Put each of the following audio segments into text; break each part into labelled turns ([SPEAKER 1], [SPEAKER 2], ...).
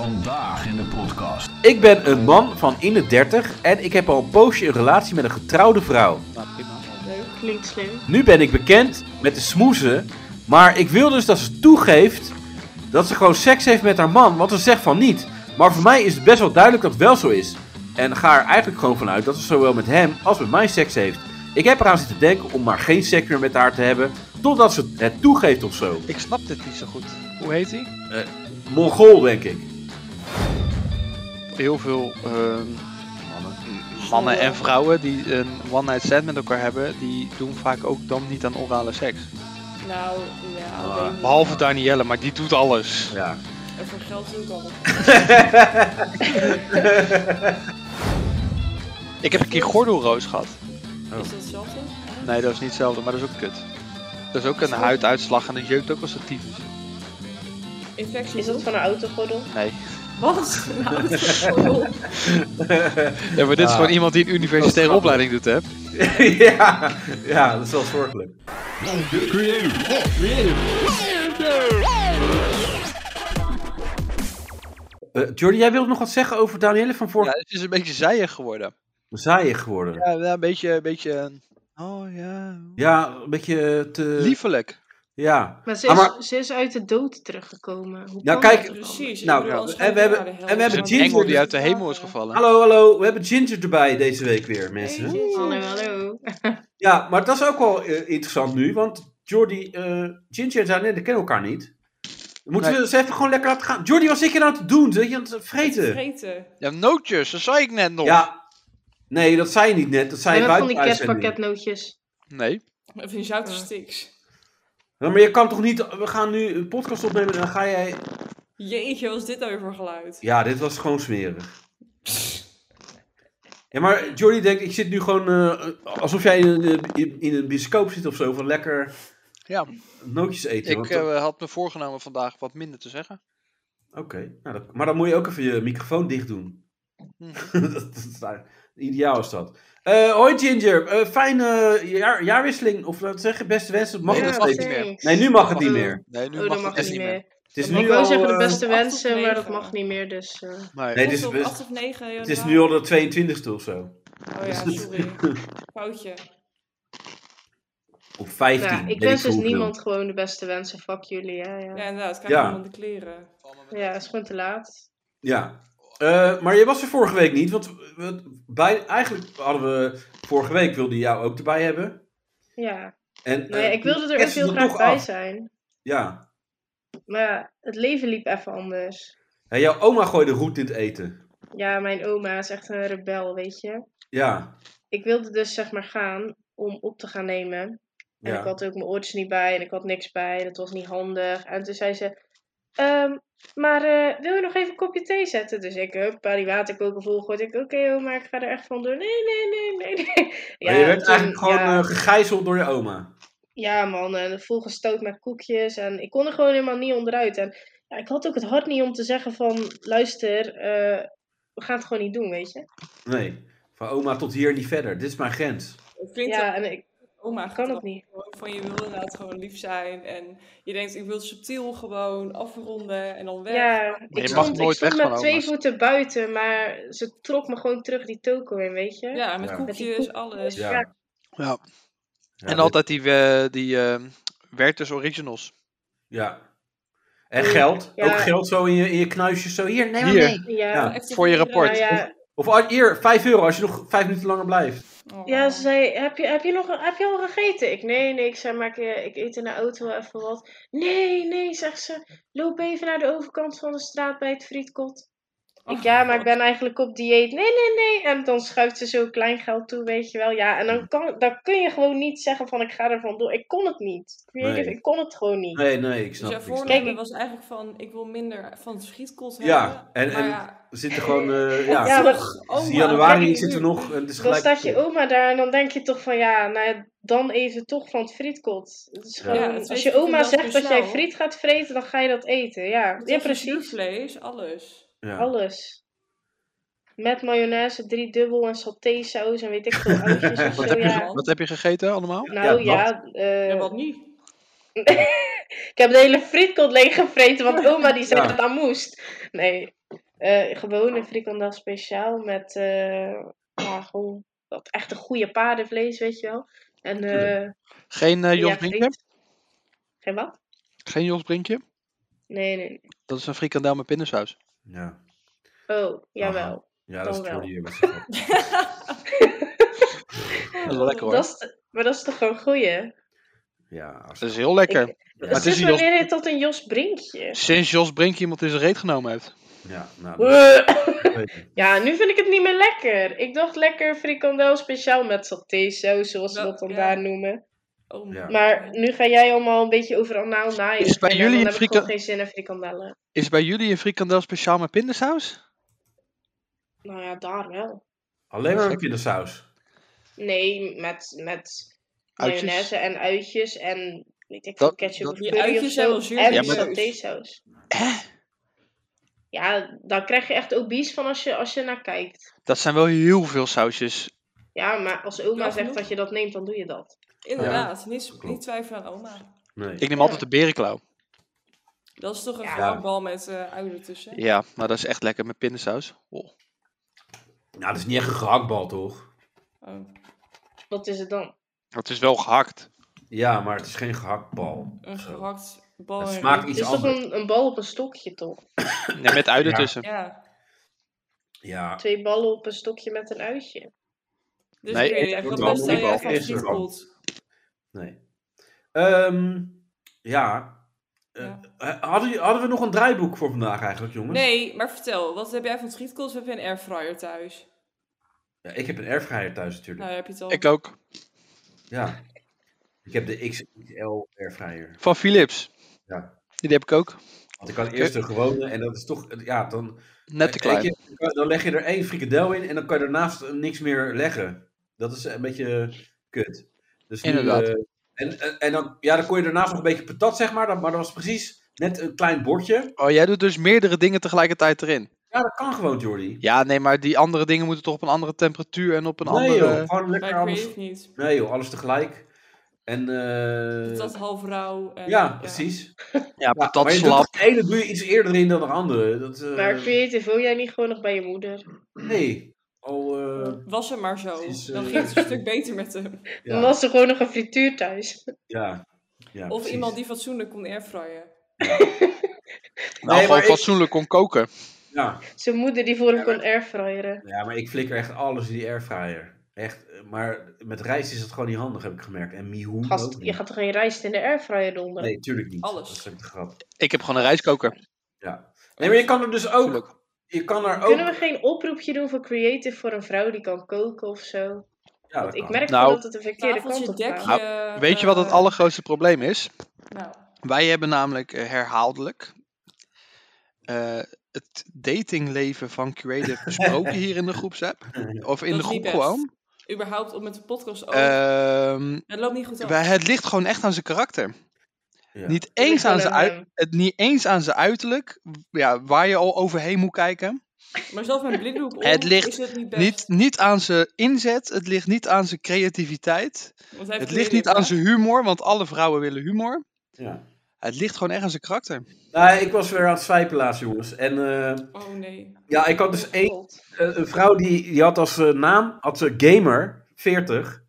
[SPEAKER 1] Vandaag in de podcast.
[SPEAKER 2] Ik ben een man van in de 30 en ik heb al een poosje een relatie met een getrouwde vrouw.
[SPEAKER 3] Leuk, klinkt slim.
[SPEAKER 2] Nu ben ik bekend met de smoezen, maar ik wil dus dat ze toegeeft dat ze gewoon seks heeft met haar man, want ze zegt van niet. Maar voor mij is het best wel duidelijk dat het wel zo is. En ga er eigenlijk gewoon vanuit dat ze zowel met hem als met mij seks heeft. Ik heb eraan zitten denken om maar geen seks meer met haar te hebben, totdat ze het toegeeft of zo.
[SPEAKER 4] Ik snap dit niet zo goed. Hoe heet hij?
[SPEAKER 2] Mongool, denk ik.
[SPEAKER 4] Heel veel ehm, mannen. en vrouwen die een one-night stand met elkaar hebben, die doen vaak ook dan niet aan orale seks.
[SPEAKER 3] Nou, ja.
[SPEAKER 2] Ah,
[SPEAKER 3] weet niet.
[SPEAKER 4] Behalve Danielle, maar die doet alles.
[SPEAKER 2] Ja.
[SPEAKER 3] En voor geld doe ik al wat.
[SPEAKER 4] Ik heb een keer gordelroos gehad.
[SPEAKER 3] Is dat hetzelfde?
[SPEAKER 4] Nee, dat is niet hetzelfde, maar dat is ook kut. Dat is ook een huiduitslag en dat jeukt ook als een tyfus.
[SPEAKER 3] Infectie. Is dat van een autogordel?
[SPEAKER 4] Nee.
[SPEAKER 3] Wat? Een autogordel?
[SPEAKER 4] Ja, maar dit is gewoon iemand die een universitaire
[SPEAKER 2] Dat is
[SPEAKER 4] opleiding doet, hè?
[SPEAKER 2] ja, ja, dat is wel zorgelijk. Eh, Jordi, jij wilde nog wat zeggen over Danielle van
[SPEAKER 4] Ja,
[SPEAKER 2] vorige
[SPEAKER 4] het is een beetje zijig geworden.
[SPEAKER 2] Saaiig geworden. Ja.
[SPEAKER 4] Ja, ja, een beetje, een beetje... eh, Oh ja...
[SPEAKER 2] een beetje eh, te...
[SPEAKER 4] Liefelijk.
[SPEAKER 2] Ja.
[SPEAKER 5] Maar ze,
[SPEAKER 2] Ah,
[SPEAKER 5] is,
[SPEAKER 2] maar-
[SPEAKER 5] ze is uit de dood teruggekomen. Hoe
[SPEAKER 2] Nou,
[SPEAKER 5] kan
[SPEAKER 2] kijk,
[SPEAKER 5] dat dan?
[SPEAKER 3] Precies. ik
[SPEAKER 2] Nou,
[SPEAKER 3] bedoel, als
[SPEAKER 2] en we hebben-
[SPEAKER 3] naar de hel
[SPEAKER 2] en we
[SPEAKER 4] Het
[SPEAKER 2] hebben
[SPEAKER 3] zou-
[SPEAKER 4] is Ah. een engel die uit de
[SPEAKER 3] Ginger-
[SPEAKER 4] hemel is gevallen.
[SPEAKER 2] Hallo, hallo. We hebben Ginger erbij deze week weer, mensen.
[SPEAKER 3] Hey,
[SPEAKER 5] Hallo,
[SPEAKER 3] Ginger.
[SPEAKER 5] hallo.
[SPEAKER 2] Ja, maar dat is ook wel eh, interessant nu, want Jordi, eh Ginger en Danielle kennen elkaar niet. Dan Moeten
[SPEAKER 4] Nee.
[SPEAKER 2] we ze even gewoon lekker laten gaan. Jordi, wat zit je nou te doen? Zit je aan het vreten?
[SPEAKER 3] Vergeten.
[SPEAKER 4] Ja, nootjes, dat zei ik net nog.
[SPEAKER 2] Ja. Nee, dat zei je niet net. Dat zei
[SPEAKER 5] En
[SPEAKER 2] je
[SPEAKER 5] dan van
[SPEAKER 2] buiten
[SPEAKER 5] die
[SPEAKER 2] de uitzending.
[SPEAKER 5] kerstpakketnootjes.
[SPEAKER 4] Nee.
[SPEAKER 3] Even in zoute sticks.
[SPEAKER 2] Ja, maar je kan toch niet... We gaan nu een podcast opnemen en dan ga jij...
[SPEAKER 3] Jeetje, wat is dit nou voor geluid?
[SPEAKER 2] Ja, dit was gewoon smerig. Ja, maar Jordi denkt, ik zit nu gewoon eh, alsof jij in een, in, in een bioscoop zit of zo. Van lekker
[SPEAKER 4] Ja,
[SPEAKER 2] nootjes eten.
[SPEAKER 4] ik
[SPEAKER 2] want dat-
[SPEAKER 4] eh, had me voorgenomen vandaag wat minder te zeggen.
[SPEAKER 2] Oké, nou, dat- maar dan moet je ook even je microfoon dicht doen.
[SPEAKER 4] Hm.
[SPEAKER 2] dat, dat is daar- ideaal is dat. Eh, hoi Ginger, Eh, fijne jaar, jaarwisseling. Of laat ik zeggen, beste wensen. Mag
[SPEAKER 4] Nee,
[SPEAKER 2] het
[SPEAKER 4] dat Eh,
[SPEAKER 2] nog
[SPEAKER 4] mag
[SPEAKER 2] steeds?
[SPEAKER 4] niet meer.
[SPEAKER 2] Nee, nu mag het niet
[SPEAKER 5] Oh.
[SPEAKER 2] meer.
[SPEAKER 4] Nee, nu
[SPEAKER 5] oh,
[SPEAKER 4] mag
[SPEAKER 5] dat
[SPEAKER 4] het
[SPEAKER 5] mag
[SPEAKER 4] echt
[SPEAKER 5] niet meer.
[SPEAKER 2] Het is
[SPEAKER 5] Ik
[SPEAKER 2] nu
[SPEAKER 5] wou
[SPEAKER 2] al,
[SPEAKER 5] zeggen de
[SPEAKER 2] eh,
[SPEAKER 5] beste
[SPEAKER 3] acht tot
[SPEAKER 5] wensen, maar dat
[SPEAKER 3] negen.
[SPEAKER 5] mag niet meer. Dus eh,
[SPEAKER 4] Nee.
[SPEAKER 2] Nee, dit is
[SPEAKER 3] Tot op
[SPEAKER 2] best-
[SPEAKER 3] 8 of 9
[SPEAKER 2] het is nu al de 22e of zo. Dus-
[SPEAKER 3] Oh ja, sorry. Foutje.
[SPEAKER 2] Op 15.
[SPEAKER 5] nou, ik
[SPEAKER 2] weet
[SPEAKER 5] wens dus
[SPEAKER 2] hoeveel.
[SPEAKER 5] niemand gewoon de beste wensen. Fuck jullie. Ja, ja.
[SPEAKER 3] Ja,
[SPEAKER 5] ja.
[SPEAKER 3] inderdaad. Kijk
[SPEAKER 2] Ja.
[SPEAKER 3] ja. de kleren.
[SPEAKER 5] het is gewoon te laat.
[SPEAKER 2] Ja. Eh, maar je was er vorige week niet, want we- we- bij, eigenlijk hadden we vorige week wilde je jou ook erbij hebben.
[SPEAKER 5] Ja.
[SPEAKER 2] En,
[SPEAKER 5] Nee,
[SPEAKER 2] eh,
[SPEAKER 5] ik wilde er
[SPEAKER 2] ketste
[SPEAKER 5] ook heel
[SPEAKER 2] het
[SPEAKER 5] graag
[SPEAKER 2] toch
[SPEAKER 5] bij
[SPEAKER 2] af.
[SPEAKER 5] zijn.
[SPEAKER 2] Ja.
[SPEAKER 5] Maar ja, het leven liep even anders.
[SPEAKER 2] En jouw oma gooide roet in het eten.
[SPEAKER 5] Ja, mijn oma is echt een rebel, weet je.
[SPEAKER 2] Ja.
[SPEAKER 5] Ik wilde dus zeg maar gaan om op te gaan nemen. En ik
[SPEAKER 2] ja.
[SPEAKER 5] had ook mijn oortjes niet bij en ik had niks bij. Dat was niet handig. En toen zei ze, "Ehm, maar eh, wil je nog even een kopje thee zetten? Dus ik, huppa, die waterkoker volgooid. Ik, oké oma, ik ga er echt van door. Nee, nee, nee, nee, nee.
[SPEAKER 2] Maar je werd
[SPEAKER 5] toen-
[SPEAKER 2] eigenlijk gewoon
[SPEAKER 5] Ja,
[SPEAKER 2] eh, gegijzeld door je oma.
[SPEAKER 5] ja man, en volgestoot met koekjes. En ik kon er gewoon helemaal niet onderuit. En ja, ik had ook het hart niet om te zeggen van, luister, eh, we gaan het gewoon niet doen, weet je.
[SPEAKER 2] Nee. Van oma tot hier niet verder. Dit is mijn grens.
[SPEAKER 3] Het klinkt
[SPEAKER 5] Ja, en ik
[SPEAKER 3] wel oma
[SPEAKER 5] kan het niet.
[SPEAKER 3] Gewoon Van je wil inderdaad gewoon lief zijn. En je denkt, ik wil subtiel gewoon afronden en dan weg.
[SPEAKER 5] Ja,
[SPEAKER 4] je
[SPEAKER 5] ik
[SPEAKER 4] mag
[SPEAKER 5] stond, ik
[SPEAKER 4] nooit
[SPEAKER 5] stond
[SPEAKER 4] weg van
[SPEAKER 5] met twee
[SPEAKER 4] oma's.
[SPEAKER 5] voeten buiten, maar ze trok me gewoon terug die toko in, weet je.
[SPEAKER 3] Ja, met
[SPEAKER 2] Ja.
[SPEAKER 3] koekjes, alles.
[SPEAKER 2] Ja.
[SPEAKER 5] Ja.
[SPEAKER 4] Ja.
[SPEAKER 2] Ja,
[SPEAKER 4] En
[SPEAKER 2] dit-
[SPEAKER 4] altijd die, eh die eh Werther's Originals.
[SPEAKER 2] Ja. En geld.
[SPEAKER 5] Ja.
[SPEAKER 2] Ook geld zo in je, in je knuisjes. Zo hier, neem maar
[SPEAKER 4] Hier.
[SPEAKER 2] mee.
[SPEAKER 5] Ja,
[SPEAKER 2] Ja.
[SPEAKER 3] Echt
[SPEAKER 4] Voor je
[SPEAKER 3] een-
[SPEAKER 4] rapport.
[SPEAKER 5] Nou ja,
[SPEAKER 2] Of ah, hier, 5 euro als je nog 5 minuten langer blijft.
[SPEAKER 3] Oh.
[SPEAKER 5] ja, ze zei, heb je, heb, je nog, heb je al gegeten? Ik, nee, nee, ik zei, maar ik, eh, ik eet in de auto wel even wat. Nee, nee, zegt ze, loop even naar de overkant van de straat bij het frietkot. Ik,
[SPEAKER 3] Och,
[SPEAKER 5] ja, maar ik ben eigenlijk op dieet. Nee, nee, nee. En dan schuift ze zo kleingeld toe, weet je wel. Ja, en
[SPEAKER 2] Mm.
[SPEAKER 5] dan, kan, dan kun je gewoon niet zeggen van, ik ga er vandoor. Ik kon het niet. Creative,
[SPEAKER 2] Nee.
[SPEAKER 5] Ik kon het gewoon niet.
[SPEAKER 2] Nee, nee, ik
[SPEAKER 3] Dus
[SPEAKER 2] snap
[SPEAKER 3] jouw
[SPEAKER 2] het. ik snap
[SPEAKER 3] voornemen
[SPEAKER 5] Kijk, ik-
[SPEAKER 3] was eigenlijk van, ik wil minder van het schietkot hebben.
[SPEAKER 2] Ja, en-
[SPEAKER 3] maar
[SPEAKER 2] en-
[SPEAKER 3] ja,
[SPEAKER 2] We zitten gewoon, eh,
[SPEAKER 3] ja,
[SPEAKER 2] ja.
[SPEAKER 5] Ja,
[SPEAKER 3] toch,
[SPEAKER 2] Het is
[SPEAKER 3] oma,
[SPEAKER 2] januari
[SPEAKER 3] Oh, kijk
[SPEAKER 2] zit er
[SPEAKER 3] nu.
[SPEAKER 2] nog. En het is
[SPEAKER 5] Dan
[SPEAKER 2] gelijk.
[SPEAKER 5] staat je oma daar en dan denk je toch van ja, nou ja, dan even toch van het frietkot. Het is
[SPEAKER 2] Ja.
[SPEAKER 5] gewoon,
[SPEAKER 3] Ja, het is
[SPEAKER 5] als
[SPEAKER 3] wel
[SPEAKER 5] je oma
[SPEAKER 3] speciaal.
[SPEAKER 5] zegt dat jij friet gaat vreten, dan ga je dat eten. Ja,
[SPEAKER 3] Het
[SPEAKER 5] ja
[SPEAKER 3] was
[SPEAKER 5] precies.
[SPEAKER 3] Vlees, alles.
[SPEAKER 5] Oh.
[SPEAKER 2] Ja.
[SPEAKER 5] Alles. Met mayonaise, driedubbel en satésaus en weet ik veel, oudjes of
[SPEAKER 4] Wat
[SPEAKER 5] zo.
[SPEAKER 4] heb, je,
[SPEAKER 5] Ja.
[SPEAKER 4] ge- wat heb je gegeten allemaal?
[SPEAKER 5] Nou
[SPEAKER 2] Ja,
[SPEAKER 5] ja, eh,
[SPEAKER 3] En wat niet?
[SPEAKER 5] ik heb de hele frietkot leeggevreten, want oma die zei
[SPEAKER 2] Ja.
[SPEAKER 5] dat dat moest. Nee, eh, gewone frietkot speciaal met eh, ja, gewoon dat echte goede paardenvlees, weet je wel. En eh
[SPEAKER 4] Geen eh Jos
[SPEAKER 5] ja,
[SPEAKER 4] Brinkje?
[SPEAKER 5] friet. Geen wat?
[SPEAKER 4] Geen Jos Brinkje?
[SPEAKER 5] Nee, nee. nee.
[SPEAKER 4] Dat is een frikandel met pindasaus.
[SPEAKER 2] Ja,
[SPEAKER 5] Oh, jawel.
[SPEAKER 2] ja dat is het
[SPEAKER 5] Dan
[SPEAKER 2] voor die mensen.
[SPEAKER 4] Dat is wel lekker hoor.
[SPEAKER 5] Dat is de- maar dat is toch gewoon goeie?
[SPEAKER 2] Ja, als...
[SPEAKER 4] Dat is heel lekker.
[SPEAKER 2] ja,
[SPEAKER 4] het
[SPEAKER 5] het is dus
[SPEAKER 4] is die Jos-
[SPEAKER 5] wanneer je tot een Jos Brinkje.
[SPEAKER 4] Sinds Jos Brinkje iemand in zijn reet genomen heeft.
[SPEAKER 2] ja, nou, dat
[SPEAKER 5] Eh,
[SPEAKER 2] is beter.
[SPEAKER 5] Ja, nu vind ik het niet meer lekker. Ik dacht lekker frikandel speciaal met satésaus, zoals ze
[SPEAKER 3] Wel,
[SPEAKER 5] dat dan
[SPEAKER 3] ja.
[SPEAKER 5] daar noemen.
[SPEAKER 3] Oh,
[SPEAKER 2] Ja.
[SPEAKER 5] Maar nu ga jij allemaal een beetje overal na naaien.
[SPEAKER 4] Is het bij
[SPEAKER 5] En
[SPEAKER 4] jullie
[SPEAKER 5] dan
[SPEAKER 4] een
[SPEAKER 5] heb ik
[SPEAKER 4] frika-
[SPEAKER 5] gewoon geen zin in frikandellen.
[SPEAKER 4] Is bij jullie een frikandel speciaal met pindasaus?
[SPEAKER 5] Nou ja, daar wel.
[SPEAKER 2] Alleen maar heb je de saus.
[SPEAKER 5] Nee, met, met
[SPEAKER 4] Uitjes.
[SPEAKER 5] mayonaise en uitjes en weet ik
[SPEAKER 4] Dat-
[SPEAKER 5] veel ketchup
[SPEAKER 4] dat-
[SPEAKER 5] of
[SPEAKER 3] Die
[SPEAKER 5] curry
[SPEAKER 3] uitjes
[SPEAKER 5] of
[SPEAKER 3] zijn
[SPEAKER 5] zo.
[SPEAKER 3] wel zuur,
[SPEAKER 5] en
[SPEAKER 4] Ja, maar-
[SPEAKER 5] satésaus. Ja, daar krijg je echt obese van als je, als je naar kijkt.
[SPEAKER 4] Dat zijn wel heel veel sausjes.
[SPEAKER 5] Ja, maar als oma
[SPEAKER 3] Wel
[SPEAKER 5] zegt
[SPEAKER 3] genoeg.
[SPEAKER 5] dat je dat neemt, dan doe je dat.
[SPEAKER 3] Inderdaad, niet,
[SPEAKER 2] klopt.
[SPEAKER 3] niet twijfelen aan oma.
[SPEAKER 2] Nee.
[SPEAKER 4] Ik neem
[SPEAKER 5] Ja.
[SPEAKER 4] altijd de berenklauw.
[SPEAKER 3] Dat is toch een
[SPEAKER 5] Ja.
[SPEAKER 3] gehaktbal met eh uien ertussen.
[SPEAKER 4] Ja, maar dat is echt lekker met pindasaus. Oh.
[SPEAKER 2] Nou, dat is niet echt een gehaktbal, toch?
[SPEAKER 3] Oh,
[SPEAKER 5] Wat is het dan?
[SPEAKER 4] Het is wel gehakt.
[SPEAKER 2] Ja, maar het is geen gehaktbal.
[SPEAKER 3] een
[SPEAKER 2] Zo.
[SPEAKER 3] gehakt bal.
[SPEAKER 2] Het
[SPEAKER 3] en-
[SPEAKER 2] smaakt
[SPEAKER 5] Het
[SPEAKER 2] iets
[SPEAKER 5] is toch
[SPEAKER 2] anders.
[SPEAKER 5] een, een bal op een stokje, toch?
[SPEAKER 4] Ja, met uien
[SPEAKER 2] Ja.
[SPEAKER 4] ertussen.
[SPEAKER 3] Ja.
[SPEAKER 2] Ja,
[SPEAKER 5] Twee ballen op een stokje met een uitje.
[SPEAKER 3] Dus
[SPEAKER 4] Nee,
[SPEAKER 3] ik weet niet,
[SPEAKER 2] het
[SPEAKER 3] ik had
[SPEAKER 2] wordt
[SPEAKER 3] best
[SPEAKER 2] wel
[SPEAKER 3] wel jij
[SPEAKER 2] moeilijk.
[SPEAKER 3] van
[SPEAKER 2] Is er
[SPEAKER 3] friet
[SPEAKER 2] dan.
[SPEAKER 3] voelt.
[SPEAKER 2] nee. Ehm, ja. Eh,
[SPEAKER 3] Ja.
[SPEAKER 2] eh, Hadden, jullie- hadden we nog een draaiboek voor vandaag eigenlijk, jongens?
[SPEAKER 3] Nee, maar vertel, wat heb jij van frietkool? Of heb je een airfryer thuis?
[SPEAKER 2] Ja, ik heb een airfryer thuis natuurlijk.
[SPEAKER 3] Nou, daar heb je het al.
[SPEAKER 4] Ik ook.
[SPEAKER 2] Ja. Ik heb de XXL airfryer.
[SPEAKER 4] Van Philips.
[SPEAKER 2] Ja.
[SPEAKER 4] Die heb ik ook.
[SPEAKER 2] Want ik had eerst de gewone en dat is toch... Ja, dan,
[SPEAKER 4] Net te
[SPEAKER 2] weet
[SPEAKER 4] klein.
[SPEAKER 2] je, dan- dan leg je er één frikandel in en dan kan je daarnaast niks meer leggen. Dat is een beetje kut. Dus nu,
[SPEAKER 4] Inderdaad.
[SPEAKER 2] eh, en en- en dan, ja, dan kon je daarnaast nog een beetje patat, zeg maar. dan- maar dat was precies net een klein bordje.
[SPEAKER 4] Oh, jij doet dus meerdere dingen tegelijkertijd erin.
[SPEAKER 2] Ja, dat kan gewoon, Jordi.
[SPEAKER 4] Ja, nee, maar die andere dingen moeten toch op een andere temperatuur en op een
[SPEAKER 2] nee
[SPEAKER 4] andere...
[SPEAKER 2] joh, gewoon
[SPEAKER 3] Bij
[SPEAKER 2] lekker alles.
[SPEAKER 3] Crave niet.
[SPEAKER 2] Nee joh, alles tegelijk. En eh,
[SPEAKER 3] Dat half rauw. En,
[SPEAKER 2] ja, precies.
[SPEAKER 4] Ja,
[SPEAKER 2] Ja, maar
[SPEAKER 4] patat
[SPEAKER 2] je doet
[SPEAKER 4] slap.
[SPEAKER 2] de ene doe je iets eerder in dan de andere. Dat, eh,
[SPEAKER 5] Maar creative, wil jij niet gewoon nog bij je moeder?
[SPEAKER 2] Nee. Al, eh,
[SPEAKER 3] Was hem maar zo.
[SPEAKER 2] is, eh,
[SPEAKER 3] Dan ging het een stuk beter met hem.
[SPEAKER 5] Dan
[SPEAKER 2] ja,
[SPEAKER 5] was er gewoon nog een frituur thuis.
[SPEAKER 2] ja, ja,
[SPEAKER 3] Of
[SPEAKER 2] precies.
[SPEAKER 3] iemand die fatsoenlijk kon airfryen.
[SPEAKER 4] Nou,
[SPEAKER 2] Nee,
[SPEAKER 4] gewoon
[SPEAKER 2] maar ik-
[SPEAKER 4] fatsoenlijk kon koken.
[SPEAKER 2] Ja,
[SPEAKER 5] Zijn moeder die voor hem
[SPEAKER 2] Ja,
[SPEAKER 5] kon airfryeren.
[SPEAKER 2] ja, maar ik flikker echt alles in die airfryer. Echt, eh, maar met rijst is het gewoon niet handig, heb ik gemerkt. En mihoen
[SPEAKER 5] Gast,
[SPEAKER 2] ook
[SPEAKER 5] je
[SPEAKER 2] niet.
[SPEAKER 5] gaat toch geen rijst in de airfryer donderen?
[SPEAKER 2] Nee, tuurlijk niet.
[SPEAKER 3] Alles.
[SPEAKER 2] Dat is ook de grap.
[SPEAKER 4] Ik heb gewoon een rijstkoker.
[SPEAKER 2] Ja. Nee, maar je kan er dus ook...
[SPEAKER 4] Tuurlijk.
[SPEAKER 2] Je kan er ook...
[SPEAKER 5] Kunnen we geen oproepje doen voor creative voor een vrouw die kan koken of zo?
[SPEAKER 2] Ja, dat
[SPEAKER 5] Want ik
[SPEAKER 2] kan.
[SPEAKER 5] merk
[SPEAKER 4] Nou,
[SPEAKER 5] wel dat het de verkeerde kant
[SPEAKER 3] Tafeltje,
[SPEAKER 5] op gaat.
[SPEAKER 3] dekje.
[SPEAKER 4] Weet je wat het
[SPEAKER 3] eh,
[SPEAKER 4] allergrootste probleem is?
[SPEAKER 3] Nou,
[SPEAKER 4] Wij hebben namelijk eh, herhaaldelijk eh, het datingleven van Creative besproken hier in de groepsapp. Of in
[SPEAKER 3] Dat
[SPEAKER 4] de
[SPEAKER 3] is niet
[SPEAKER 4] groep
[SPEAKER 3] best. Oh.
[SPEAKER 4] gewoon.
[SPEAKER 3] überhaupt om met de podcast ook.
[SPEAKER 4] Ehm,
[SPEAKER 3] het loopt niet goed af.
[SPEAKER 4] wij, het ligt gewoon echt aan zijn karakter.
[SPEAKER 2] Ja.
[SPEAKER 4] Niet,
[SPEAKER 5] ligt
[SPEAKER 4] eens aan
[SPEAKER 5] wel
[SPEAKER 4] zijn
[SPEAKER 5] aan
[SPEAKER 4] uit-
[SPEAKER 5] hem.
[SPEAKER 4] het, niet eens aan zijn uiterlijk, w- ja, waar je al overheen moet kijken.
[SPEAKER 3] Maar zelfs met blinddoek om
[SPEAKER 4] Het ligt
[SPEAKER 3] is het niet best.
[SPEAKER 4] Niet, niet aan zijn inzet, het ligt niet aan zijn creativiteit.
[SPEAKER 3] Want hij heeft
[SPEAKER 4] Het
[SPEAKER 3] lelijk,
[SPEAKER 4] ligt niet aan
[SPEAKER 3] hè?
[SPEAKER 4] zijn humor, want alle vrouwen willen humor.
[SPEAKER 2] Ja.
[SPEAKER 4] Het ligt gewoon echt aan zijn karakter.
[SPEAKER 2] Nou, ik was weer aan het zwijpen laatst, jongens. En eh,
[SPEAKER 3] Oh nee.
[SPEAKER 2] ja, ik had dus één
[SPEAKER 5] God.
[SPEAKER 2] eh, een vrouw die, die had als eh, naam had ze Gamer, 40.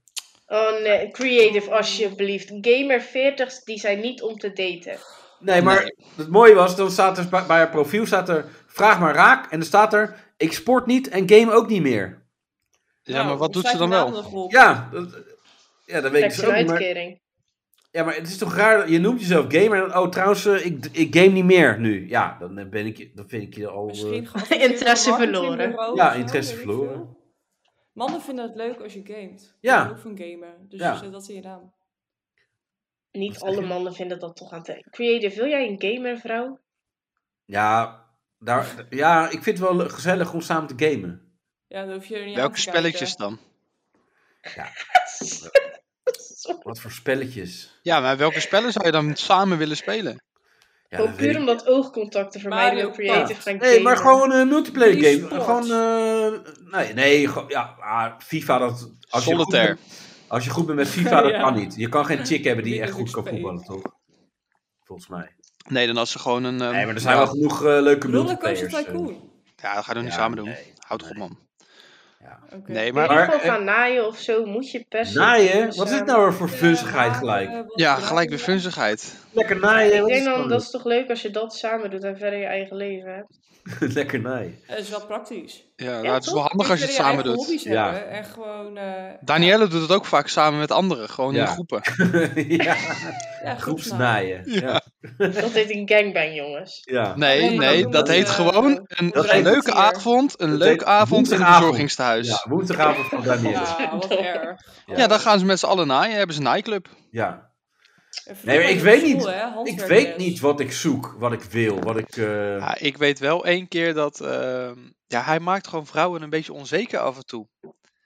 [SPEAKER 5] Oh nee, creative alsjeblieft. Gamer 40's, die zijn niet om te daten.
[SPEAKER 2] Nee, maar het mooie was, dan staat er bij bij haar profiel staat er vraag maar raak. En dan staat er ik sport niet en game ook niet meer.
[SPEAKER 4] Ja,
[SPEAKER 3] Nou,
[SPEAKER 4] maar wat doet
[SPEAKER 3] staat
[SPEAKER 4] ze dan
[SPEAKER 3] je naam
[SPEAKER 4] wel?
[SPEAKER 3] nog op?
[SPEAKER 2] Ja, dat, ja, dat weet ik
[SPEAKER 5] Krijg
[SPEAKER 2] dus
[SPEAKER 5] je een
[SPEAKER 2] ook niet. Maar,
[SPEAKER 5] uitkering.
[SPEAKER 2] ja, maar het is toch raar, je noemt jezelf gamer. En dan, oh, trouwens, eh, ik, ik game niet meer nu. Ja, dan, eh, ben ik, je- dan vind ik je al... eh,
[SPEAKER 3] Misschien geadviseerd door
[SPEAKER 5] Interesse
[SPEAKER 3] een
[SPEAKER 5] verloren.
[SPEAKER 3] marketingbureau
[SPEAKER 2] Ja,
[SPEAKER 3] of zo,
[SPEAKER 2] interesse
[SPEAKER 3] weet ik veel.
[SPEAKER 2] verloren.
[SPEAKER 3] Mannen vinden het leuk als je gamet.
[SPEAKER 2] Ja.
[SPEAKER 3] Ik ben ook van gamen. Dus
[SPEAKER 2] Ja.
[SPEAKER 3] zet dat in je naam.
[SPEAKER 5] Niet
[SPEAKER 2] Wat zeg
[SPEAKER 5] alle
[SPEAKER 2] je?
[SPEAKER 5] mannen vinden dat toch aan te... Creative, wil jij een gamer vrouw?
[SPEAKER 2] ja, daar, ja, ik vind het wel gezellig om samen te gamen.
[SPEAKER 3] Ja, dan hoef je er niet aan
[SPEAKER 4] Welke
[SPEAKER 3] te kijken.
[SPEAKER 4] spelletjes dan?
[SPEAKER 2] Wat voor spelletjes.
[SPEAKER 4] Ja, maar
[SPEAKER 3] Eh.
[SPEAKER 4] welke spellen zou je dan samen willen spelen?
[SPEAKER 2] Ja,
[SPEAKER 5] Gewoon
[SPEAKER 2] dat weet
[SPEAKER 5] puur
[SPEAKER 2] ik.
[SPEAKER 5] omdat oogcontact te vermijden
[SPEAKER 3] Mario
[SPEAKER 5] wil creative
[SPEAKER 3] Kart.
[SPEAKER 5] gaan gamen.
[SPEAKER 2] Nee, maar gewoon een multiplayer game.
[SPEAKER 3] E-sports.
[SPEAKER 2] Gewoon, eh, nee, nee, gewoon- ja, ah, FIFA, dat... Als je goed
[SPEAKER 4] Solitaire.
[SPEAKER 2] bent- Als je goed bent met FIFA, dat
[SPEAKER 3] Ja.
[SPEAKER 2] kan niet. Je kan geen chick hebben die
[SPEAKER 3] Niet
[SPEAKER 2] echt
[SPEAKER 3] dat ik
[SPEAKER 2] goed kan
[SPEAKER 3] speel.
[SPEAKER 2] voetballen, toch? volgens mij.
[SPEAKER 4] Nee, dan als ze gewoon een...
[SPEAKER 6] Nee,
[SPEAKER 4] ehm,
[SPEAKER 6] maar er zijn
[SPEAKER 2] Er zijn wel
[SPEAKER 6] wel...
[SPEAKER 2] genoeg eh, leuke
[SPEAKER 3] Rollercoaster
[SPEAKER 2] multiplayers. eh.
[SPEAKER 3] Tycoon.
[SPEAKER 4] Ja, dat ga je nog niet
[SPEAKER 6] Ja,
[SPEAKER 4] samen doen.
[SPEAKER 6] nee,
[SPEAKER 4] Houd
[SPEAKER 6] nee.
[SPEAKER 4] gewoon man.
[SPEAKER 6] Ja.
[SPEAKER 3] Oké.
[SPEAKER 4] Nee,
[SPEAKER 5] Maar,
[SPEAKER 4] maar...
[SPEAKER 2] Maar,
[SPEAKER 5] gewoon
[SPEAKER 2] eh,
[SPEAKER 5] gaan naaien of zo, moet je pesten.
[SPEAKER 2] Naaien?
[SPEAKER 5] Dus,
[SPEAKER 2] Wat is
[SPEAKER 5] eh,
[SPEAKER 2] dit nou weer voor
[SPEAKER 3] Eh,
[SPEAKER 2] funzigheid
[SPEAKER 3] maar,
[SPEAKER 2] gelijk?
[SPEAKER 3] eh, wat
[SPEAKER 4] Ja,
[SPEAKER 3] gedaan.
[SPEAKER 4] gelijk weer funzigheid.
[SPEAKER 2] Lekker naaien.
[SPEAKER 5] Ik
[SPEAKER 2] wat is
[SPEAKER 5] denk
[SPEAKER 2] het
[SPEAKER 5] dan,
[SPEAKER 2] nou?
[SPEAKER 5] dat is toch leuk als je dat samen doet en verder je eigen leven hebt.
[SPEAKER 2] Lekker naaien.
[SPEAKER 3] Dat is wel praktisch.
[SPEAKER 4] Ja, nou,
[SPEAKER 5] Ja,
[SPEAKER 4] het is wel
[SPEAKER 5] toch?
[SPEAKER 4] handig als je het samen doet.
[SPEAKER 3] hobby's
[SPEAKER 2] Ja.
[SPEAKER 3] hebben en gewoon... eh,
[SPEAKER 4] Danielle doet het ook vaak samen met anderen. Gewoon
[SPEAKER 2] Ja.
[SPEAKER 4] in groepen.
[SPEAKER 2] ja,
[SPEAKER 3] ja,
[SPEAKER 2] groepsnaaien. Ja.
[SPEAKER 5] Dat heet een gangbang, jongens.
[SPEAKER 2] ja.
[SPEAKER 4] Nee,
[SPEAKER 3] Alleen
[SPEAKER 4] nee,
[SPEAKER 3] dan
[SPEAKER 4] dat
[SPEAKER 3] doen
[SPEAKER 4] heet
[SPEAKER 3] we,
[SPEAKER 4] gewoon
[SPEAKER 3] eh,
[SPEAKER 4] een,
[SPEAKER 3] dat
[SPEAKER 4] een
[SPEAKER 2] heet-
[SPEAKER 4] leuke
[SPEAKER 3] hier.
[SPEAKER 4] avond. Een
[SPEAKER 2] Dat
[SPEAKER 4] leuke
[SPEAKER 2] heet
[SPEAKER 4] avond in een
[SPEAKER 2] woensdagavond.
[SPEAKER 4] verzorgingstehuis.
[SPEAKER 2] Ja,
[SPEAKER 4] Ja.
[SPEAKER 2] woensdagavond van Daniel.
[SPEAKER 3] Ja, wat erg.
[SPEAKER 4] dan gaan ze met z'n allen naaien. Hebben ze een naaiklub.
[SPEAKER 2] Ja.
[SPEAKER 3] En vroeger
[SPEAKER 2] Nee, maar ik
[SPEAKER 3] op
[SPEAKER 2] weet
[SPEAKER 3] school,
[SPEAKER 2] niet.
[SPEAKER 3] hè,
[SPEAKER 2] Ik
[SPEAKER 3] handwerkles.
[SPEAKER 2] weet niet wat ik zoek, wat ik wil, wat ik... eh,
[SPEAKER 4] Ja, ik weet wel één keer dat... ehm, ja, hij maakt gewoon vrouwen een beetje onzeker af en toe.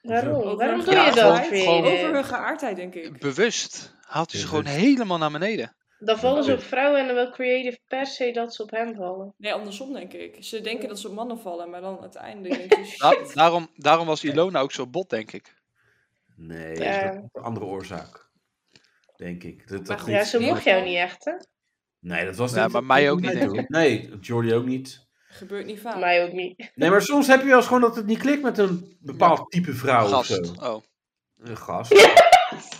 [SPEAKER 5] Waarom?
[SPEAKER 3] Over
[SPEAKER 5] Waarom
[SPEAKER 3] hun
[SPEAKER 5] doe je dat,
[SPEAKER 4] geaardheid,
[SPEAKER 5] Veren?
[SPEAKER 4] gewoon
[SPEAKER 3] Over hun geaardheid, denk ik.
[SPEAKER 4] Bewust haalt hij ze gewoon
[SPEAKER 2] Bewust.
[SPEAKER 4] helemaal naar beneden.
[SPEAKER 5] Dan vallen ze op vrouwen en dan wil creative per se dat ze op hem vallen.
[SPEAKER 3] Nee, andersom denk ik. Ze denken dat ze op mannen vallen, maar dan uiteindelijk denken ze...
[SPEAKER 4] Da- daarom, daarom was Ilona ook zo bot, denk ik.
[SPEAKER 2] Nee,
[SPEAKER 5] Ja.
[SPEAKER 2] dat is een andere oorzaak. Denk ik. Dat, dat
[SPEAKER 3] Maar
[SPEAKER 5] Ja, ze
[SPEAKER 3] Nee,
[SPEAKER 5] mocht jou niet echt, hè?
[SPEAKER 2] Nee, dat was
[SPEAKER 4] Ja,
[SPEAKER 2] niet...
[SPEAKER 4] maar mij ook niet, denk
[SPEAKER 2] Nee, Nee, Jordi ook niet.
[SPEAKER 3] Gebeurt niet vaak.
[SPEAKER 5] Mij ook niet.
[SPEAKER 2] Nee, maar soms heb je wel eens gewoon dat het niet klikt met een bepaald type vrouw of zo.
[SPEAKER 4] Gast. Oh.
[SPEAKER 2] Een gast.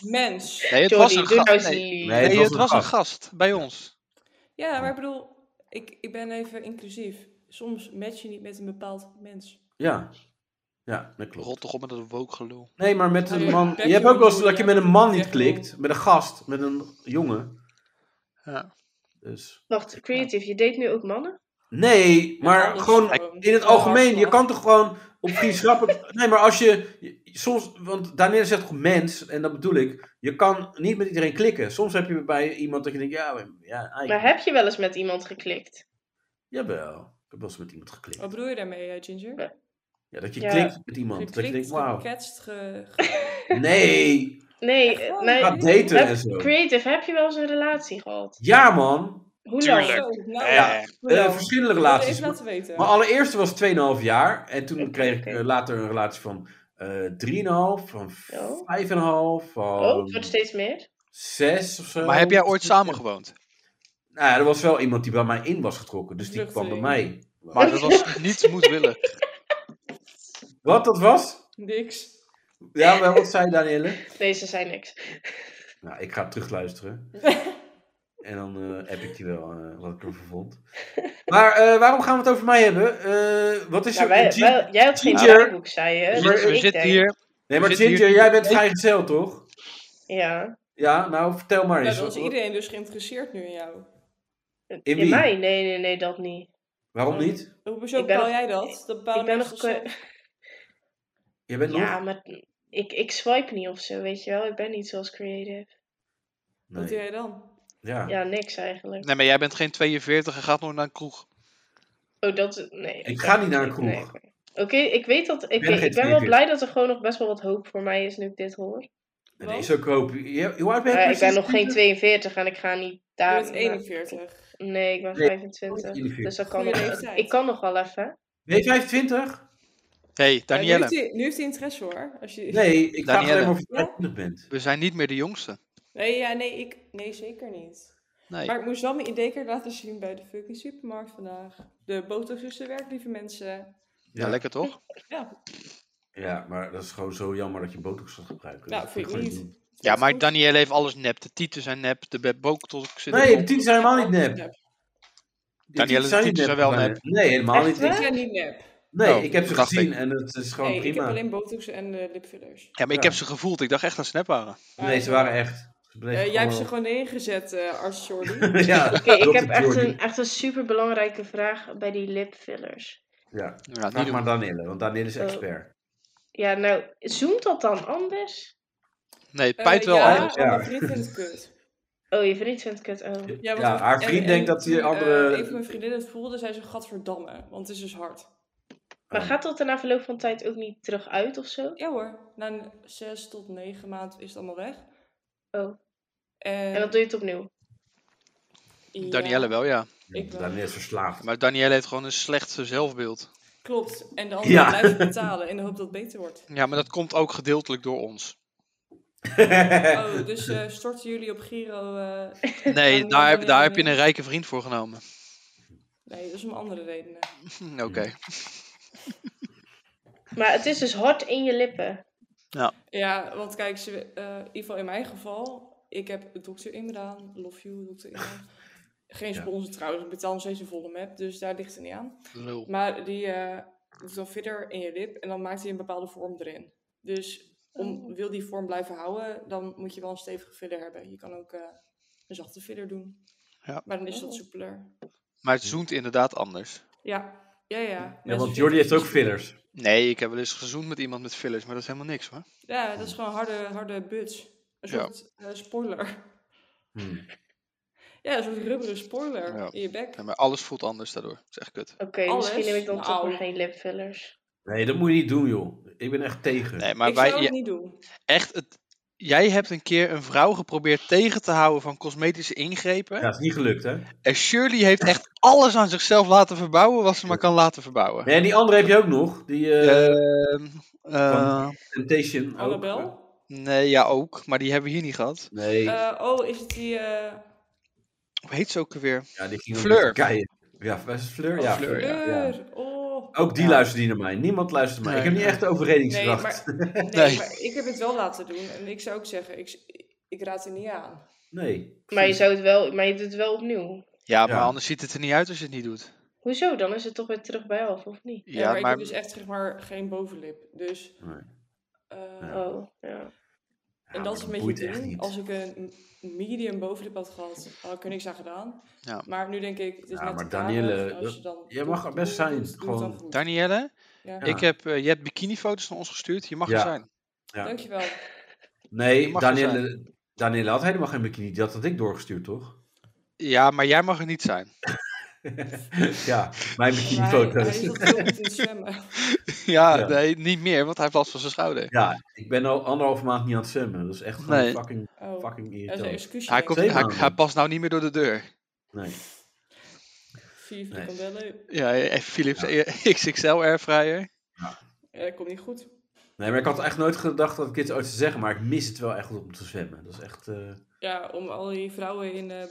[SPEAKER 3] Mens.
[SPEAKER 4] Nee, het was
[SPEAKER 5] Jordi,
[SPEAKER 4] een
[SPEAKER 5] doe nou
[SPEAKER 4] gast.
[SPEAKER 5] eens
[SPEAKER 4] Nee,
[SPEAKER 5] lief.
[SPEAKER 2] Nee, het
[SPEAKER 4] nee,
[SPEAKER 2] was
[SPEAKER 4] het
[SPEAKER 2] een
[SPEAKER 4] was een
[SPEAKER 2] gast.
[SPEAKER 4] gast bij ons.
[SPEAKER 3] Ja, maar ik bedoel, ik, ik ben even inclusief. Soms match je niet met een bepaald mens.
[SPEAKER 2] Ja. Ja, dat klopt.
[SPEAKER 4] Rot toch op met dat wookgelul.
[SPEAKER 2] Nee, maar met
[SPEAKER 3] Maar
[SPEAKER 2] een
[SPEAKER 3] je
[SPEAKER 2] man.
[SPEAKER 3] bek
[SPEAKER 2] Je hebt
[SPEAKER 3] moet
[SPEAKER 2] ook wel eens
[SPEAKER 3] doen,
[SPEAKER 2] dat je
[SPEAKER 3] ja.
[SPEAKER 2] met een man niet
[SPEAKER 3] Echt wel.
[SPEAKER 2] klikt. Met een gast, met een jongen.
[SPEAKER 4] Ja.
[SPEAKER 2] Dus.
[SPEAKER 5] Wacht, creative, je deed nu ook mannen?
[SPEAKER 2] Nee, maar
[SPEAKER 3] alles
[SPEAKER 2] gewoon
[SPEAKER 5] eh,
[SPEAKER 3] gewoon.
[SPEAKER 2] in het
[SPEAKER 3] Ja,
[SPEAKER 2] algemeen. Je
[SPEAKER 3] slag.
[SPEAKER 2] kan toch gewoon op vriendschappen. Nee, maar als je. je- Soms. Want Daniel zegt toch mens, en dat bedoel ik. Je kan niet met iedereen klikken. Soms heb je bij iemand dat je denkt. Ja, ja
[SPEAKER 5] Maar
[SPEAKER 2] eigenlijk.
[SPEAKER 5] heb je wel eens met iemand geklikt?
[SPEAKER 2] Jawel. Ik heb wel eens met iemand geklikt.
[SPEAKER 3] Wat bedoel je daarmee, eh, Ginger?
[SPEAKER 2] Ja, dat je
[SPEAKER 5] Oh, Ja.
[SPEAKER 2] klikt met iemand. Dat je denkt,
[SPEAKER 3] Geklikt,
[SPEAKER 2] wauw.
[SPEAKER 3] geketst, ge... ge-
[SPEAKER 2] Nee,
[SPEAKER 5] Nee,
[SPEAKER 3] Echt
[SPEAKER 5] eh,
[SPEAKER 3] wel?
[SPEAKER 5] nee.
[SPEAKER 2] ga daten
[SPEAKER 5] Heb-
[SPEAKER 2] en zo.
[SPEAKER 5] creative, heb je wel eens een relatie gehad?
[SPEAKER 2] Ja, man.
[SPEAKER 5] Hoe
[SPEAKER 4] Tuurlijk.
[SPEAKER 5] lang?
[SPEAKER 3] Zo, nou,
[SPEAKER 4] Ja.
[SPEAKER 3] ja.
[SPEAKER 5] Oh,
[SPEAKER 2] Eh,
[SPEAKER 3] Nou,
[SPEAKER 2] verschillende
[SPEAKER 3] wil je
[SPEAKER 2] relaties.
[SPEAKER 3] Even laten weten.
[SPEAKER 2] Mijn allereerste was 2,5 jaar. En toen
[SPEAKER 5] Oké,
[SPEAKER 2] kreeg ik
[SPEAKER 5] oké.
[SPEAKER 2] eh, later een relatie van eh 3,5, van 5,5,
[SPEAKER 5] Oh,
[SPEAKER 2] van
[SPEAKER 4] Ehm.
[SPEAKER 5] het wordt steeds meer.
[SPEAKER 2] 6 of zo.
[SPEAKER 4] Maar heb jij ooit samen gewoond?
[SPEAKER 2] Nou, ja, er was wel iemand die bij mij in was getrokken. Dus die kwam bij mij.
[SPEAKER 4] Maar dat was niet moedwillig.
[SPEAKER 2] Wat dat was?
[SPEAKER 3] Niks.
[SPEAKER 2] Ja, wel, wat zei Danielle?
[SPEAKER 5] Deze zijn niks.
[SPEAKER 2] Nou, ik ga terugluisteren. En dan eh, heb ik je wel eh, wat ik ervan vond. Maar eh, waarom gaan we het over mij hebben? Eh, wat is
[SPEAKER 5] Ja,
[SPEAKER 2] er?
[SPEAKER 5] wij, wij- jij had geen
[SPEAKER 2] Ginger.
[SPEAKER 5] draaiboek, zei je.
[SPEAKER 4] We
[SPEAKER 5] Dat
[SPEAKER 4] zitten- we
[SPEAKER 5] ik
[SPEAKER 4] zitten
[SPEAKER 5] denk.
[SPEAKER 4] hier.
[SPEAKER 2] nee, maar
[SPEAKER 4] we zitten
[SPEAKER 2] Ginger,
[SPEAKER 4] hier-
[SPEAKER 2] jij bent vrijgezel, toch?
[SPEAKER 5] Ja.
[SPEAKER 2] Ja, nou, vertel maar
[SPEAKER 3] Nou,
[SPEAKER 2] eens.
[SPEAKER 3] dan is
[SPEAKER 2] Wat-
[SPEAKER 3] iedereen dus geïnteresseerd nu in jou.
[SPEAKER 5] In,
[SPEAKER 2] wie?
[SPEAKER 5] mij? Nee, nee, nee, dat niet.
[SPEAKER 2] Waarom niet?
[SPEAKER 3] Hoezo
[SPEAKER 5] Ik ben
[SPEAKER 3] bepaal
[SPEAKER 5] nog-
[SPEAKER 3] jij dat? Dat bepalen
[SPEAKER 5] ik ben
[SPEAKER 3] mensen
[SPEAKER 5] nog
[SPEAKER 3] zelf.
[SPEAKER 2] Je bent
[SPEAKER 5] Ja,
[SPEAKER 2] nog?
[SPEAKER 5] maar ik, ik swipe niet of zo, weet je wel. Ik ben niet zoals creative.
[SPEAKER 3] Wat doe
[SPEAKER 2] Nee.
[SPEAKER 3] jij dan?
[SPEAKER 2] Ja.
[SPEAKER 5] eh, Ja, niks eigenlijk.
[SPEAKER 4] Nee, maar jij bent geen 42 en gaat nog naar een kroeg.
[SPEAKER 5] Oh, dat... Nee.
[SPEAKER 2] Ik
[SPEAKER 5] oké.
[SPEAKER 2] ga niet naar een
[SPEAKER 5] Nee,
[SPEAKER 2] kroeg.
[SPEAKER 5] oké. Oké, ik weet dat... Ik, ik
[SPEAKER 2] ben
[SPEAKER 5] ben,
[SPEAKER 2] geen
[SPEAKER 5] wel
[SPEAKER 2] 42.
[SPEAKER 5] blij dat er gewoon nog best wel wat hoop voor mij is nu ik dit hoor.
[SPEAKER 2] En deze ook hoop. Je- Hoe oud ben je?
[SPEAKER 5] Maar ik ben
[SPEAKER 2] precies?
[SPEAKER 5] nog geen 42 en ik ga niet
[SPEAKER 3] Je
[SPEAKER 5] daar...
[SPEAKER 3] bent 41.
[SPEAKER 5] Nee, ik ben
[SPEAKER 2] Nee,
[SPEAKER 5] 25. Dus dat kan
[SPEAKER 3] Goeie
[SPEAKER 5] nog...
[SPEAKER 3] leeftijd.
[SPEAKER 5] Ik kan nog wel even.
[SPEAKER 2] Ben je 25?
[SPEAKER 4] hey,
[SPEAKER 3] Ja, nu,
[SPEAKER 4] Danielle,
[SPEAKER 3] heeft hij, nu heeft hij interesse hoor. Als je...
[SPEAKER 2] Nee, ik vraag alleen
[SPEAKER 4] Danielle.
[SPEAKER 2] maar of je
[SPEAKER 3] Ja?
[SPEAKER 2] 25 bent.
[SPEAKER 4] we zijn niet meer de jongste.
[SPEAKER 3] Nee, ja, nee, ik, nee, zeker niet.
[SPEAKER 4] Nee.
[SPEAKER 3] Maar ik moest wel mijn ideeker laten zien bij de fucking supermarkt vandaag. De botox is te werk, lieve mensen.
[SPEAKER 4] Ja, lekker toch?
[SPEAKER 3] Ja,
[SPEAKER 2] Ja, maar dat is gewoon zo jammer dat je botox gaat gebruiken.
[SPEAKER 3] nou,
[SPEAKER 2] Dat
[SPEAKER 3] vind ik
[SPEAKER 2] gewoon
[SPEAKER 3] niet.
[SPEAKER 2] doen.
[SPEAKER 3] Vind
[SPEAKER 4] Ja,
[SPEAKER 3] het
[SPEAKER 4] maar
[SPEAKER 3] goed.
[SPEAKER 4] Danielle heeft alles nep. De tieten zijn nep, de be- botox zit
[SPEAKER 2] Nee, de
[SPEAKER 4] erop.
[SPEAKER 2] tieten zijn helemaal niet nep. De
[SPEAKER 4] Danielle's tieten zijn wel nep.
[SPEAKER 2] Nee, helemaal
[SPEAKER 5] Echt
[SPEAKER 2] niet.
[SPEAKER 3] Ik
[SPEAKER 2] Ik-
[SPEAKER 5] waar?
[SPEAKER 3] zijn niet nep.
[SPEAKER 2] Nee,
[SPEAKER 4] Oh,
[SPEAKER 2] ik heb ze
[SPEAKER 4] dacht
[SPEAKER 2] gezien
[SPEAKER 4] ik.
[SPEAKER 2] en het is gewoon
[SPEAKER 3] Nee, ik heb
[SPEAKER 2] prima.
[SPEAKER 3] alleen botox en eh, lipfillers.
[SPEAKER 4] Ja, maar ik
[SPEAKER 2] Ja.
[SPEAKER 4] heb ze gevoeld. Ik dacht echt dat ze nep waren.
[SPEAKER 2] Nee, ze waren echt. Ze
[SPEAKER 3] Eh,
[SPEAKER 2] bleven
[SPEAKER 3] jij hebt ze
[SPEAKER 2] gewoon-
[SPEAKER 3] gewoon neergezet, eh arts Jordi.
[SPEAKER 2] ja,
[SPEAKER 5] Oké, ik
[SPEAKER 2] Dr.
[SPEAKER 5] heb echt
[SPEAKER 2] Jordi.
[SPEAKER 5] een, echt een super belangrijke vraag bij die lipfillers.
[SPEAKER 2] Ja,
[SPEAKER 4] Ja, niet
[SPEAKER 2] vraag
[SPEAKER 4] doen.
[SPEAKER 2] maar Danielle, want Danielle is
[SPEAKER 5] Eh,
[SPEAKER 2] expert.
[SPEAKER 5] Ja, nou, zoomt dat dan anders?
[SPEAKER 4] Nee, het
[SPEAKER 3] Eh,
[SPEAKER 4] pijt wel
[SPEAKER 3] ja,
[SPEAKER 4] anders.
[SPEAKER 2] Ja.
[SPEAKER 3] Ja, mijn vriend vindt het kut.
[SPEAKER 5] Oh, je vriend vindt kut. Oh.
[SPEAKER 3] Ja,
[SPEAKER 2] Ja,
[SPEAKER 3] want-
[SPEAKER 2] haar vriend
[SPEAKER 3] en-
[SPEAKER 2] denkt
[SPEAKER 3] en
[SPEAKER 2] dat die
[SPEAKER 3] toen, eh,
[SPEAKER 2] andere...
[SPEAKER 3] een van mijn vriendinnen het voelde, zei ze, gadverdamme. Want het is dus hard.
[SPEAKER 5] Maar gaat dat er na verloop van tijd ook niet terug uit of zo?
[SPEAKER 3] Ja hoor, na een zes tot negen maanden is het allemaal weg.
[SPEAKER 5] Oh.
[SPEAKER 3] En,
[SPEAKER 5] En dan doe je het opnieuw.
[SPEAKER 3] ja,
[SPEAKER 4] Danielle wel, ja.
[SPEAKER 2] Ja,
[SPEAKER 3] ik wel.
[SPEAKER 2] Danielle is verslaafd.
[SPEAKER 4] Maar Danielle heeft gewoon een slecht zelfbeeld.
[SPEAKER 3] Klopt. En de andere
[SPEAKER 2] Ja.
[SPEAKER 3] blijft betalen in de hoop dat het beter wordt.
[SPEAKER 4] Ja, maar dat komt ook gedeeltelijk door ons.
[SPEAKER 3] Oh, dus eh, storten jullie op Giro? eh,
[SPEAKER 4] Nee,
[SPEAKER 3] Oh,
[SPEAKER 4] daar, heb,
[SPEAKER 3] nee,
[SPEAKER 4] daar heb je
[SPEAKER 3] nee.
[SPEAKER 4] een rijke vriend voor genomen. Hm,
[SPEAKER 3] Nee, dat is om andere redenen.
[SPEAKER 4] Oké.
[SPEAKER 5] Maar het is dus hard in je lippen.
[SPEAKER 3] Ja, want kijk, ze, eh, in ieder geval in mijn geval, ik heb dokter Imraan, love you, dokter Imraan. Geen
[SPEAKER 2] Ja.
[SPEAKER 3] sponsor trouwens, ik betaal nog steeds een volle map, dus daar ligt het niet aan.
[SPEAKER 4] Lul.
[SPEAKER 3] Maar die eh, doet dan verder in je lip en dan maakt hij een bepaalde vorm erin. Dus om, wil die vorm blijven houden, dan moet je wel een stevige filler hebben. Je kan ook eh, een zachte filler doen,
[SPEAKER 4] Ja.
[SPEAKER 3] maar dan is dat
[SPEAKER 5] Oh.
[SPEAKER 3] soepeler.
[SPEAKER 4] Maar het zoent inderdaad anders.
[SPEAKER 3] Ja, ja, ja.
[SPEAKER 2] Ja,
[SPEAKER 3] Mensen
[SPEAKER 2] want
[SPEAKER 3] vinden
[SPEAKER 2] Jordi heeft
[SPEAKER 3] het
[SPEAKER 2] ook
[SPEAKER 3] vies.
[SPEAKER 2] fillers.
[SPEAKER 4] Nee, ik heb wel eens gezoend met iemand met fillers, maar dat is helemaal niks hoor.
[SPEAKER 3] Ja, dat is gewoon harde, harde buts. Een
[SPEAKER 4] Ja.
[SPEAKER 3] soort eh, spoiler.
[SPEAKER 2] Hmm.
[SPEAKER 3] Ja, een soort rubberen spoiler
[SPEAKER 4] Ja.
[SPEAKER 3] in je bek.
[SPEAKER 4] Ja, maar alles voelt anders daardoor. Dat is echt kut.
[SPEAKER 5] Oké,
[SPEAKER 3] Alles?
[SPEAKER 5] misschien neem ik dan toch
[SPEAKER 3] Nou.
[SPEAKER 5] maar geen lipfillers.
[SPEAKER 2] Nee, dat moet je niet doen, joh. Ik ben echt tegen.
[SPEAKER 4] Nee, maar
[SPEAKER 3] ik
[SPEAKER 4] wij,
[SPEAKER 3] zou
[SPEAKER 4] je-
[SPEAKER 3] het niet doen.
[SPEAKER 4] echt, het, jij hebt een keer een vrouw geprobeerd tegen te houden van cosmetische ingrepen.
[SPEAKER 2] Ja, is niet gelukt, hè?
[SPEAKER 4] En Shirley heeft echt alles aan zichzelf laten verbouwen wat ze maar kan laten verbouwen.
[SPEAKER 2] Nee, en die andere heb je ook nog. Die eh
[SPEAKER 4] Ehm, eh,
[SPEAKER 2] Temptation. ook. eh,
[SPEAKER 3] Annabel?
[SPEAKER 4] nee, ja ook, maar die hebben we hier niet gehad.
[SPEAKER 2] Nee,
[SPEAKER 3] Eh, oh, is het die... eh,
[SPEAKER 4] Hoe heet ze ook alweer?
[SPEAKER 2] ja, die ging ook
[SPEAKER 4] Fleur.
[SPEAKER 2] met keien. Ja, was het Fleur?
[SPEAKER 4] Oh,
[SPEAKER 2] ja,
[SPEAKER 4] Fleur,
[SPEAKER 2] Fleur, ja. ja.
[SPEAKER 3] Fleur? Oh.
[SPEAKER 2] Ook die
[SPEAKER 4] Ja.
[SPEAKER 2] luistert niet naar mij. Niemand luistert naar mij.
[SPEAKER 4] Nee,
[SPEAKER 2] ik heb niet
[SPEAKER 4] nee.
[SPEAKER 2] echt de
[SPEAKER 3] Nee
[SPEAKER 2] overredingskracht.
[SPEAKER 3] maar,
[SPEAKER 2] Nee,
[SPEAKER 3] nee,
[SPEAKER 4] Nee.
[SPEAKER 3] maar ik heb het wel laten doen. En ik zou ook zeggen, ik, ik raad er niet aan.
[SPEAKER 5] Maar je,
[SPEAKER 2] precies.
[SPEAKER 5] zou het wel, maar je doet het wel opnieuw.
[SPEAKER 4] Ja, maar
[SPEAKER 2] Ja.
[SPEAKER 4] anders ziet het er niet uit als je het niet doet.
[SPEAKER 5] Hoezo? Dan is het toch weer terug bij af, of niet?
[SPEAKER 3] Ja, maar, ik heb dus echt zeg maar geen bovenlip. Dus...
[SPEAKER 2] Nee.
[SPEAKER 3] eh,
[SPEAKER 2] Ja.
[SPEAKER 5] Oh, ja.
[SPEAKER 2] Ja, maar
[SPEAKER 3] en dat is
[SPEAKER 2] dat
[SPEAKER 3] een beetje
[SPEAKER 2] boeit
[SPEAKER 3] het
[SPEAKER 2] echt
[SPEAKER 3] ding.
[SPEAKER 2] niet.
[SPEAKER 3] Als ik een medium bovenlip had gehad, had ik er niks aan gedaan.
[SPEAKER 4] Ja.
[SPEAKER 3] Maar nu denk ik, het is
[SPEAKER 2] Ja,
[SPEAKER 3] net
[SPEAKER 2] maar
[SPEAKER 3] te karig,
[SPEAKER 2] Danielle,
[SPEAKER 3] en als
[SPEAKER 2] dat-
[SPEAKER 3] je dan
[SPEAKER 2] jij mag er best zijn,
[SPEAKER 3] doe het dan
[SPEAKER 2] gewoon.
[SPEAKER 3] goed.
[SPEAKER 4] Danielle,
[SPEAKER 3] Ja.
[SPEAKER 2] Ja.
[SPEAKER 4] ik heb, eh, je hebt bikinifoto's naar ons gestuurd. Je mag
[SPEAKER 2] Ja.
[SPEAKER 4] er zijn.
[SPEAKER 2] Ja.
[SPEAKER 3] Dankjewel.
[SPEAKER 2] Nee,
[SPEAKER 4] Je mag er
[SPEAKER 2] Danielle, Danielle had helemaal geen bikini. Die had dat ik doorgestuurd, toch?
[SPEAKER 4] Ja, maar jij mag er niet zijn.
[SPEAKER 2] ja, mijn
[SPEAKER 3] Maar hij, hij
[SPEAKER 2] bikinifoto's.
[SPEAKER 3] is dat heel goed in zwemmen.
[SPEAKER 4] Ja,
[SPEAKER 2] Ja.
[SPEAKER 4] nee, niet meer, want hij heeft last van zijn schouder.
[SPEAKER 2] Ja, ik ben al anderhalve maand niet aan het zwemmen. Dat is echt gewoon
[SPEAKER 4] Nee.
[SPEAKER 2] fucking,
[SPEAKER 3] Oh.
[SPEAKER 2] fucking
[SPEAKER 3] Dat is een
[SPEAKER 2] irritant.
[SPEAKER 3] excuusje.
[SPEAKER 4] Hij,
[SPEAKER 3] denk ik.
[SPEAKER 4] komt,
[SPEAKER 2] Twee
[SPEAKER 4] hij,
[SPEAKER 2] maanden.
[SPEAKER 4] hij past nou niet meer door de deur.
[SPEAKER 2] Nee.
[SPEAKER 3] Vier
[SPEAKER 2] Nee.
[SPEAKER 3] frikandellen.
[SPEAKER 4] Ja, eh, Philips XXL airfryer.
[SPEAKER 3] Ja, dat komt niet goed.
[SPEAKER 2] nee, maar ik had echt nooit gedacht dat ik dit ooit zou zeggen. Maar ik mis het wel echt om te zwemmen. Dat is echt... eh,
[SPEAKER 3] Ja, om al die vrouwen in eh,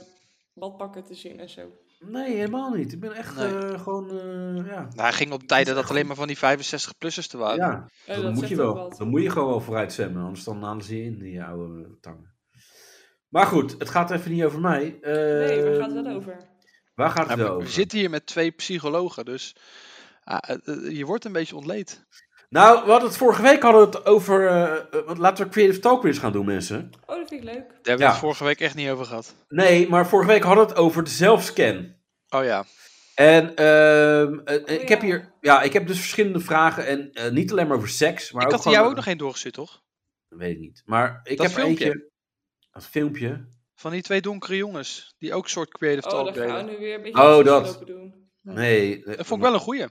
[SPEAKER 3] badpakken te zien en zo. Eh,
[SPEAKER 2] Nee, helemaal niet. Ik ben echt
[SPEAKER 4] Nee.
[SPEAKER 2] eh, gewoon... eh, ja.
[SPEAKER 4] Nou, hij ging op tijden dat alleen maar van die 65-plussers te waren.
[SPEAKER 2] ja,
[SPEAKER 3] Eh,
[SPEAKER 2] dan
[SPEAKER 3] dat
[SPEAKER 2] moet
[SPEAKER 3] zegt
[SPEAKER 2] je
[SPEAKER 3] ook
[SPEAKER 2] wel.
[SPEAKER 3] wat.
[SPEAKER 2] Dan moet je gewoon wel vooruit zwemmen. Anders dan halen ze je in, die oude eh, tangen. Maar goed, het gaat even niet over mij. Eh,
[SPEAKER 3] Nee, waar gaat het wel over?
[SPEAKER 2] Waar gaat
[SPEAKER 4] Ja,
[SPEAKER 2] het
[SPEAKER 4] maar
[SPEAKER 2] wel
[SPEAKER 4] Nou, we
[SPEAKER 2] over?
[SPEAKER 4] zitten hier met twee psychologen, dus ah, eh, eh, je wordt een beetje ontleed.
[SPEAKER 2] Nou, we hadden het vorige week hadden we het over... eh, eh, want laten we Creative Talk weer eens gaan doen, mensen.
[SPEAKER 3] Oh, dat vind ik leuk.
[SPEAKER 4] Daar hebben we het
[SPEAKER 2] Ja.
[SPEAKER 4] vorige week echt niet over gehad.
[SPEAKER 2] Nee, maar vorige week hadden we het over de zelfscan.
[SPEAKER 4] Oh ja,
[SPEAKER 2] En ehm, eh, eh,
[SPEAKER 3] Oh,
[SPEAKER 2] ik heb
[SPEAKER 3] ja.
[SPEAKER 2] hier, ja, ik heb dus verschillende vragen en eh, niet alleen maar over seks, maar
[SPEAKER 4] ik
[SPEAKER 2] ook
[SPEAKER 4] had er
[SPEAKER 2] gewoon-
[SPEAKER 4] jou ook nog één doorgestuurd, toch?
[SPEAKER 2] weet ik niet, maar ik
[SPEAKER 4] Dat
[SPEAKER 2] heb er
[SPEAKER 4] filmpje.
[SPEAKER 2] eentje, dat filmpje.
[SPEAKER 4] Van die twee donkere jongens, die ook soort creative
[SPEAKER 3] Oh,
[SPEAKER 4] talk
[SPEAKER 3] dan gaan
[SPEAKER 4] deden.
[SPEAKER 3] we nu weer een beetje
[SPEAKER 2] Oh,
[SPEAKER 3] oh,
[SPEAKER 2] dat.
[SPEAKER 3] lopen doen.
[SPEAKER 2] Nee, eh,
[SPEAKER 4] Dat vond ik wel een goeie.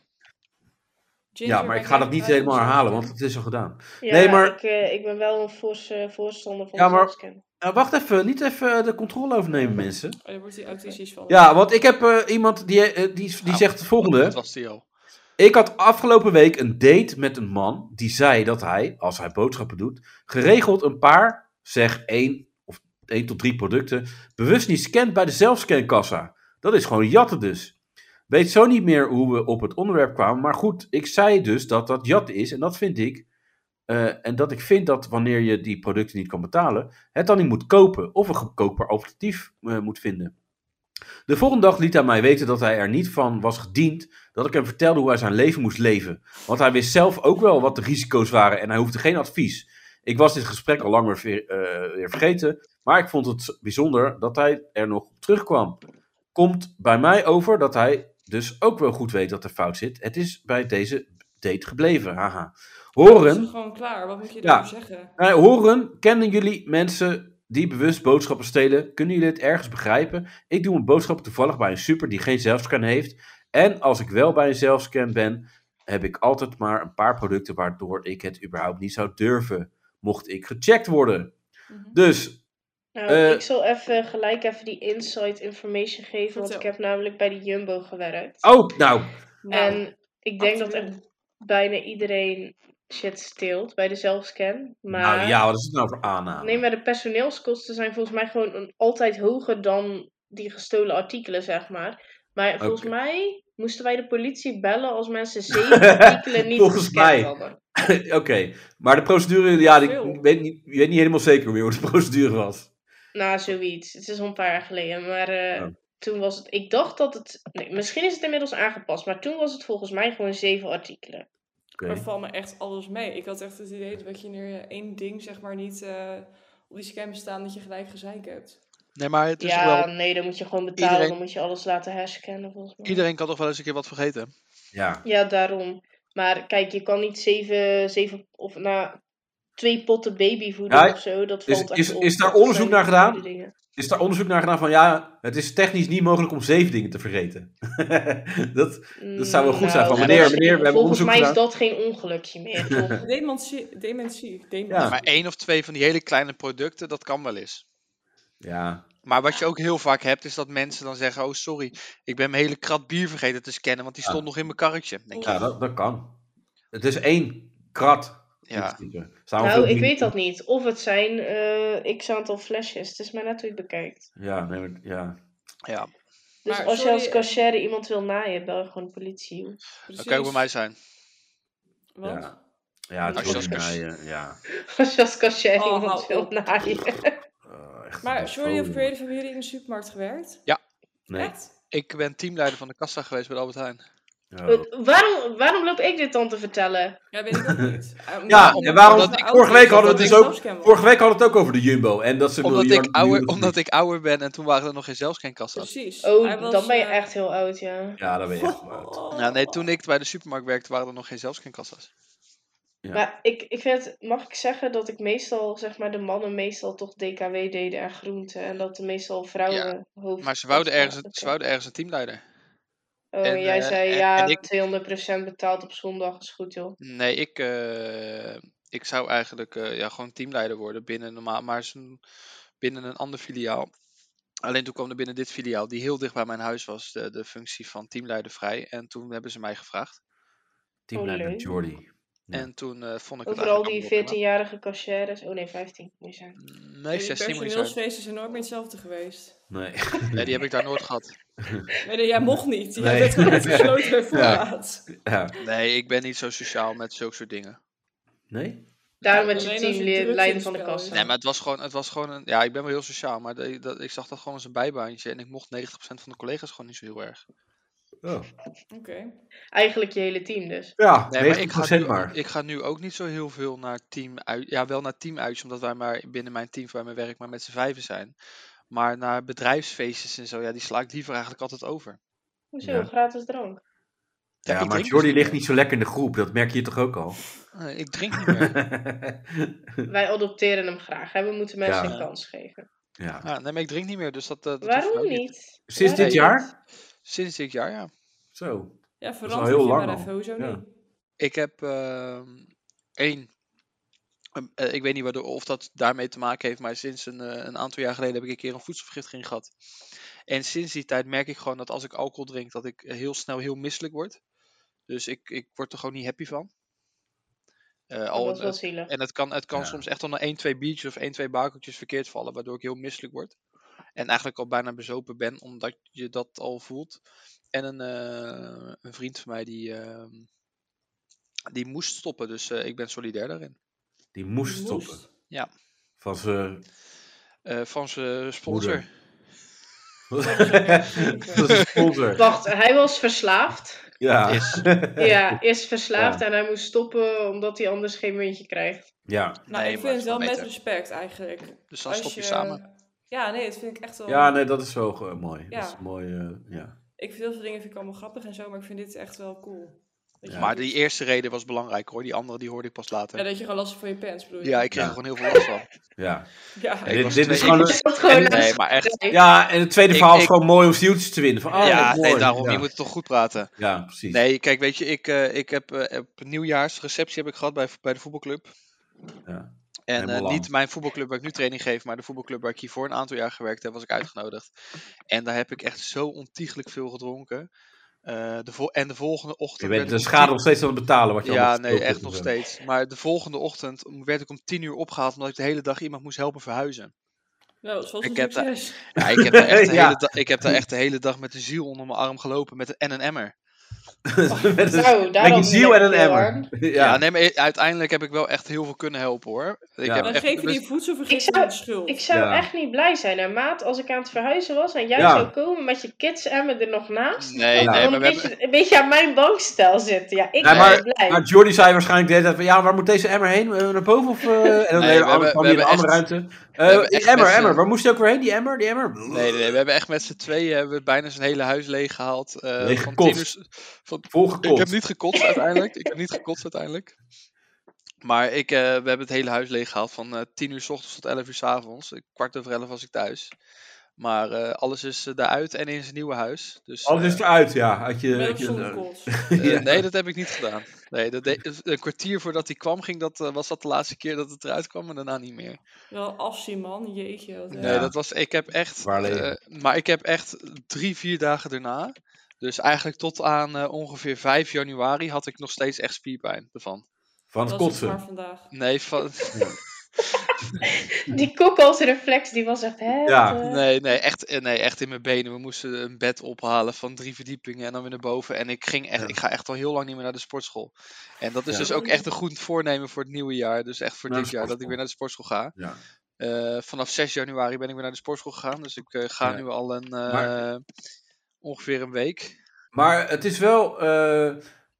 [SPEAKER 3] Ginger Oh,
[SPEAKER 2] ja, maar ik
[SPEAKER 3] bij
[SPEAKER 2] ga dat niet
[SPEAKER 3] Kevin
[SPEAKER 2] helemaal
[SPEAKER 3] Klein.
[SPEAKER 2] herhalen, want het is al gedaan.
[SPEAKER 5] ja
[SPEAKER 2] Nee, maar-
[SPEAKER 5] ik, eh, ik ben wel een forse voorstander van
[SPEAKER 2] Ja,
[SPEAKER 5] ja,
[SPEAKER 2] maar- Nou, wacht even, niet even de controle overnemen, mensen.
[SPEAKER 3] Oh, daar wordt hij autistisch van.
[SPEAKER 2] Ja, want ik heb eh, iemand die, eh, die, die
[SPEAKER 4] Nou,
[SPEAKER 2] zegt het
[SPEAKER 4] Dat
[SPEAKER 2] volgende.
[SPEAKER 4] was die al.
[SPEAKER 2] Ik had afgelopen week een date met een man die zei dat hij, als hij boodschappen doet, geregeld een paar, zeg één of één tot drie producten, bewust niet scant bij de zelfscankassa. Dat is gewoon jatten dus. Weet zo niet meer hoe we op het onderwerp kwamen, maar goed, ik zei dus dat dat jat is en dat vind ik. eh, en dat ik vind dat wanneer je die producten niet kan betalen, het dan niet moet kopen of een goedkoper alternatief eh, moet vinden. De volgende dag liet hij mij weten dat hij er niet van was gediend dat ik hem vertelde hoe hij zijn leven moest leven. Want hij wist zelf ook wel wat de risico's waren en hij hoefde geen advies. Ik was dit gesprek al lang weer, ver- eh, weer vergeten, maar ik vond het bijzonder dat hij er nog op terugkwam. Komt bij mij over dat hij dus ook wel goed weet dat er fout zit. Het is bij deze date gebleven, haha.
[SPEAKER 3] Dat is
[SPEAKER 2] Horen,
[SPEAKER 3] toch gewoon klaar. Wat moet je
[SPEAKER 2] Ja.
[SPEAKER 3] daarover zeggen?
[SPEAKER 2] eh, horen, kennen jullie mensen die bewust boodschappen stelen? Kunnen jullie het ergens begrijpen? Ik doe mijn boodschappen toevallig bij een super die geen zelfscan heeft. En als ik wel bij een zelfscan ben, heb ik altijd maar een paar producten waardoor ik het überhaupt niet zou durven. Mocht ik gecheckt worden.
[SPEAKER 3] Mhm.
[SPEAKER 2] Dus,
[SPEAKER 5] Nou,
[SPEAKER 2] Eh,
[SPEAKER 5] ik zal even gelijk even die inside information geven, want ik
[SPEAKER 3] Vertel.
[SPEAKER 5] heb namelijk bij de Jumbo gewerkt.
[SPEAKER 2] oh, nou,
[SPEAKER 3] Nou,
[SPEAKER 5] En ik denk dat
[SPEAKER 3] achterin.
[SPEAKER 5] echt bijna iedereen shit stilt bij de zelfscan. Maar,
[SPEAKER 2] Nou ja, wat is het nou voor aanname?
[SPEAKER 5] nee, maar de personeelskosten zijn volgens mij gewoon een- altijd hoger dan die gestolen artikelen, zeg maar. Maar volgens
[SPEAKER 2] Oké.
[SPEAKER 5] mij moesten wij de politie bellen als mensen zeven artikelen niet
[SPEAKER 2] Volgens
[SPEAKER 5] gescand
[SPEAKER 2] mij.
[SPEAKER 5] hadden.
[SPEAKER 2] Eh, Oké, maar de procedure, ja, die-
[SPEAKER 3] Veel.
[SPEAKER 2] ik weet niet, ik weet niet helemaal zeker meer hoe de procedure was.
[SPEAKER 5] Nou, zoiets. Het is al een paar jaar geleden. Maar eh,
[SPEAKER 2] Oh.
[SPEAKER 5] toen was het. Ik dacht dat het. Nee, misschien is het inmiddels aangepast. Maar toen was het volgens mij gewoon zeven artikelen.
[SPEAKER 2] Oké.
[SPEAKER 3] Er valt me echt alles mee. Ik had echt het idee dat wat je er één ding zeg maar niet eh, op die scan staan, dat je gelijk gezeik hebt.
[SPEAKER 4] Nee, maar het is toch
[SPEAKER 5] Ja,
[SPEAKER 3] mm.
[SPEAKER 4] wel,
[SPEAKER 5] nee, dan moet je gewoon betalen.
[SPEAKER 4] Iedereen-
[SPEAKER 5] Dan moet je alles laten herscannen. Volgens mij.
[SPEAKER 4] iedereen kan toch wel eens een keer wat vergeten.
[SPEAKER 2] Ja,
[SPEAKER 5] Ja, daarom. Maar kijk, je kan niet zeven, zeven of na twee potten babyvoeden
[SPEAKER 2] Ja,
[SPEAKER 5] of zo. Dat
[SPEAKER 2] is-
[SPEAKER 5] valt echt
[SPEAKER 2] is-
[SPEAKER 5] op.
[SPEAKER 2] is daar
[SPEAKER 5] Dat zijn
[SPEAKER 2] onderzoek naar
[SPEAKER 5] niet
[SPEAKER 2] gedaan?
[SPEAKER 5] goede dingen.
[SPEAKER 2] is daar onderzoek naar gedaan van, ja, het is technisch niet mogelijk om zeven dingen te vergeten. dat, Dat zou wel goed zijn van,
[SPEAKER 5] Mm, nou, dat
[SPEAKER 2] meneer,
[SPEAKER 5] is-
[SPEAKER 2] meneer, we hebben
[SPEAKER 5] Volgens
[SPEAKER 2] onderzoek
[SPEAKER 5] mij is
[SPEAKER 2] gedaan. Nou,
[SPEAKER 5] dat geen ongelukje meer. toch?
[SPEAKER 3] Dementie, dementie, dementie.
[SPEAKER 2] Ja.
[SPEAKER 4] Maar één of twee van die hele kleine producten, dat kan wel eens.
[SPEAKER 2] ja,
[SPEAKER 4] Maar wat je ook heel vaak hebt, is dat mensen dan zeggen: Oh, sorry, ik ben mijn hele krat bier vergeten te scannen, want die
[SPEAKER 2] Ja.
[SPEAKER 4] stond nog in mijn karretje. Denk
[SPEAKER 2] ja dat, dat kan. Het is één krat.
[SPEAKER 4] je, ja.
[SPEAKER 5] nou, ik weet dat niet. Of het zijn eh, x aantal flesjes. Het is maar net hoe je het bekijkt.
[SPEAKER 2] Ja, nee, maar- ja.
[SPEAKER 4] ja.
[SPEAKER 5] Dus
[SPEAKER 3] Maar
[SPEAKER 5] als je
[SPEAKER 3] sorry,
[SPEAKER 5] als
[SPEAKER 3] eh,
[SPEAKER 5] cashier iemand wil naaien, bel je gewoon de politie. joh.
[SPEAKER 4] Dat
[SPEAKER 3] Precies.
[SPEAKER 4] kan ook bij mij zijn.
[SPEAKER 3] Want?
[SPEAKER 2] Ja. Ja, het
[SPEAKER 5] Als
[SPEAKER 2] is
[SPEAKER 4] je
[SPEAKER 2] ook
[SPEAKER 4] als-
[SPEAKER 2] naaien, ja.
[SPEAKER 5] Als je als cashier
[SPEAKER 3] Oh,
[SPEAKER 5] iemand
[SPEAKER 3] hou
[SPEAKER 5] wil
[SPEAKER 3] op.
[SPEAKER 5] naaien.
[SPEAKER 2] Eh, echt een
[SPEAKER 3] Maar Jordi of
[SPEAKER 2] folie.
[SPEAKER 3] Creative, hebben jullie in de supermarkt gewerkt?
[SPEAKER 2] eh, Nee.
[SPEAKER 3] Echt?
[SPEAKER 4] Ik ben teamleider van de kassa geweest bij de Albert Heijn.
[SPEAKER 2] Oh.
[SPEAKER 5] Waarom, waarom loop ik dit dan te vertellen?
[SPEAKER 3] Ja, weet ik ook niet. Eh,
[SPEAKER 2] Ja,
[SPEAKER 3] omdat-
[SPEAKER 2] en waarom-
[SPEAKER 3] omdat we
[SPEAKER 4] vorige
[SPEAKER 3] oud zijn,
[SPEAKER 2] week hadden we
[SPEAKER 3] dat
[SPEAKER 2] het
[SPEAKER 3] ik
[SPEAKER 2] dus ook-
[SPEAKER 3] zelfscan was.
[SPEAKER 2] Vorige week hadden we het ook over de Jumbo en dat ze
[SPEAKER 4] Omdat
[SPEAKER 2] miljarden
[SPEAKER 4] ik, ouder,
[SPEAKER 2] miljoenen
[SPEAKER 4] omdat ik ouder ben en toen waren er nog geen zelfscankassen.
[SPEAKER 3] Precies. Hij
[SPEAKER 5] Oh,
[SPEAKER 3] was,
[SPEAKER 5] dan ben je
[SPEAKER 3] eh,
[SPEAKER 5] echt heel oud, ja.
[SPEAKER 2] Ja, dat ben je echt eh, fout.
[SPEAKER 4] Ja, Nou, nee, toen ik bij de supermarkt werkte, waren er nog geen zelfscankassas.
[SPEAKER 2] Ja.
[SPEAKER 5] Maar ik, ik vind, het- mag ik zeggen dat ik meestal, zeg maar, de mannen meestal toch DKW deden en groenten. En dat de meestal vrouwen hoofd.
[SPEAKER 4] Maar ze wouden ergens, een-
[SPEAKER 5] Oké.
[SPEAKER 4] ze wouden ergens een teamleider.
[SPEAKER 5] Oh,
[SPEAKER 4] en,
[SPEAKER 5] jij
[SPEAKER 4] eh,
[SPEAKER 5] zei
[SPEAKER 4] en-
[SPEAKER 5] ja,
[SPEAKER 4] en ik-
[SPEAKER 5] 200% betaald op zondag is goed, joh.
[SPEAKER 4] Nee, ik, eh, ik zou eigenlijk eh, ja, gewoon teamleider worden binnen normaal, maar is een- binnen een ander filiaal. Alleen toen kwam er binnen dit filiaal, die heel dicht bij mijn huis was, de, de functie van teamleider vrij. En toen hebben ze mij gevraagd.
[SPEAKER 5] Oh,
[SPEAKER 2] Teamleider
[SPEAKER 5] leuk.
[SPEAKER 2] Jordi. Ja.
[SPEAKER 4] En toen eh, vond ik het
[SPEAKER 5] Overal die
[SPEAKER 4] eigenlijk allemaal
[SPEAKER 5] 14-jarige cashières. Oh nee, 15 moet je zijn.
[SPEAKER 4] prima.
[SPEAKER 3] En
[SPEAKER 4] Nee,
[SPEAKER 3] die
[SPEAKER 4] 16 moet je zijn.
[SPEAKER 3] personeelsfeesten zijn nooit meer hetzelfde geweest.
[SPEAKER 2] Nee.
[SPEAKER 4] Nee, die heb ik daar nooit gehad.
[SPEAKER 3] Nee, nee, jij mocht niet. Jij
[SPEAKER 2] Nee.
[SPEAKER 3] bent gewoon gesloten bij voorraad.
[SPEAKER 2] Ja.
[SPEAKER 4] Nee, ik ben niet zo sociaal met zulke soort dingen.
[SPEAKER 2] Nee?
[SPEAKER 5] Daarom met je
[SPEAKER 3] alleen als je
[SPEAKER 5] team
[SPEAKER 3] drugs
[SPEAKER 5] leiden
[SPEAKER 3] in
[SPEAKER 5] van de
[SPEAKER 3] spel is.
[SPEAKER 5] kassa.
[SPEAKER 4] Nee, maar het was gewoon, het was gewoon een, ja, ik ben wel heel sociaal, maar de- dat, ik zag dat gewoon als een bijbaantje. En ik mocht 90% van de collega's gewoon niet zo heel erg.
[SPEAKER 2] Oh.
[SPEAKER 3] Oké.
[SPEAKER 5] Eigenlijk je hele team dus.
[SPEAKER 2] Ja,
[SPEAKER 4] Nee,
[SPEAKER 2] 90%
[SPEAKER 4] maar ik ga, nu,
[SPEAKER 2] maar.
[SPEAKER 4] ik ga nu ook niet zo heel veel naar team uit. Ja, wel naar team uit, omdat wij maar binnen mijn team van mijn werk maar met z'n vijven zijn. Maar naar bedrijfsfeestjes en zo, ja, die sla ik liever eigenlijk altijd over.
[SPEAKER 5] Hoezo,
[SPEAKER 2] Ja.
[SPEAKER 5] gratis drank.
[SPEAKER 2] Ja,
[SPEAKER 4] ik
[SPEAKER 2] maar
[SPEAKER 4] drink
[SPEAKER 2] Jordi
[SPEAKER 4] dus
[SPEAKER 2] ligt niet zo lekker in de groep, dat merk je hier toch ook al?
[SPEAKER 4] meer. Nee, ik drink niet meer.
[SPEAKER 5] Wij adopteren hem graag. Hè? We moeten mensen
[SPEAKER 2] Ja.
[SPEAKER 5] een kans geven.
[SPEAKER 2] ja.
[SPEAKER 4] Ja, nee, maar ik drink niet meer, dus dat. eh, dat hoeft
[SPEAKER 5] Waarom
[SPEAKER 4] mij ook
[SPEAKER 5] niet? Oh,
[SPEAKER 2] Sinds
[SPEAKER 5] Waarom
[SPEAKER 2] dit jaar?
[SPEAKER 4] Sinds dit jaar, ja.
[SPEAKER 2] Zo.
[SPEAKER 3] Ja,
[SPEAKER 2] al
[SPEAKER 3] verandert
[SPEAKER 2] heel
[SPEAKER 3] je
[SPEAKER 2] lang
[SPEAKER 3] maar
[SPEAKER 2] al.
[SPEAKER 3] even. Hoezo
[SPEAKER 2] Ja.
[SPEAKER 3] niet?
[SPEAKER 4] Ik heb ehm één. Ehm, eh, ik weet niet waardoor, of dat daarmee te maken heeft, maar sinds een, eh, een aantal jaar geleden heb ik een keer een voedselvergiftiging gehad. En sinds die tijd merk ik gewoon dat als ik alcohol drink, dat ik eh, heel snel heel misselijk word. Dus ik, ik word er gewoon niet happy van. Eh, al,
[SPEAKER 5] Dat is
[SPEAKER 4] een-
[SPEAKER 5] wel zielig.
[SPEAKER 4] en het kan, het kan
[SPEAKER 2] Ja.
[SPEAKER 4] soms echt al na 1, 2 biertjes of 1, 2 bakeltjes verkeerd vallen, waardoor ik heel misselijk word. En eigenlijk al bijna bezopen ben, omdat je dat al voelt. En een, eh, een vriend van mij die, ehm, die moest stoppen, dus eh, ik ben solidair daarin.
[SPEAKER 2] Die moest
[SPEAKER 3] Je
[SPEAKER 2] stoppen.
[SPEAKER 3] moest.
[SPEAKER 4] Ja.
[SPEAKER 2] Van zijn
[SPEAKER 4] Eh, van zijn sponsor.
[SPEAKER 2] Dat is een sponsor.
[SPEAKER 5] Wacht, hij was verslaafd.
[SPEAKER 2] Ja.
[SPEAKER 4] Is.
[SPEAKER 5] Ja, is verslaafd en hij moest stoppen omdat hij anders geen muntje krijgt.
[SPEAKER 2] ja.
[SPEAKER 3] Nou,
[SPEAKER 4] Nee,
[SPEAKER 3] ik
[SPEAKER 4] maar
[SPEAKER 3] vind
[SPEAKER 4] het
[SPEAKER 3] het
[SPEAKER 4] is
[SPEAKER 3] wel
[SPEAKER 4] wel
[SPEAKER 3] met
[SPEAKER 4] beter.
[SPEAKER 3] respect eigenlijk.
[SPEAKER 4] Dus dan
[SPEAKER 3] Als
[SPEAKER 4] stop je
[SPEAKER 3] je-
[SPEAKER 4] samen.
[SPEAKER 3] Ja, nee, dat vind ik echt wel...
[SPEAKER 2] ja, nee, dat is wel ge- mooi. Dat is
[SPEAKER 3] Ja.
[SPEAKER 2] mooi, eh, ja.
[SPEAKER 3] Ik vind heel veel dingen vind ik allemaal grappig en zo, maar ik vind dit echt wel cool. Dat je-
[SPEAKER 4] Maar die eerste reden was belangrijk hoor, die andere die hoorde ik pas
[SPEAKER 3] Ja,
[SPEAKER 4] later.
[SPEAKER 3] dat je gewoon last hebt van je pants, bedoel je?
[SPEAKER 4] Ja, ik kreeg
[SPEAKER 2] Ja.
[SPEAKER 4] er gewoon heel veel last van.
[SPEAKER 2] ja.
[SPEAKER 3] Ja,
[SPEAKER 4] Ik
[SPEAKER 2] dit-
[SPEAKER 4] was
[SPEAKER 2] dit
[SPEAKER 4] twee-
[SPEAKER 2] is gewoon
[SPEAKER 4] ik
[SPEAKER 2] een-
[SPEAKER 5] Dat gewoon
[SPEAKER 2] En-
[SPEAKER 4] Nee, maar echt.
[SPEAKER 2] Ja, en het tweede
[SPEAKER 4] Ik-
[SPEAKER 2] verhaal is
[SPEAKER 4] ik-
[SPEAKER 2] gewoon mooi om zieltjes te winnen. Van, ah,
[SPEAKER 4] ja,
[SPEAKER 2] wat mooi.
[SPEAKER 4] nee, daarom,
[SPEAKER 2] Ja,
[SPEAKER 4] je moet het toch goed praten.
[SPEAKER 2] ja, precies.
[SPEAKER 4] Nee, kijk, weet je, ik, eh, ik heb eh, op nieuwjaarsreceptie heb ik gehad bij, bij de voetbalclub.
[SPEAKER 2] Ja.
[SPEAKER 4] En
[SPEAKER 2] Helemaal
[SPEAKER 4] eh,
[SPEAKER 2] lang.
[SPEAKER 4] niet mijn voetbalclub waar ik nu training geef, maar de voetbalclub waar ik hiervoor een aantal jaar gewerkt heb, was ik uitgenodigd. En daar heb ik echt zo ontiegelijk veel gedronken. Eh, de vol- en de volgende
[SPEAKER 2] Je
[SPEAKER 4] ochtend.
[SPEAKER 2] bent
[SPEAKER 4] werd
[SPEAKER 2] de
[SPEAKER 4] ik om
[SPEAKER 2] schade
[SPEAKER 4] tien-
[SPEAKER 2] nog steeds aan het betalen. Wat je
[SPEAKER 4] Ja,
[SPEAKER 2] allemaal
[SPEAKER 4] nee,
[SPEAKER 2] gespeeld
[SPEAKER 4] echt
[SPEAKER 2] hebt
[SPEAKER 4] nog
[SPEAKER 2] en zo.
[SPEAKER 4] steeds. Maar de volgende ochtend werd ik om tien uur opgehaald. omdat ik de hele dag iemand moest helpen verhuizen.
[SPEAKER 3] Nou, zoals
[SPEAKER 4] Ik
[SPEAKER 3] een
[SPEAKER 4] heb daar-
[SPEAKER 3] succes.
[SPEAKER 4] Ja, ik, heb daar echt de
[SPEAKER 2] Ja.
[SPEAKER 4] hele da- ik heb daar echt de hele dag met de ziel onder mijn arm gelopen. Met een, en een emmer.
[SPEAKER 2] met een,
[SPEAKER 5] Zo,
[SPEAKER 2] met
[SPEAKER 5] Nou, daarom
[SPEAKER 2] een ziel en een
[SPEAKER 5] heel
[SPEAKER 2] emmer.
[SPEAKER 5] hard.
[SPEAKER 4] Ja,
[SPEAKER 2] Ja.
[SPEAKER 4] nee, maar e- uiteindelijk heb ik wel echt heel veel kunnen helpen hoor. Ik
[SPEAKER 2] Ja.
[SPEAKER 4] heb
[SPEAKER 3] Dan
[SPEAKER 4] echt dus-
[SPEAKER 3] geef je
[SPEAKER 4] bewust-
[SPEAKER 3] die voedselvergiftiging
[SPEAKER 5] Ik zou-
[SPEAKER 3] de schuld.
[SPEAKER 5] Ik zou
[SPEAKER 2] Ja.
[SPEAKER 5] echt niet blij zijn, hè, maat, als ik aan het verhuizen was en jij
[SPEAKER 2] Ja.
[SPEAKER 5] zou komen met je kids emmer er nog naast.
[SPEAKER 4] Nee,
[SPEAKER 2] Ja.
[SPEAKER 4] nee, maar
[SPEAKER 5] en een,
[SPEAKER 4] we
[SPEAKER 5] beetje,
[SPEAKER 4] hebben...
[SPEAKER 5] een beetje aan mijn bankstel zitten. Ja, ik
[SPEAKER 2] Nee,
[SPEAKER 5] ben
[SPEAKER 2] maar-
[SPEAKER 5] niet blij.
[SPEAKER 2] Maar Nou, Jordi zei waarschijnlijk de hele tijd van, ja, waar moet deze emmer heen? Eh, Naar boven of... eh, en dan
[SPEAKER 4] we
[SPEAKER 2] de hele
[SPEAKER 4] hebben-
[SPEAKER 2] andere, kwam
[SPEAKER 4] we
[SPEAKER 2] hier een andere
[SPEAKER 4] hebben
[SPEAKER 2] ruimte. Eh,
[SPEAKER 4] hebben
[SPEAKER 2] die
[SPEAKER 4] echt
[SPEAKER 2] emmer,
[SPEAKER 4] met z'n-
[SPEAKER 2] emmer. Waar moest je ook weer heen? Die emmer, die emmer.
[SPEAKER 4] Nee, nee, nee, we hebben echt met z'n tweeën hebben we bijna zijn hele huis leeggehaald. eh,
[SPEAKER 2] Leeg
[SPEAKER 4] van
[SPEAKER 2] gekotst.
[SPEAKER 4] tieners- van,
[SPEAKER 2] Volgekot.
[SPEAKER 4] ik heb niet gekotst uiteindelijk. Ik heb niet gekotst uiteindelijk. Maar ik, eh, we hebben het hele huis leeggehaald van eh 10 uur s ochtends tot 11 uur s avonds. Eh, Kwart over 11 was ik thuis. Maar eh, alles is eh, daaruit en in zijn nieuwe huis. Dus,
[SPEAKER 2] Alles
[SPEAKER 4] eh,
[SPEAKER 2] is eruit, ja. Had je,
[SPEAKER 3] Wel
[SPEAKER 2] had je-
[SPEAKER 3] zonder kots.
[SPEAKER 4] eh,
[SPEAKER 2] ja.
[SPEAKER 4] Nee, dat heb ik niet gedaan. Nee, dat deed- een kwartier voordat hij kwam, ging dat, eh, was dat de laatste keer dat het eruit kwam en daarna niet meer.
[SPEAKER 3] Wel afzien, man. Jeetje. Wat, eh.
[SPEAKER 4] Nee,
[SPEAKER 2] Ja.
[SPEAKER 4] dat was. Ik heb echt.
[SPEAKER 2] Waar leven.
[SPEAKER 4] eh, maar ik heb echt drie, vier dagen daarna. Dus eigenlijk tot aan eh, ongeveer 5 januari had ik nog steeds echt spierpijn ervan.
[SPEAKER 2] Van het
[SPEAKER 3] Dat is
[SPEAKER 2] kotsen.
[SPEAKER 3] het maar vandaag.
[SPEAKER 4] Nee, van,
[SPEAKER 5] Die kokhalsreflex, die was echt heftig.
[SPEAKER 2] Ja,
[SPEAKER 4] nee, nee, echt, eh, nee, echt in mijn benen. We moesten een bed ophalen van drie verdiepingen en dan weer naar boven. En ik, ging echt,
[SPEAKER 2] Ja.
[SPEAKER 4] ik ga echt al heel lang niet meer naar de sportschool. En dat is
[SPEAKER 2] Ja.
[SPEAKER 4] dus ook echt een goed voornemen voor het nieuwe jaar. Dus echt voor
[SPEAKER 2] Naar de
[SPEAKER 4] dit jaar dat ik weer naar de sportschool ga.
[SPEAKER 2] Ja.
[SPEAKER 4] Eh, vanaf 6 januari ben ik weer naar de sportschool gegaan. Dus ik eh, ga
[SPEAKER 2] Ja.
[SPEAKER 4] nu al een,
[SPEAKER 2] Maar-
[SPEAKER 4] eh, ongeveer een week.
[SPEAKER 2] Maar het is wel... eh,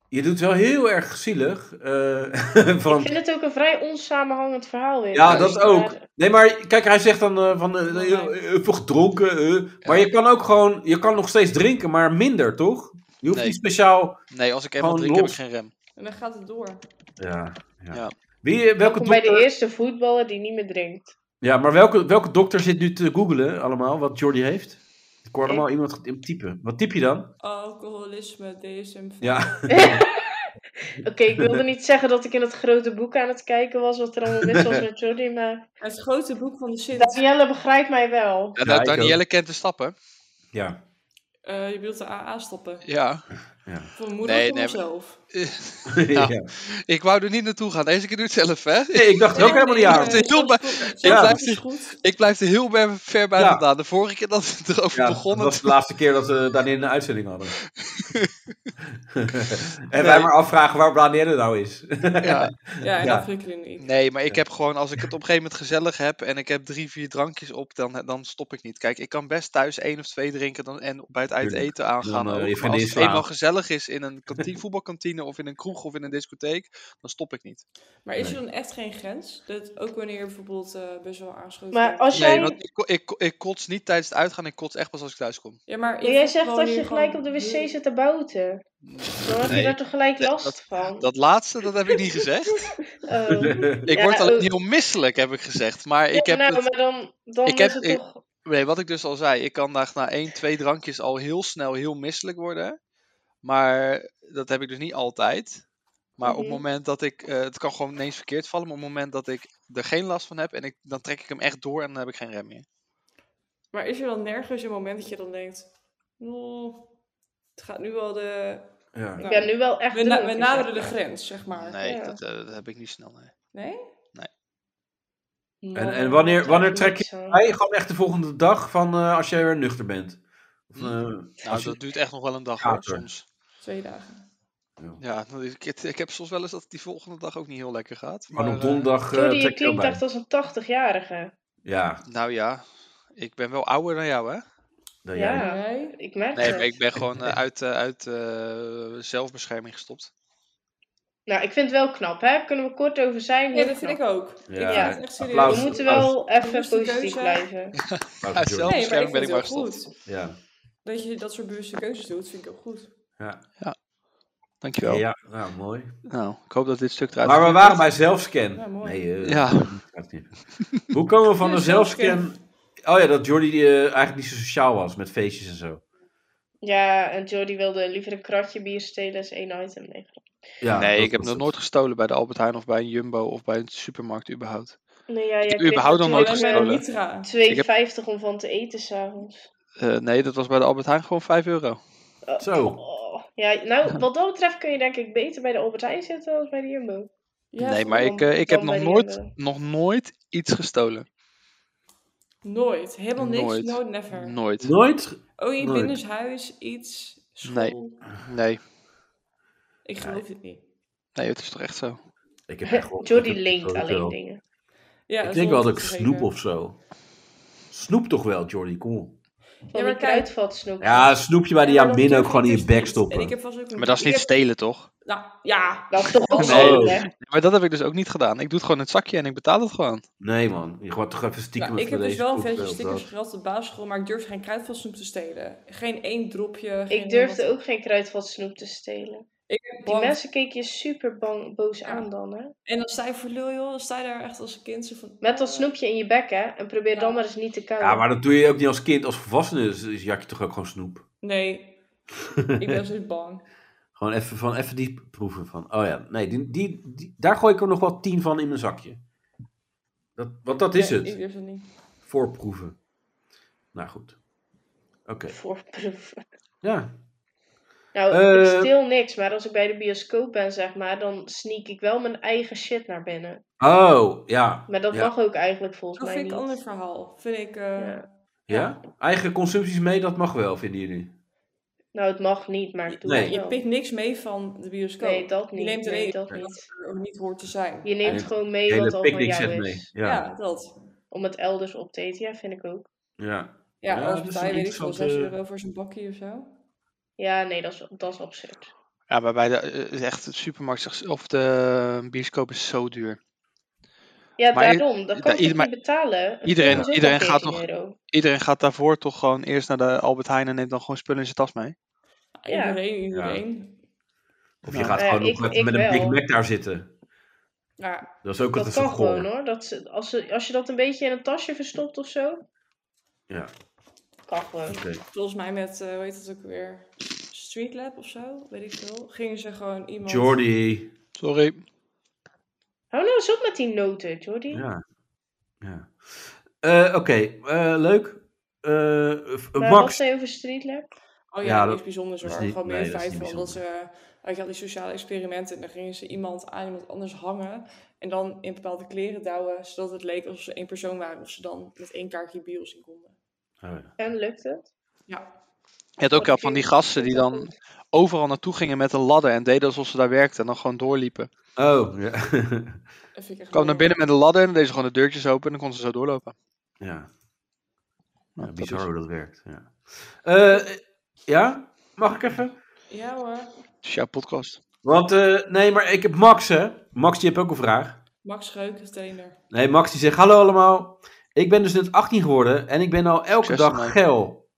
[SPEAKER 2] je doet wel heel erg zielig. eh,
[SPEAKER 5] Ik
[SPEAKER 2] van,
[SPEAKER 5] vind het ook een vrij onsamenhangend verhaal weer.
[SPEAKER 2] Ja,
[SPEAKER 5] Dus,
[SPEAKER 2] dat ook.
[SPEAKER 5] maar-
[SPEAKER 2] nee, maar kijk, hij zegt dan eh, van... eh, eh, eh, eh, veel gedronken. eh. Maar je kan ook gewoon... Je kan nog steeds drinken, maar minder, toch? Je hoeft
[SPEAKER 4] Nee.
[SPEAKER 2] niet speciaal...
[SPEAKER 4] Nee, als ik eenmaal
[SPEAKER 2] Gewoon
[SPEAKER 4] drink heb ik
[SPEAKER 2] los.
[SPEAKER 4] geen rem.
[SPEAKER 3] En dan gaat het door.
[SPEAKER 2] Ja. ja.
[SPEAKER 4] Ja.
[SPEAKER 2] Wie, eh, welke
[SPEAKER 5] Welkom bij de
[SPEAKER 2] dokter...
[SPEAKER 5] eerste voetballer die niet meer drinkt.
[SPEAKER 2] Ja, maar welke, welke dokter zit nu te googlen allemaal, wat Jordi heeft? Ik hoor allemaal iemand typen. Wat typ je dan?
[SPEAKER 3] Alcoholisme, DSM.
[SPEAKER 2] Ja.
[SPEAKER 5] Oké, ik wilde niet zeggen dat ik in het grote boek aan het kijken was wat er allemaal mis was met Jordi, maar
[SPEAKER 3] Het grote boek van de Sint.
[SPEAKER 5] Danielle begrijpt mij wel.
[SPEAKER 4] Ja,
[SPEAKER 2] Ja,
[SPEAKER 4] nou,
[SPEAKER 2] ik ook.
[SPEAKER 4] Danielle kent de stappen.
[SPEAKER 2] Ja.
[SPEAKER 3] Eh, je bedoelt de AA stappen.
[SPEAKER 4] Ja.
[SPEAKER 3] Van mijn moeder
[SPEAKER 4] Nee,
[SPEAKER 3] of van
[SPEAKER 4] nee, maar-
[SPEAKER 3] mezelf.
[SPEAKER 2] ja.
[SPEAKER 4] Nou, Ik wou er niet naartoe gaan. Deze keer doe ik het zelf, hè?
[SPEAKER 2] Nee, ik dacht er ook helemaal niet aan.
[SPEAKER 4] nee. Het is heel
[SPEAKER 2] Ja.
[SPEAKER 3] Ja, is goed.
[SPEAKER 4] Ik blijf er heel ver, ver bij
[SPEAKER 2] Ja.
[SPEAKER 4] vandaan. De vorige keer dat we het erover
[SPEAKER 2] Ja, dat
[SPEAKER 4] begonnen.
[SPEAKER 2] was de laatste keer dat we daarin een uitzending hadden. en wij maar afvragen waar Danielle nou is.
[SPEAKER 4] Ja.
[SPEAKER 3] Ja, en
[SPEAKER 2] Ja.
[SPEAKER 3] dat vind ik er niet.
[SPEAKER 4] Nee, maar ik heb gewoon, als ik het op een gegeven moment gezellig heb en ik heb drie, vier drankjes op, dan, dan stop ik niet. Kijk, ik kan best thuis één of twee drinken dan, en bij het uit
[SPEAKER 2] Tuurlijk.
[SPEAKER 4] eten aangaan.
[SPEAKER 2] Dan, eh,
[SPEAKER 4] ook.
[SPEAKER 2] je
[SPEAKER 4] Maar
[SPEAKER 2] vriendin
[SPEAKER 4] als het
[SPEAKER 2] slaan.
[SPEAKER 4] eenmaal gezellig is in een kantine, voetbalkantine of in een kroeg of in een discotheek, dan stop ik niet.
[SPEAKER 3] Maar is er
[SPEAKER 2] Nee.
[SPEAKER 3] dan echt geen grens? Dat ook wanneer je bijvoorbeeld eh, best wel aangeschoten
[SPEAKER 5] Maar
[SPEAKER 3] bent?
[SPEAKER 5] als jij-
[SPEAKER 4] Nee, want ik, ko- ik, ko- ik kots niet tijdens het uitgaan, ik kots echt pas als ik thuis kom.
[SPEAKER 3] Ja, maar
[SPEAKER 5] Maar jij
[SPEAKER 3] voelt
[SPEAKER 5] zegt
[SPEAKER 3] wel
[SPEAKER 5] dat
[SPEAKER 3] wanneer
[SPEAKER 5] je gelijk op
[SPEAKER 3] gewoon
[SPEAKER 5] de
[SPEAKER 3] heel-
[SPEAKER 5] wc zit te bouten. Dan heb je
[SPEAKER 4] Nee.
[SPEAKER 5] daar toch gelijk
[SPEAKER 4] Nee,
[SPEAKER 5] last van.
[SPEAKER 4] Dat laatste, dat heb ik niet gezegd.
[SPEAKER 5] Oh.
[SPEAKER 4] Ik
[SPEAKER 5] Ja,
[SPEAKER 4] word alleen
[SPEAKER 5] ook.
[SPEAKER 4] heel misselijk, heb ik gezegd. Maar ik
[SPEAKER 5] Ja,
[SPEAKER 4] heb
[SPEAKER 5] nou,
[SPEAKER 4] het-
[SPEAKER 5] maar dan, dan
[SPEAKER 4] ik
[SPEAKER 5] is
[SPEAKER 4] heb-
[SPEAKER 5] het
[SPEAKER 4] ik-
[SPEAKER 5] toch...
[SPEAKER 4] nee, wat ik dus al zei, ik kan daar na één, twee drankjes al heel snel heel misselijk worden. Maar dat heb ik dus niet altijd. Maar op
[SPEAKER 5] Mhm.
[SPEAKER 4] het moment dat ik, eh, het kan gewoon ineens verkeerd vallen, maar op het moment dat ik er geen last van heb en ik, dan trek ik hem echt door en dan heb ik geen rem meer.
[SPEAKER 3] Maar is er dan nergens een moment dat je dan denkt... "Oh, het gaat nu wel de...
[SPEAKER 2] Ja.
[SPEAKER 5] Ik
[SPEAKER 3] nou,
[SPEAKER 5] ben nu wel echt
[SPEAKER 3] we, na- we
[SPEAKER 5] dronken,
[SPEAKER 3] naderen de
[SPEAKER 5] zeg.
[SPEAKER 3] grens, zeg maar.
[SPEAKER 4] Nee,
[SPEAKER 5] Ah, Ja.
[SPEAKER 4] dat, eh, dat heb ik niet snel. nee.
[SPEAKER 2] En, en
[SPEAKER 5] Man,
[SPEAKER 2] wanneer,
[SPEAKER 5] dat
[SPEAKER 2] wanneer
[SPEAKER 5] is
[SPEAKER 2] trek
[SPEAKER 5] niet
[SPEAKER 2] je
[SPEAKER 5] zo.
[SPEAKER 2] bij? Gewoon echt de volgende dag van eh, als jij weer nuchter bent. Of, eh,
[SPEAKER 4] Nou,
[SPEAKER 2] als je-
[SPEAKER 4] dat duurt echt nog wel een dag
[SPEAKER 2] Ja,
[SPEAKER 4] hoor,
[SPEAKER 2] hoor.
[SPEAKER 4] soms.
[SPEAKER 3] Twee dagen.
[SPEAKER 4] Ja, nou, ik, het- ik heb soms wel eens dat het die volgende dag ook niet heel lekker gaat. Maar,
[SPEAKER 2] gewoon op
[SPEAKER 4] eh,
[SPEAKER 2] donderdag eh,
[SPEAKER 5] Jordi,
[SPEAKER 2] trek
[SPEAKER 5] je
[SPEAKER 2] je ook
[SPEAKER 5] klinkt
[SPEAKER 2] bij.
[SPEAKER 5] echt als een 80-jarige.
[SPEAKER 2] Ja,
[SPEAKER 4] nou ja, ik ben wel ouder dan jou hè.
[SPEAKER 2] dan
[SPEAKER 5] Ja.
[SPEAKER 2] jij.
[SPEAKER 3] Jij?
[SPEAKER 5] Ik merk
[SPEAKER 4] Nee,
[SPEAKER 5] het.
[SPEAKER 4] maar ik ben gewoon eh, uit, eh, uit eh, zelfbescherming gestopt.
[SPEAKER 5] Nou, ik vind het wel knap, hè? Kunnen we kort over zijn?
[SPEAKER 3] Ja,
[SPEAKER 5] Heel
[SPEAKER 3] dat vind
[SPEAKER 5] knap.
[SPEAKER 3] ik ook.
[SPEAKER 2] Ja,
[SPEAKER 3] ik vind het echt serieus.
[SPEAKER 2] applaus.
[SPEAKER 5] We moeten
[SPEAKER 2] Applaus.
[SPEAKER 5] wel even
[SPEAKER 3] Bewuste
[SPEAKER 5] positief
[SPEAKER 3] keuze.
[SPEAKER 5] blijven.
[SPEAKER 2] Applaus voor Jordi.
[SPEAKER 3] Nee, maar ik
[SPEAKER 4] Bescherming
[SPEAKER 3] vind
[SPEAKER 4] ben
[SPEAKER 3] het
[SPEAKER 4] ik maar
[SPEAKER 3] heel
[SPEAKER 4] gestopt.
[SPEAKER 3] goed.
[SPEAKER 2] Ja.
[SPEAKER 3] Dat je dat soort bewuste keuzes doet, vind ik ook goed.
[SPEAKER 2] Ja.
[SPEAKER 4] Dankjewel.
[SPEAKER 2] ja, nou mooi.
[SPEAKER 4] Nou, ik hoop dat dit stuk eruit
[SPEAKER 2] Maar we
[SPEAKER 4] geknipt
[SPEAKER 2] waren bij zelfscan.
[SPEAKER 3] Ja, mooi.
[SPEAKER 2] nee, eh,
[SPEAKER 4] Ja.
[SPEAKER 2] gaat niet. Hoe komen we van
[SPEAKER 3] Ja,
[SPEAKER 2] de zelfscan... Oh ja, dat Jordi eh, eigenlijk niet zo sociaal was met feestjes en zo.
[SPEAKER 5] Ja, en Jordi wilde liever een kratje bier stelen als één item. Nee, grap.
[SPEAKER 2] Ja,
[SPEAKER 4] is. Nee,
[SPEAKER 2] dat
[SPEAKER 4] ik heb
[SPEAKER 2] was
[SPEAKER 4] nog
[SPEAKER 2] het.
[SPEAKER 4] nooit gestolen bij de Albert Heijn of bij een Jumbo of bij een supermarkt überhaupt.
[SPEAKER 5] nee ja, jij
[SPEAKER 4] heb überhaupt nog nooit
[SPEAKER 3] Ik ben een
[SPEAKER 4] gestolen.
[SPEAKER 3] Mitra.
[SPEAKER 5] 2,50 om van te eten s'avonds.
[SPEAKER 4] Eh, nee, dat was bij de Albert Heijn gewoon 5 euro.
[SPEAKER 2] Zo.
[SPEAKER 5] Oh. Ja, nou, wat dat betreft kun je denk ik beter bij de Albert Heijn zitten dan bij de Jumbo.
[SPEAKER 3] Ja,
[SPEAKER 4] nee, maar
[SPEAKER 5] dan-
[SPEAKER 4] ik, eh, ik heb
[SPEAKER 5] dan
[SPEAKER 4] nog
[SPEAKER 5] bij de
[SPEAKER 4] nooit,
[SPEAKER 5] Jumbo.
[SPEAKER 4] nog nooit iets gestolen.
[SPEAKER 3] Nooit. Helemaal niks.
[SPEAKER 4] Nooit.
[SPEAKER 3] Nooit, never.
[SPEAKER 4] Nooit.
[SPEAKER 2] Nooit?
[SPEAKER 3] Oh, je
[SPEAKER 2] Nooit.
[SPEAKER 3] binnenshuis, iets, school.
[SPEAKER 4] Nee.
[SPEAKER 3] Ik geloof het niet.
[SPEAKER 4] nee, het is toch echt zo.
[SPEAKER 2] Ik heb echt wel-
[SPEAKER 5] Jordi
[SPEAKER 2] ik heb
[SPEAKER 5] linkt
[SPEAKER 2] sowieso-
[SPEAKER 5] alleen dingen.
[SPEAKER 3] Ja,
[SPEAKER 2] Ik
[SPEAKER 3] dat
[SPEAKER 2] denk
[SPEAKER 3] is
[SPEAKER 2] wel dat
[SPEAKER 3] wel
[SPEAKER 2] ik
[SPEAKER 3] zeker.
[SPEAKER 2] snoep of zo. Snoep toch wel, Jordi, kom op.
[SPEAKER 5] Van
[SPEAKER 3] maar
[SPEAKER 5] die
[SPEAKER 3] kijk.
[SPEAKER 5] kruidvatsnoep.
[SPEAKER 2] Ja, snoepje bij de
[SPEAKER 3] Ja, maar
[SPEAKER 2] Jamin
[SPEAKER 3] dat
[SPEAKER 2] ook gewoon in je
[SPEAKER 3] durf ik
[SPEAKER 2] bek
[SPEAKER 3] dus niet. En ik
[SPEAKER 2] stoppen.
[SPEAKER 3] heb vast ook een...
[SPEAKER 4] Maar dat is
[SPEAKER 3] ik
[SPEAKER 4] niet
[SPEAKER 3] heb-
[SPEAKER 4] stelen, toch?
[SPEAKER 3] Nou, ja.
[SPEAKER 5] Dat is toch ook
[SPEAKER 4] Nee.
[SPEAKER 5] zo, hè?
[SPEAKER 4] Maar dat heb ik dus ook niet gedaan. Ik doe het gewoon in het zakje en ik betaal het gewoon.
[SPEAKER 2] Nee man, je gaat toch even stiekem
[SPEAKER 3] Nou, ik
[SPEAKER 2] even
[SPEAKER 3] heb dus
[SPEAKER 2] deze
[SPEAKER 3] wel een
[SPEAKER 2] koek,
[SPEAKER 3] vetje
[SPEAKER 2] eh, op
[SPEAKER 3] stickers
[SPEAKER 2] dat.
[SPEAKER 3] gehad op de basisschool, maar ik durf geen kruidvatsnoep te stelen. Geen één dropje. geen
[SPEAKER 5] Ik durfde
[SPEAKER 3] wat-
[SPEAKER 5] ook geen kruidvatsnoep te stelen.
[SPEAKER 3] Ik ben
[SPEAKER 5] Die
[SPEAKER 3] bang.
[SPEAKER 5] mensen keken je super bang, boos aan dan, hè?
[SPEAKER 3] En dan sta je voor lul, joh. Dan sta je daar echt als een kind. Zo van,
[SPEAKER 5] Met dat snoepje in je bek, hè? En probeer
[SPEAKER 3] Ja.
[SPEAKER 5] dan maar eens niet te kauwen.
[SPEAKER 2] Ja, maar dat doe je ook niet als kind, als volwassene dus, dus jak je toch ook gewoon snoep.
[SPEAKER 3] Nee. ik ben steeds bang.
[SPEAKER 2] Gewoon even, van, even die proeven van, oh ja, nee, die, die, die- daar gooi ik er nog wel tien van in mijn zakje. Dat, want dat is
[SPEAKER 3] Nee,
[SPEAKER 2] het,
[SPEAKER 3] Ik durf dat niet.
[SPEAKER 2] voorproeven. Nou goed, oké,
[SPEAKER 5] Voorproeven.
[SPEAKER 2] ja.
[SPEAKER 5] Nou,
[SPEAKER 2] Eh.
[SPEAKER 5] ik stil niks, maar als ik bij de bioscoop ben, zeg maar, dan sneak ik wel mijn eigen shit naar binnen.
[SPEAKER 2] Oh, ja.
[SPEAKER 5] Maar dat
[SPEAKER 2] Ja.
[SPEAKER 5] mag ook eigenlijk volgens
[SPEAKER 3] Dat
[SPEAKER 5] mij
[SPEAKER 3] vind ik
[SPEAKER 5] niet.
[SPEAKER 3] een ander verhaal. Vind ik... eh,
[SPEAKER 5] Ja.
[SPEAKER 2] Ja? Eigen consumpties mee, dat mag wel, vinden jullie?
[SPEAKER 5] Nou, het mag niet, maar ik doe
[SPEAKER 2] Nee.
[SPEAKER 5] het
[SPEAKER 3] Je
[SPEAKER 5] wel.
[SPEAKER 3] pikt niks mee van de bioscoop.
[SPEAKER 5] Nee, dat niet.
[SPEAKER 3] Je neemt er
[SPEAKER 5] nee,
[SPEAKER 3] één
[SPEAKER 5] dat
[SPEAKER 2] Nee.
[SPEAKER 5] niet.
[SPEAKER 3] er niet hoort te zijn.
[SPEAKER 5] Je neemt
[SPEAKER 2] Nee.
[SPEAKER 5] gewoon mee wat
[SPEAKER 2] Hele
[SPEAKER 5] al van
[SPEAKER 2] picknick
[SPEAKER 5] jou
[SPEAKER 2] zet
[SPEAKER 5] is.
[SPEAKER 2] mee.
[SPEAKER 3] Ja,
[SPEAKER 2] Ja,
[SPEAKER 3] dat.
[SPEAKER 5] Om het elders op te eten, ja, vind ik ook.
[SPEAKER 2] ja.
[SPEAKER 3] Ja,
[SPEAKER 2] Ja,
[SPEAKER 3] anders
[SPEAKER 2] dat is
[SPEAKER 3] betaal je,
[SPEAKER 2] een
[SPEAKER 3] weet ik veel, 6
[SPEAKER 2] interessante-
[SPEAKER 3] euro voor zo'n bakje of zo.
[SPEAKER 5] Ja, nee, dat is, dat is absurd.
[SPEAKER 4] Ja, maar bij de, eh, is echt, de supermarkt zegt- of de eh, bioscoop is zo duur.
[SPEAKER 5] Ja,
[SPEAKER 4] Maar i-
[SPEAKER 5] daarom. Dat
[SPEAKER 4] da-
[SPEAKER 5] kan je toch
[SPEAKER 4] maar
[SPEAKER 5] niet betalen? Een
[SPEAKER 4] iedereen-
[SPEAKER 5] film is ook
[SPEAKER 4] iedereen
[SPEAKER 5] al
[SPEAKER 4] gaat
[SPEAKER 5] 14
[SPEAKER 4] toch-
[SPEAKER 5] euro.
[SPEAKER 4] Iedereen gaat daarvoor toch gewoon eerst naar de Albert Heijn en neemt dan gewoon spullen in zijn tas mee.
[SPEAKER 5] Ja.
[SPEAKER 3] Iedereen, iedereen.
[SPEAKER 2] Of je
[SPEAKER 4] Ja.
[SPEAKER 2] gaat
[SPEAKER 5] Ja,
[SPEAKER 2] gewoon
[SPEAKER 5] ik-
[SPEAKER 2] nog
[SPEAKER 5] ik
[SPEAKER 2] even met een
[SPEAKER 5] wel.
[SPEAKER 2] Big Mac daar zitten.
[SPEAKER 3] Ja,
[SPEAKER 2] Dat is ook
[SPEAKER 5] Dat
[SPEAKER 2] altijd zo
[SPEAKER 5] kan gewoon
[SPEAKER 2] goor.
[SPEAKER 5] hoor. Dat, ze- als, ze- als je dat een beetje in een tasje verstopt of zo.
[SPEAKER 2] Ja.
[SPEAKER 5] Kan gewoon.
[SPEAKER 2] Oké.
[SPEAKER 3] volgens mij met, eh hoe heet het ook weer? Streetlab of zo, weet ik veel. Gingen ze gewoon iemand...
[SPEAKER 2] Jordi.
[SPEAKER 4] Sorry.
[SPEAKER 5] Hou nou eens op met die noten, Jordi.
[SPEAKER 2] Ja. ja. Eh, Oké, eh, leuk. Eh, v-
[SPEAKER 5] maar wat
[SPEAKER 2] Max.
[SPEAKER 5] zei je over Streetlab?
[SPEAKER 3] Oh ja,
[SPEAKER 2] Ja,
[SPEAKER 3] niks
[SPEAKER 2] dat-
[SPEAKER 3] bijzonders
[SPEAKER 2] dat
[SPEAKER 3] hoor.
[SPEAKER 2] is niet-
[SPEAKER 3] Gewoon meer
[SPEAKER 2] nee,
[SPEAKER 3] het
[SPEAKER 2] dat is
[SPEAKER 3] feit
[SPEAKER 2] niet
[SPEAKER 3] van dat ze... Weet je, al die sociale experimenten. En dan gingen ze iemand aan iemand anders hangen. En dan in bepaalde kleren douwen. Zodat het leek alsof ze één persoon waren. Of ze dan met één kaartje bios in konden.
[SPEAKER 2] Oh, ja.
[SPEAKER 5] En lukt het?
[SPEAKER 3] Ja.
[SPEAKER 4] Je had ook wel van die gasten die dan overal naartoe gingen met een ladder en deden alsof ze daar werkten en dan gewoon doorliepen.
[SPEAKER 2] Oh, ja.
[SPEAKER 3] Dat vind ik echt
[SPEAKER 4] Kwam
[SPEAKER 3] mooi.
[SPEAKER 4] naar binnen met een ladder en dan deden ze gewoon de deurtjes open en dan konden ze zo doorlopen.
[SPEAKER 2] ja.
[SPEAKER 4] Nou,
[SPEAKER 2] ja
[SPEAKER 4] dat
[SPEAKER 2] bizar
[SPEAKER 4] is-
[SPEAKER 2] hoe dat werkt. Ja. Eh, ja? Mag ik even?
[SPEAKER 3] Ja hoor.
[SPEAKER 4] dat is jouw podcast.
[SPEAKER 2] Want, eh, nee, maar ik heb Max, hè. Max, die heb ook een vraag.
[SPEAKER 3] Max Geuk, trainer.
[SPEAKER 2] Nee, Max die zegt: Hallo allemaal. Ik ben dus net 18 geworden en ik ben al elke
[SPEAKER 4] Succes
[SPEAKER 2] dag
[SPEAKER 4] ermee.
[SPEAKER 2] geil.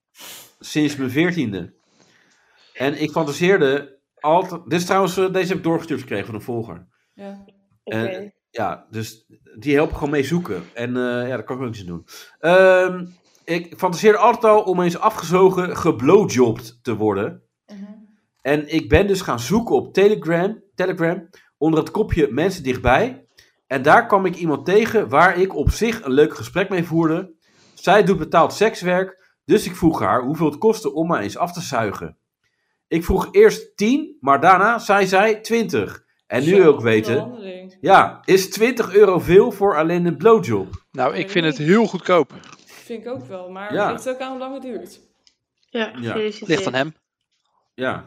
[SPEAKER 2] Sinds mijn 14e. En ik fantaseerde altijd. Dit is trouwens, eh, deze heb ik doorgestuurd gekregen van een volger.
[SPEAKER 3] Ja.
[SPEAKER 5] Oké.
[SPEAKER 2] Eh, ja, dus die helpen gewoon mee zoeken. En eh, ja, daar kan ik ook niks aan doen. Ehm, ik fantaseerde altijd al om eens afgezogen, geblowjobbed te worden. En ik ben dus gaan zoeken op Telegram, Telegram onder het kopje mensen dichtbij. En daar kwam ik iemand tegen waar ik op zich een leuk gesprek mee voerde. Zij doet betaald sekswerk, dus ik vroeg haar hoeveel het kostte om mij eens af te zuigen. Ik vroeg eerst 10, maar daarna zei zij 20. En nu
[SPEAKER 3] Zo,
[SPEAKER 2] ook weten,
[SPEAKER 3] onderhandeling.
[SPEAKER 2] ja, is 20 euro veel voor alleen een blowjob?
[SPEAKER 4] Nou,
[SPEAKER 3] weet
[SPEAKER 4] ik
[SPEAKER 3] ik
[SPEAKER 4] vind het
[SPEAKER 3] niet.
[SPEAKER 4] heel goedkoop.
[SPEAKER 3] Vind ik ook wel. Maar
[SPEAKER 2] Ja.
[SPEAKER 3] het ligt ook aan hoe lang het duurt.
[SPEAKER 5] ja,
[SPEAKER 2] ja.
[SPEAKER 5] gefeliciteerd.
[SPEAKER 4] Ligt aan hem.
[SPEAKER 2] Ja.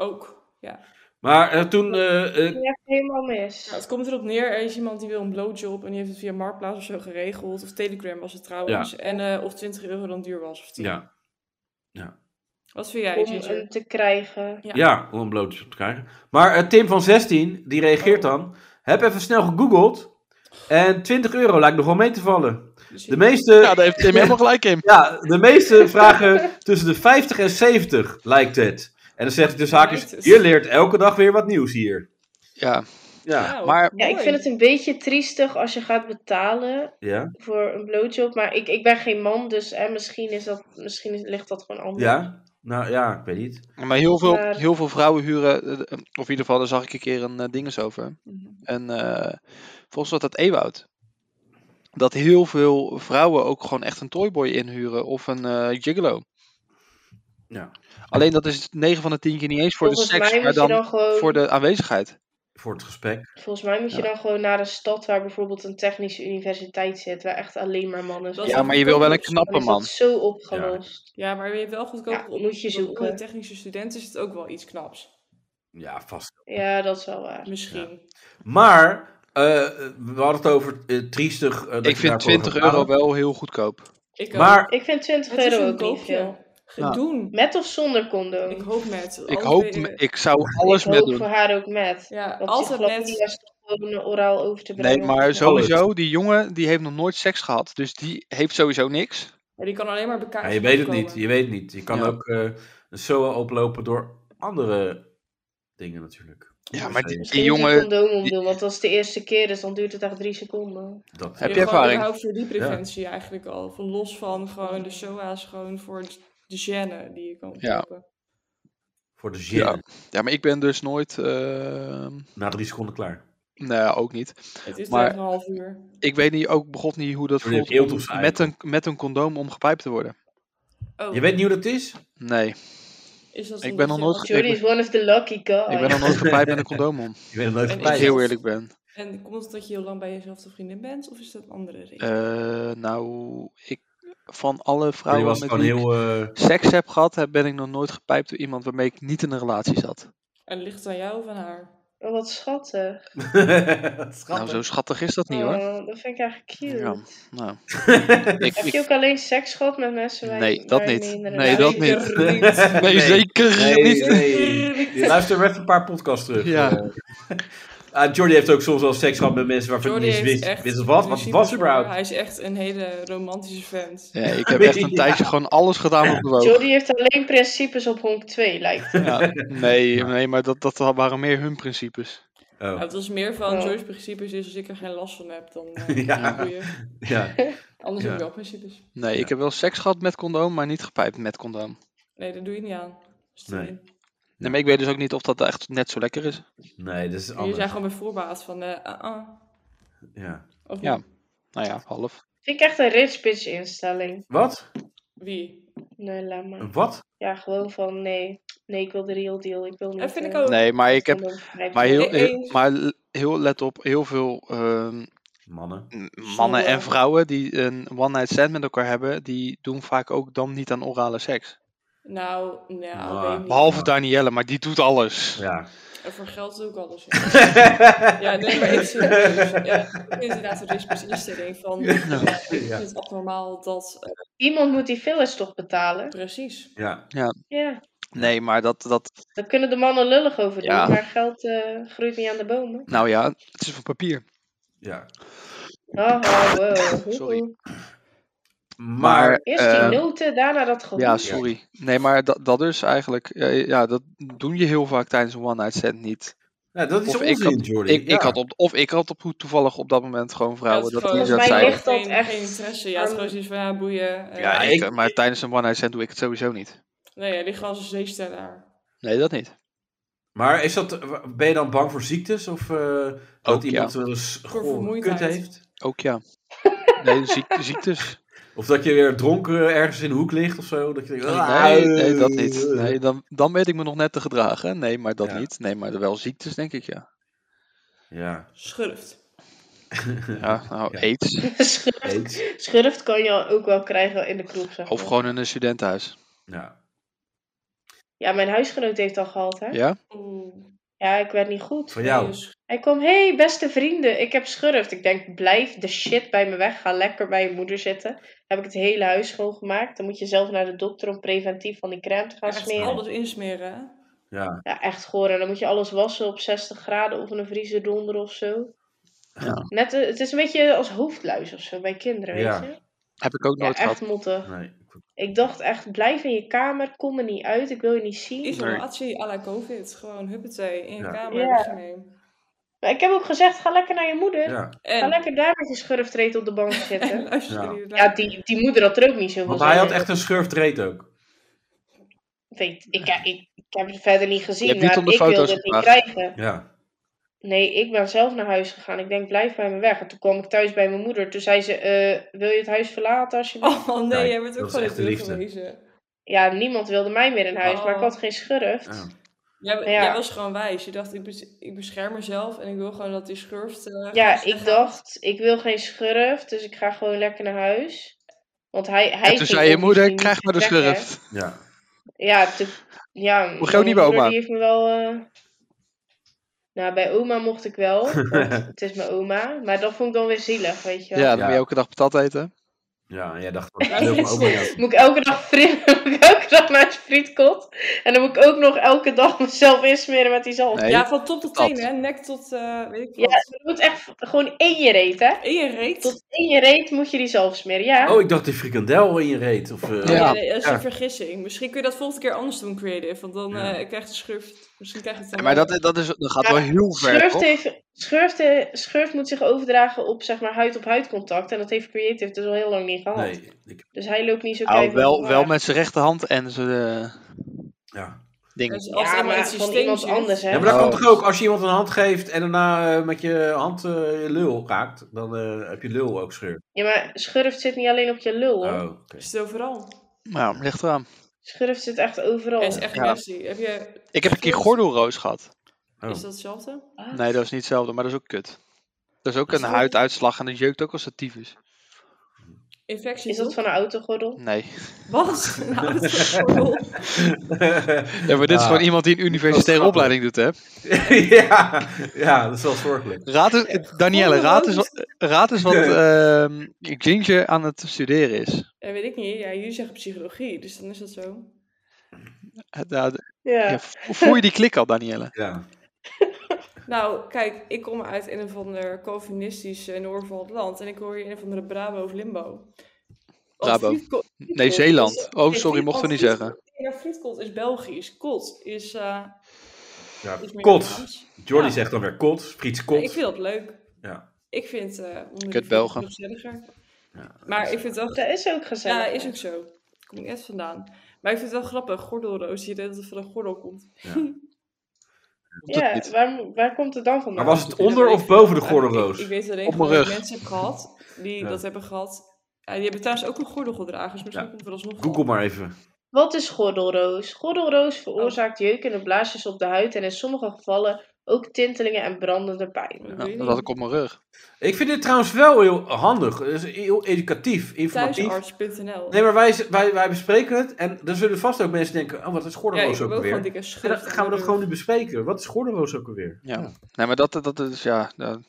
[SPEAKER 3] Ook. Ja.
[SPEAKER 2] Maar eh, toen, eh, eh,
[SPEAKER 5] Ja, echt helemaal mis.
[SPEAKER 3] Ja, het komt erop neer, er is iemand die wil een blowjob en die heeft het via Marktplaats of zo geregeld. Of Telegram was het trouwens. En eh, of 20 euro dan duur was of 10.
[SPEAKER 2] ja,
[SPEAKER 3] Wat vind jij,
[SPEAKER 5] om eh,
[SPEAKER 3] Ginger?
[SPEAKER 5] hem te krijgen.
[SPEAKER 3] Ja.
[SPEAKER 2] Ja, om een blootje te krijgen. Maar eh, Tim van 16, die reageert dan. Heb even snel gegoogeld. En 20 euro lijkt nog wel mee te vallen.
[SPEAKER 3] Dus
[SPEAKER 2] De meeste,
[SPEAKER 4] Ja, daar heeft Tim helemaal gelijk in.
[SPEAKER 2] ja, de meeste vragen tussen de 50 en 70 lijkt het. En dan zegt hij dus
[SPEAKER 3] Lijkt het.
[SPEAKER 2] haakjes, je leert elke dag weer wat nieuws hier.
[SPEAKER 4] Ja,
[SPEAKER 2] Ja,
[SPEAKER 3] Oh.
[SPEAKER 4] maar-
[SPEAKER 5] Ja, ik vind het een beetje triestig als je gaat betalen
[SPEAKER 2] ja,
[SPEAKER 5] voor een blowjob. Maar ik, ik ben geen man, dus hè, misschien, is dat, misschien is- ligt dat gewoon anders.
[SPEAKER 2] ja. Nou ja, ik weet niet.
[SPEAKER 4] maar heel veel,
[SPEAKER 5] Maar-
[SPEAKER 4] heel veel vrouwen huren, eh, eh, of in ieder geval, daar zag ik een keer een eh, ding eens over.
[SPEAKER 3] Mhm.
[SPEAKER 4] En eh, volgens wat dat Ewoud. Dat heel veel vrouwen ook gewoon echt een toyboy inhuren of een eh gigolo.
[SPEAKER 2] Ja.
[SPEAKER 4] Alleen dat is 9 van de 10 keer niet eens voor
[SPEAKER 5] Volgens
[SPEAKER 4] de seks,
[SPEAKER 5] mij
[SPEAKER 4] maar
[SPEAKER 5] moet
[SPEAKER 4] dan,
[SPEAKER 5] je dan gewoon
[SPEAKER 4] voor de aanwezigheid.
[SPEAKER 2] Voor het gesprek.
[SPEAKER 5] Volgens mij moet je dan gewoon naar een stad waar bijvoorbeeld een technische universiteit zit, waar echt alleen maar mannen
[SPEAKER 3] Dat
[SPEAKER 5] zijn.
[SPEAKER 3] is
[SPEAKER 4] Ja, maar je wil wel een
[SPEAKER 3] Dan is dat
[SPEAKER 5] dan
[SPEAKER 4] knappe
[SPEAKER 5] is dat
[SPEAKER 4] man.
[SPEAKER 5] zo opgelost.
[SPEAKER 3] Ja, maar je hebt wel goedkoper
[SPEAKER 5] Ja,
[SPEAKER 3] op.
[SPEAKER 5] moet je zoeken.
[SPEAKER 3] Onder de technische studenten is het ook wel iets knaps.
[SPEAKER 2] Ja, vast.
[SPEAKER 5] Ja, dat is wel waar.
[SPEAKER 3] Misschien.
[SPEAKER 2] Maar, eh, we hadden het over eh, triestig. eh, dat je
[SPEAKER 4] Ik
[SPEAKER 2] daarvoor
[SPEAKER 4] vind
[SPEAKER 2] gaat
[SPEAKER 4] 20 euro
[SPEAKER 2] betalen.
[SPEAKER 4] wel heel goedkoop.
[SPEAKER 3] Ik ook.
[SPEAKER 2] Maar,
[SPEAKER 5] Ik vind 20
[SPEAKER 3] het is
[SPEAKER 5] euro
[SPEAKER 3] een
[SPEAKER 5] ook niet veel.
[SPEAKER 3] koopje. Gedoen.
[SPEAKER 5] Met of zonder condoom?
[SPEAKER 3] Ik hoop met.
[SPEAKER 4] Ik
[SPEAKER 3] Alle
[SPEAKER 4] hoop,
[SPEAKER 3] twee de-
[SPEAKER 4] ik zou alles
[SPEAKER 5] Ik
[SPEAKER 4] met
[SPEAKER 5] hoop
[SPEAKER 4] doen.
[SPEAKER 5] voor haar ook met.
[SPEAKER 3] Ja,
[SPEAKER 5] Want
[SPEAKER 3] altijd
[SPEAKER 5] chlamydia
[SPEAKER 3] met.
[SPEAKER 5] is toch gewoon eh, oraal over te brengen.
[SPEAKER 4] Nee, maar
[SPEAKER 2] Alles.
[SPEAKER 4] sowieso, die jongen die heeft nog nooit seks gehad. Dus die heeft sowieso niks.
[SPEAKER 3] Maar die kan alleen maar
[SPEAKER 2] ja,
[SPEAKER 3] bekijken.
[SPEAKER 2] je weet het niet. Je weet het niet. Je kan
[SPEAKER 4] Ja.
[SPEAKER 2] ook eh een SOA oplopen door andere dingen natuurlijk. Dus
[SPEAKER 4] Ja, maar die,
[SPEAKER 5] Misschien
[SPEAKER 4] die
[SPEAKER 5] moet je
[SPEAKER 4] jongen...
[SPEAKER 5] condoom omdoen, want als het de eerste keer is, dan duurt het echt drie seconden.
[SPEAKER 2] eh, Dat,
[SPEAKER 4] Heb je ervaring?
[SPEAKER 3] Ik voor die preventie eigenlijk al. Van los van gewoon de SOA's, gewoon voor de gêne die je kan
[SPEAKER 4] Ja.
[SPEAKER 3] kopen.
[SPEAKER 2] Voor de zin.
[SPEAKER 4] Ja. ja, maar ik ben dus nooit... eh,
[SPEAKER 2] Na drie seconden klaar.
[SPEAKER 4] nou ja, ook niet.
[SPEAKER 3] Het is
[SPEAKER 4] Maar-
[SPEAKER 3] maar... een half uur.
[SPEAKER 4] Ik weet niet, ook begot niet hoe dat
[SPEAKER 2] Toen heeft
[SPEAKER 4] voelt om
[SPEAKER 2] Eelt op zijn
[SPEAKER 4] met
[SPEAKER 2] eikel.
[SPEAKER 4] een, met een condoom om gepijpt te worden.
[SPEAKER 3] Oh,
[SPEAKER 2] Je weet niet hoe dat is?
[SPEAKER 4] Nee,
[SPEAKER 3] is dat
[SPEAKER 4] ik
[SPEAKER 3] omdat
[SPEAKER 4] ben nog
[SPEAKER 3] je-
[SPEAKER 4] nooit
[SPEAKER 3] want-
[SPEAKER 4] Ik
[SPEAKER 5] Jordi
[SPEAKER 4] ben-
[SPEAKER 5] is one of the lucky guys.
[SPEAKER 4] ik ben nog nooit gepijpt met een condoom om.
[SPEAKER 2] Je weet het nooit
[SPEAKER 3] En
[SPEAKER 2] van
[SPEAKER 3] ik-
[SPEAKER 4] Als
[SPEAKER 2] mij.
[SPEAKER 4] ik heel eerlijk ben.
[SPEAKER 3] En komt het dat je heel lang bij jezelf de vriendin bent? Of is dat een andere reden?
[SPEAKER 4] Eh, nou, ik, van alle
[SPEAKER 2] Maar die
[SPEAKER 4] vrouwen
[SPEAKER 2] was
[SPEAKER 4] met
[SPEAKER 2] gewoon
[SPEAKER 4] wie ik
[SPEAKER 2] heel... eh,
[SPEAKER 4] seks heb gehad, heb- ben ik nog nooit gepijpt door iemand waarmee ik niet in een relatie zat.
[SPEAKER 3] En ligt het aan jou of aan haar?
[SPEAKER 5] Oh, wat schattig.
[SPEAKER 4] Nou, zo
[SPEAKER 2] eh, Schattig.
[SPEAKER 4] schattig is dat niet hoor.
[SPEAKER 5] Oh, dat vind ik eigenlijk cute.
[SPEAKER 4] Ja, nou. ik,
[SPEAKER 5] Heb
[SPEAKER 4] ik-
[SPEAKER 5] je ook alleen seks gehad met mensen waar
[SPEAKER 4] Nee,
[SPEAKER 5] je,
[SPEAKER 4] dat
[SPEAKER 5] waar je
[SPEAKER 4] niet.
[SPEAKER 5] mee in de
[SPEAKER 4] Nee,
[SPEAKER 5] relatie-
[SPEAKER 4] dat niet.
[SPEAKER 3] Zeker
[SPEAKER 4] nee,
[SPEAKER 2] Nee.
[SPEAKER 4] zeker niet.
[SPEAKER 2] Luister maar even een paar podcasts terug.
[SPEAKER 4] Ja.
[SPEAKER 2] Eh, ah, Jordy heeft ook soms wel seks gehad met mensen waarvan
[SPEAKER 3] Jordi
[SPEAKER 2] je niet
[SPEAKER 3] heeft
[SPEAKER 2] wist,
[SPEAKER 3] echt...
[SPEAKER 2] wist het wat, wat het was
[SPEAKER 3] principes voor.
[SPEAKER 2] überhaupt.
[SPEAKER 3] Hij is echt een hele romantische vent.
[SPEAKER 4] Ja, ik heb echt een tijdje gewoon alles gedaan op de woog.
[SPEAKER 5] Jordi heeft alleen principes op honk 2, lijkt het.
[SPEAKER 4] Ja, nee, nee, maar dat, dat waren meer hun principes.
[SPEAKER 3] Nou,
[SPEAKER 2] Oh.
[SPEAKER 3] het was meer van
[SPEAKER 5] Ja.
[SPEAKER 3] Joyce's principes is als ik er geen last van heb, dan eh
[SPEAKER 2] Ja.
[SPEAKER 3] boeien.
[SPEAKER 2] Ja.
[SPEAKER 3] Anders
[SPEAKER 2] Ja.
[SPEAKER 3] heb je wel principes.
[SPEAKER 4] Nee,
[SPEAKER 2] Ja.
[SPEAKER 4] ik heb wel seks gehad met condoom, maar niet gepijpt met condoom.
[SPEAKER 3] Nee, dat doe je niet aan. Dus
[SPEAKER 2] Nee.
[SPEAKER 3] nee.
[SPEAKER 4] Nee, maar ik weet dus ook niet of dat echt net zo lekker is.
[SPEAKER 2] Nee, dat is
[SPEAKER 3] Je zijn
[SPEAKER 2] anders.
[SPEAKER 3] gewoon bij voorbaat van eh ah, ah.
[SPEAKER 2] Ja.
[SPEAKER 3] Of
[SPEAKER 4] Ja. Nou ja, half.
[SPEAKER 5] Vind ik echt een rich bitch instelling.
[SPEAKER 2] Wat?
[SPEAKER 3] wie?
[SPEAKER 5] Nee, laat maar.
[SPEAKER 2] Een Wat?
[SPEAKER 5] Ja, gewoon van nee. Nee, ik wil de real deal. Ik wil niet...
[SPEAKER 3] Dat vind ik
[SPEAKER 5] eh,
[SPEAKER 3] ook.
[SPEAKER 4] Nee, maar ik heb.
[SPEAKER 5] condoom gebruiken.
[SPEAKER 4] Maar heel, heel,
[SPEAKER 3] Eens.
[SPEAKER 4] maar l- heel let op, heel veel ehm,
[SPEAKER 2] Mannen.
[SPEAKER 4] m- mannen
[SPEAKER 5] Snobben.
[SPEAKER 4] en vrouwen die een one-night stand met elkaar hebben, die doen vaak ook dan niet aan orale seks.
[SPEAKER 3] Nou, nou,
[SPEAKER 2] Ah.
[SPEAKER 3] weet ik niet.
[SPEAKER 4] Behalve Danielle, maar die doet alles.
[SPEAKER 2] Ja.
[SPEAKER 3] En voor geld is ook alles. ja. ja, nee, maar ik zie het dus. Ja, ik vind inderdaad een rich bitch instelling van... Ja, ik
[SPEAKER 2] Ja.
[SPEAKER 3] vind het abnormaal dat... eh,
[SPEAKER 5] Iemand moet die fillers toch betalen?
[SPEAKER 3] precies.
[SPEAKER 2] Ja.
[SPEAKER 5] Ja.
[SPEAKER 4] Nee, maar dat, dat.
[SPEAKER 5] Daar kunnen de mannen lullig over doen,
[SPEAKER 4] Ja.
[SPEAKER 5] maar geld eh, groeit niet aan de bomen.
[SPEAKER 4] Nou ja, het is van papier.
[SPEAKER 2] ja.
[SPEAKER 5] Oh, oh, wow.
[SPEAKER 4] Sorry.
[SPEAKER 5] Oeh.
[SPEAKER 4] Maar.
[SPEAKER 2] Maar,
[SPEAKER 5] Eerst die
[SPEAKER 4] ehm,
[SPEAKER 5] noten, daarna dat gevoel.
[SPEAKER 4] Ja, sorry. Nee, maar dat, dat dus eigenlijk. eh, Ja, dat doen je heel vaak tijdens een one-night stand niet.
[SPEAKER 2] ja, dat is
[SPEAKER 4] Of
[SPEAKER 2] onzin,
[SPEAKER 4] ik had,
[SPEAKER 2] Jordi.
[SPEAKER 4] ik,
[SPEAKER 2] Ja.
[SPEAKER 4] ik had op, of ik had op, toevallig op dat moment gewoon vrouwen. Nou, dat die
[SPEAKER 5] Volgens
[SPEAKER 4] dat
[SPEAKER 5] mij
[SPEAKER 4] zeiden.
[SPEAKER 5] ligt dat
[SPEAKER 3] Geen-
[SPEAKER 5] echt
[SPEAKER 3] Geen interesse. Ja, het is gewoon zoiets van, ja, boeien. eh,
[SPEAKER 4] Ja,
[SPEAKER 2] Ja,
[SPEAKER 4] ik,
[SPEAKER 2] ik-
[SPEAKER 4] maar tijdens een one-night stand doe ik het sowieso niet.
[SPEAKER 3] Nee, ja, die ligt gewoon als een zeestellaar.
[SPEAKER 4] Nee, dat niet.
[SPEAKER 2] Maar is dat, ben je dan bang voor ziektes? Of eh, dat
[SPEAKER 4] Ook,
[SPEAKER 2] iemand wel eens gewoon kut
[SPEAKER 3] vermoeidheid.
[SPEAKER 2] heeft?
[SPEAKER 4] Ook ja. Nee, ziek, ziektes.
[SPEAKER 2] Of dat je weer dronken ergens in de hoek ligt of zo? Dat je denkt, "Ah,
[SPEAKER 4] Nee, nee, dat niet. Nee,
[SPEAKER 2] eh,
[SPEAKER 4] dan, dan weet ik me nog net te gedragen. Nee, maar dat
[SPEAKER 2] Ja.
[SPEAKER 4] niet. Nee, maar wel ziektes, denk ik, ja.
[SPEAKER 2] Ja.
[SPEAKER 3] Schurft.
[SPEAKER 4] Ja, nou,
[SPEAKER 2] Ja.
[SPEAKER 4] aids.
[SPEAKER 5] Schurft,
[SPEAKER 2] Eet.
[SPEAKER 5] schurft kan je ook wel krijgen in de kroeg, zeg
[SPEAKER 4] Of
[SPEAKER 5] maar.
[SPEAKER 4] gewoon in een studentenhuis.
[SPEAKER 2] Ja.
[SPEAKER 5] Ja, mijn huisgenoot heeft al gehad, hè? Ja,
[SPEAKER 4] Ja?
[SPEAKER 3] Oeh.
[SPEAKER 5] ik werd niet goed.
[SPEAKER 2] Van jou.
[SPEAKER 3] Nee, sch-
[SPEAKER 5] Hij kwam, hey, beste vrienden, ik heb schurft. Ik denk, blijf de shit bij me weg. Ga lekker bij je moeder zitten. Heb ik het hele huis schoongemaakt. Dan moet je zelf naar de dokter om preventief van die crème te gaan
[SPEAKER 3] Echt Oh.
[SPEAKER 5] smeren.
[SPEAKER 3] alles insmeren, hè?
[SPEAKER 2] Ja.
[SPEAKER 5] Ja, echt goor. En dan moet je alles wassen op 60 graden of in een vriezer donder of zo.
[SPEAKER 4] Ja.
[SPEAKER 5] Net, eh, het is een beetje als hoofdluis of zo bij kinderen,
[SPEAKER 2] Ja.
[SPEAKER 5] weet je?
[SPEAKER 4] Heb ik ook
[SPEAKER 5] Ja,
[SPEAKER 4] nooit
[SPEAKER 5] echt
[SPEAKER 4] gehad.
[SPEAKER 5] mottig.
[SPEAKER 2] Nee.
[SPEAKER 5] Ik dacht echt, blijf in je kamer, kom er niet uit, ik wil je niet zien.
[SPEAKER 3] Isolatie à la COVID. Gewoon huppatee, in je
[SPEAKER 2] Ja.
[SPEAKER 3] kamer,
[SPEAKER 5] Ja.
[SPEAKER 3] weg ermee.
[SPEAKER 5] Maar ik heb ook gezegd, ga lekker naar je moeder.
[SPEAKER 2] Ja.
[SPEAKER 5] Ga
[SPEAKER 3] En,
[SPEAKER 5] lekker daar met je schurftreed op de bank
[SPEAKER 3] en
[SPEAKER 5] zitten.
[SPEAKER 3] luister
[SPEAKER 2] Ja.
[SPEAKER 3] jullie naar-
[SPEAKER 5] ja, die, die moeder had er ook niet zoveel
[SPEAKER 2] Want hij
[SPEAKER 5] zin
[SPEAKER 2] had
[SPEAKER 5] in.
[SPEAKER 2] echt een schurftreed ook.
[SPEAKER 5] Weet, ik, ik, ik, heb het verder niet
[SPEAKER 4] Je
[SPEAKER 5] gezien,
[SPEAKER 4] hebt niet
[SPEAKER 5] maar
[SPEAKER 4] om de
[SPEAKER 5] ik
[SPEAKER 4] foto's
[SPEAKER 5] wilde het niet
[SPEAKER 4] gevraagd.
[SPEAKER 5] krijgen.
[SPEAKER 2] Ja.
[SPEAKER 5] Nee, ik ben zelf naar huis gegaan. Ik denk, blijf bij me weg. En toen kwam ik thuis bij mijn moeder. Toen zei ze, eh, wil je het huis verlaten alsjeblieft?
[SPEAKER 3] Oh nee,
[SPEAKER 2] Kijk,
[SPEAKER 3] jij bent
[SPEAKER 2] dat
[SPEAKER 3] ook
[SPEAKER 2] is
[SPEAKER 3] gewoon
[SPEAKER 2] echt
[SPEAKER 3] in
[SPEAKER 2] de
[SPEAKER 3] de
[SPEAKER 2] liefde.
[SPEAKER 3] gewezen.
[SPEAKER 5] ja, niemand wilde mij meer in huis, maar ik
[SPEAKER 3] Oh.
[SPEAKER 5] had geen schurft.
[SPEAKER 2] Ja.
[SPEAKER 3] Jij,
[SPEAKER 5] Ja.
[SPEAKER 3] jij was gewoon wijs. Je dacht, ik, bes- ik bescherm mezelf en ik wil gewoon dat die schurft... eh,
[SPEAKER 5] Ja,
[SPEAKER 3] gaat
[SPEAKER 5] ik
[SPEAKER 3] weggaan.
[SPEAKER 5] dacht, ik wil geen schurf, dus ik ga gewoon lekker naar huis. Want hij, hij
[SPEAKER 4] En toen
[SPEAKER 5] ging
[SPEAKER 4] zei je
[SPEAKER 5] obviously
[SPEAKER 4] moeder,
[SPEAKER 5] niet
[SPEAKER 4] krijg maar de
[SPEAKER 5] vertrekken.
[SPEAKER 4] schurft.
[SPEAKER 2] Ja.
[SPEAKER 5] Ja, toen, ja
[SPEAKER 4] Hoe groot
[SPEAKER 5] mijn
[SPEAKER 4] die bij
[SPEAKER 5] moeder,
[SPEAKER 4] oma?
[SPEAKER 5] Die heeft me wel... eh, Nou, bij oma mocht ik wel, want het is mijn oma. Maar dat vond ik dan weer zielig, weet je
[SPEAKER 4] Ja,
[SPEAKER 5] wel.
[SPEAKER 4] dan
[SPEAKER 2] Ja.
[SPEAKER 4] moet je elke dag patat eten.
[SPEAKER 2] Ja, en jij dacht, dat is heel veel ook
[SPEAKER 5] Moet ik elke dag, fri- moet ik elke dag naar het frietkot. En dan moet ik ook nog elke dag mezelf insmeren met die zalf.
[SPEAKER 4] Nee.
[SPEAKER 3] Ja, van top tot
[SPEAKER 4] Dat.
[SPEAKER 3] teen, hè. Nek tot, eh, weet ik
[SPEAKER 5] Ja.
[SPEAKER 3] wat.
[SPEAKER 5] Je moet echt gewoon in je reet, hè.
[SPEAKER 3] In je reet.
[SPEAKER 5] Tot in je reet moet je die zalf smeren, ja.
[SPEAKER 2] Oh, ik dacht die frikandel in je reet. Of, eh,
[SPEAKER 4] Ja.
[SPEAKER 3] Ja, nee, dat is
[SPEAKER 4] ja.
[SPEAKER 3] een vergissing. Misschien kun je dat volgende keer anders doen, creative. Want dan
[SPEAKER 2] Ja.
[SPEAKER 3] eh krijg je schurft. Misschien krijg je het dan
[SPEAKER 4] Maar
[SPEAKER 3] wel.
[SPEAKER 4] dat, dat, is, dat gaat
[SPEAKER 5] Ja,
[SPEAKER 4] wel heel ver,
[SPEAKER 5] Schurft,
[SPEAKER 4] toch?
[SPEAKER 5] heeft, schurft, eh, schurft moet zich overdragen op zeg maar huid-op-huid contact. En dat heeft Creative dus al heel lang niet gehad.
[SPEAKER 2] Nee, ik,
[SPEAKER 5] Dus hij loopt niet zo
[SPEAKER 4] Nou,
[SPEAKER 5] keihard
[SPEAKER 4] wel,
[SPEAKER 5] op
[SPEAKER 4] wel
[SPEAKER 5] elkaar.
[SPEAKER 4] met zijn rechterhand en zijn eh,
[SPEAKER 2] ja.
[SPEAKER 4] ding.
[SPEAKER 3] Dus als
[SPEAKER 5] Ja,
[SPEAKER 3] iemand in
[SPEAKER 5] maar
[SPEAKER 3] het
[SPEAKER 5] van
[SPEAKER 3] systeem
[SPEAKER 5] iemand
[SPEAKER 3] zit-
[SPEAKER 5] anders, hè.
[SPEAKER 2] ja, maar dat
[SPEAKER 4] Oh.
[SPEAKER 2] komt toch ook als je iemand een hand geeft en daarna eh, met je hand eh, je lul raakt, dan eh, heb je lul ook scheur.
[SPEAKER 5] Ja, maar schurft zit niet alleen op je lul, hoor.
[SPEAKER 2] Oh, oké.
[SPEAKER 3] Is het overal?
[SPEAKER 4] Nou, ligt eraan.
[SPEAKER 5] Schurft zit echt overal.
[SPEAKER 3] Hij is echt
[SPEAKER 4] Ja.
[SPEAKER 3] nasty. Heb je...
[SPEAKER 4] Ik heb een
[SPEAKER 5] Dus-
[SPEAKER 4] keer gordelroos gehad.
[SPEAKER 2] Oh.
[SPEAKER 3] Is dat hetzelfde?
[SPEAKER 5] Ah.
[SPEAKER 4] Nee, dat is niet hetzelfde, maar dat is ook kut. Dat is ook
[SPEAKER 3] Is
[SPEAKER 4] een
[SPEAKER 3] dat-
[SPEAKER 4] huiduitslag en dat jeukt ook als de tyfus.
[SPEAKER 3] Infectie.
[SPEAKER 5] Is dat
[SPEAKER 3] toch?
[SPEAKER 5] van een autogordel?
[SPEAKER 4] Nee.
[SPEAKER 3] Wat? Nou, dat is gewoon-
[SPEAKER 4] Ja, maar dit is
[SPEAKER 2] Ah.
[SPEAKER 4] gewoon iemand die een universitaire
[SPEAKER 2] grappig.
[SPEAKER 4] opleiding doet, hè?
[SPEAKER 2] ja, ja, dat is wel zorgelijk.
[SPEAKER 4] Raad eens, Danielle, raad eens, wat- raad eens wat ehm, Ginger aan het studeren is.
[SPEAKER 3] Ja, weet ik niet. Ja, jullie zeggen psychologie, dus dan is dat zo.
[SPEAKER 4] Ja,
[SPEAKER 5] Ja.
[SPEAKER 4] Eh, ja, voel je die klik al, Danielle?
[SPEAKER 2] Ja.
[SPEAKER 3] Nou, kijk, ik kom uit een of ander Calvinistisch eh, noorden van het land. En ik hoor hier een of andere Brabo of Limbo. Want
[SPEAKER 4] Brabo.
[SPEAKER 3] Friesco-
[SPEAKER 4] Nee,
[SPEAKER 3] is-
[SPEAKER 4] Zeeland. Oh,
[SPEAKER 3] Nee,
[SPEAKER 4] sorry,
[SPEAKER 3] Fries-
[SPEAKER 4] mochten we niet
[SPEAKER 3] want
[SPEAKER 4] zeggen.
[SPEAKER 3] Friesland- Ja, Frietkot is Belgisch. Kot is, eh
[SPEAKER 2] ja.
[SPEAKER 3] is meer
[SPEAKER 2] Kot.
[SPEAKER 3] Vlaams.
[SPEAKER 2] Jordi
[SPEAKER 3] Ja.
[SPEAKER 2] zegt dan weer kot. Frits
[SPEAKER 3] Ja, ik
[SPEAKER 2] kot.
[SPEAKER 3] vind dat leuk.
[SPEAKER 2] Ja.
[SPEAKER 3] Ik vind... eh onder de
[SPEAKER 4] Kut
[SPEAKER 3] Friesland
[SPEAKER 4] Belgen.
[SPEAKER 3] nog gezelliger.
[SPEAKER 2] Ja,
[SPEAKER 3] maar ik vind het wel...
[SPEAKER 5] Dat is ook gezellig.
[SPEAKER 3] Ja, is ook zo. Daar kom ik net vandaan. Maar ik vind het wel grappig. Gordelroos, die dat het van een gordel komt.
[SPEAKER 4] Doet het
[SPEAKER 5] Ja,
[SPEAKER 4] niet.
[SPEAKER 5] waar, waar komt het dan
[SPEAKER 2] Maar
[SPEAKER 5] vandaan?
[SPEAKER 2] was het
[SPEAKER 3] Ja,
[SPEAKER 2] onder
[SPEAKER 3] weet
[SPEAKER 2] of
[SPEAKER 3] ik veel.
[SPEAKER 2] boven de
[SPEAKER 3] Ik, ik
[SPEAKER 2] gordelroos?
[SPEAKER 3] weet alleen
[SPEAKER 4] Op
[SPEAKER 3] gewoon
[SPEAKER 4] mijn
[SPEAKER 3] dat ik
[SPEAKER 4] rug.
[SPEAKER 3] mensen heb gehad die
[SPEAKER 2] Ja.
[SPEAKER 3] dat hebben gehad. Ja, die hebben thuis ook een gordel gedragen, dus misschien
[SPEAKER 2] Ja.
[SPEAKER 3] komt er alsnog
[SPEAKER 2] Google maar even.
[SPEAKER 5] Wat is gordelroos? Gordelroos veroorzaakt jeukende blaasjes op de huid en in sommige gevallen ook tintelingen en brandende pijn.
[SPEAKER 3] Ik
[SPEAKER 4] Ja,
[SPEAKER 3] weet
[SPEAKER 4] Nou, dat
[SPEAKER 3] niet.
[SPEAKER 4] had ik op mijn rug.
[SPEAKER 2] Ik vind dit trouwens wel heel handig. Het is heel educatief, informatief.
[SPEAKER 3] Thuisarts.nl.
[SPEAKER 2] Nee, maar wij, wij, wij bespreken het. En er zullen vast ook mensen denken: oh, wat is
[SPEAKER 3] ja, ik
[SPEAKER 2] gordelroos
[SPEAKER 3] heb
[SPEAKER 2] ook
[SPEAKER 3] ook
[SPEAKER 2] alweer?
[SPEAKER 3] gewoon dikke
[SPEAKER 2] En
[SPEAKER 3] schuld.
[SPEAKER 2] dan gaan we dat gewoon nu bespreken. Wat is gordelroos ook alweer?
[SPEAKER 4] Ja.
[SPEAKER 2] Ja.
[SPEAKER 4] Nee, maar dat, dat is, ja, dat-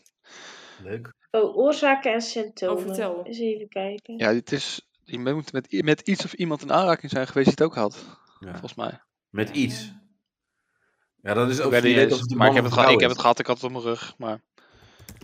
[SPEAKER 2] Leuk.
[SPEAKER 5] Oh, oorzaken en symptomen.
[SPEAKER 3] Oh, vertel.
[SPEAKER 5] Eens even kijken.
[SPEAKER 4] ja het is, je moet met, i- met iets of iemand in aanraking zijn geweest die het ook had,
[SPEAKER 2] Ja.
[SPEAKER 4] volgens mij.
[SPEAKER 2] Met iets. Ja, dat is
[SPEAKER 4] Ik
[SPEAKER 2] ook.
[SPEAKER 4] weet
[SPEAKER 2] je
[SPEAKER 4] het
[SPEAKER 2] weet
[SPEAKER 4] niet
[SPEAKER 2] of
[SPEAKER 4] eens,
[SPEAKER 2] het een
[SPEAKER 4] maar ik
[SPEAKER 2] man
[SPEAKER 4] heb
[SPEAKER 2] of een
[SPEAKER 4] het, gehad, ik
[SPEAKER 2] vrouw
[SPEAKER 4] heb het gehad, ik had het op mijn rug. Maar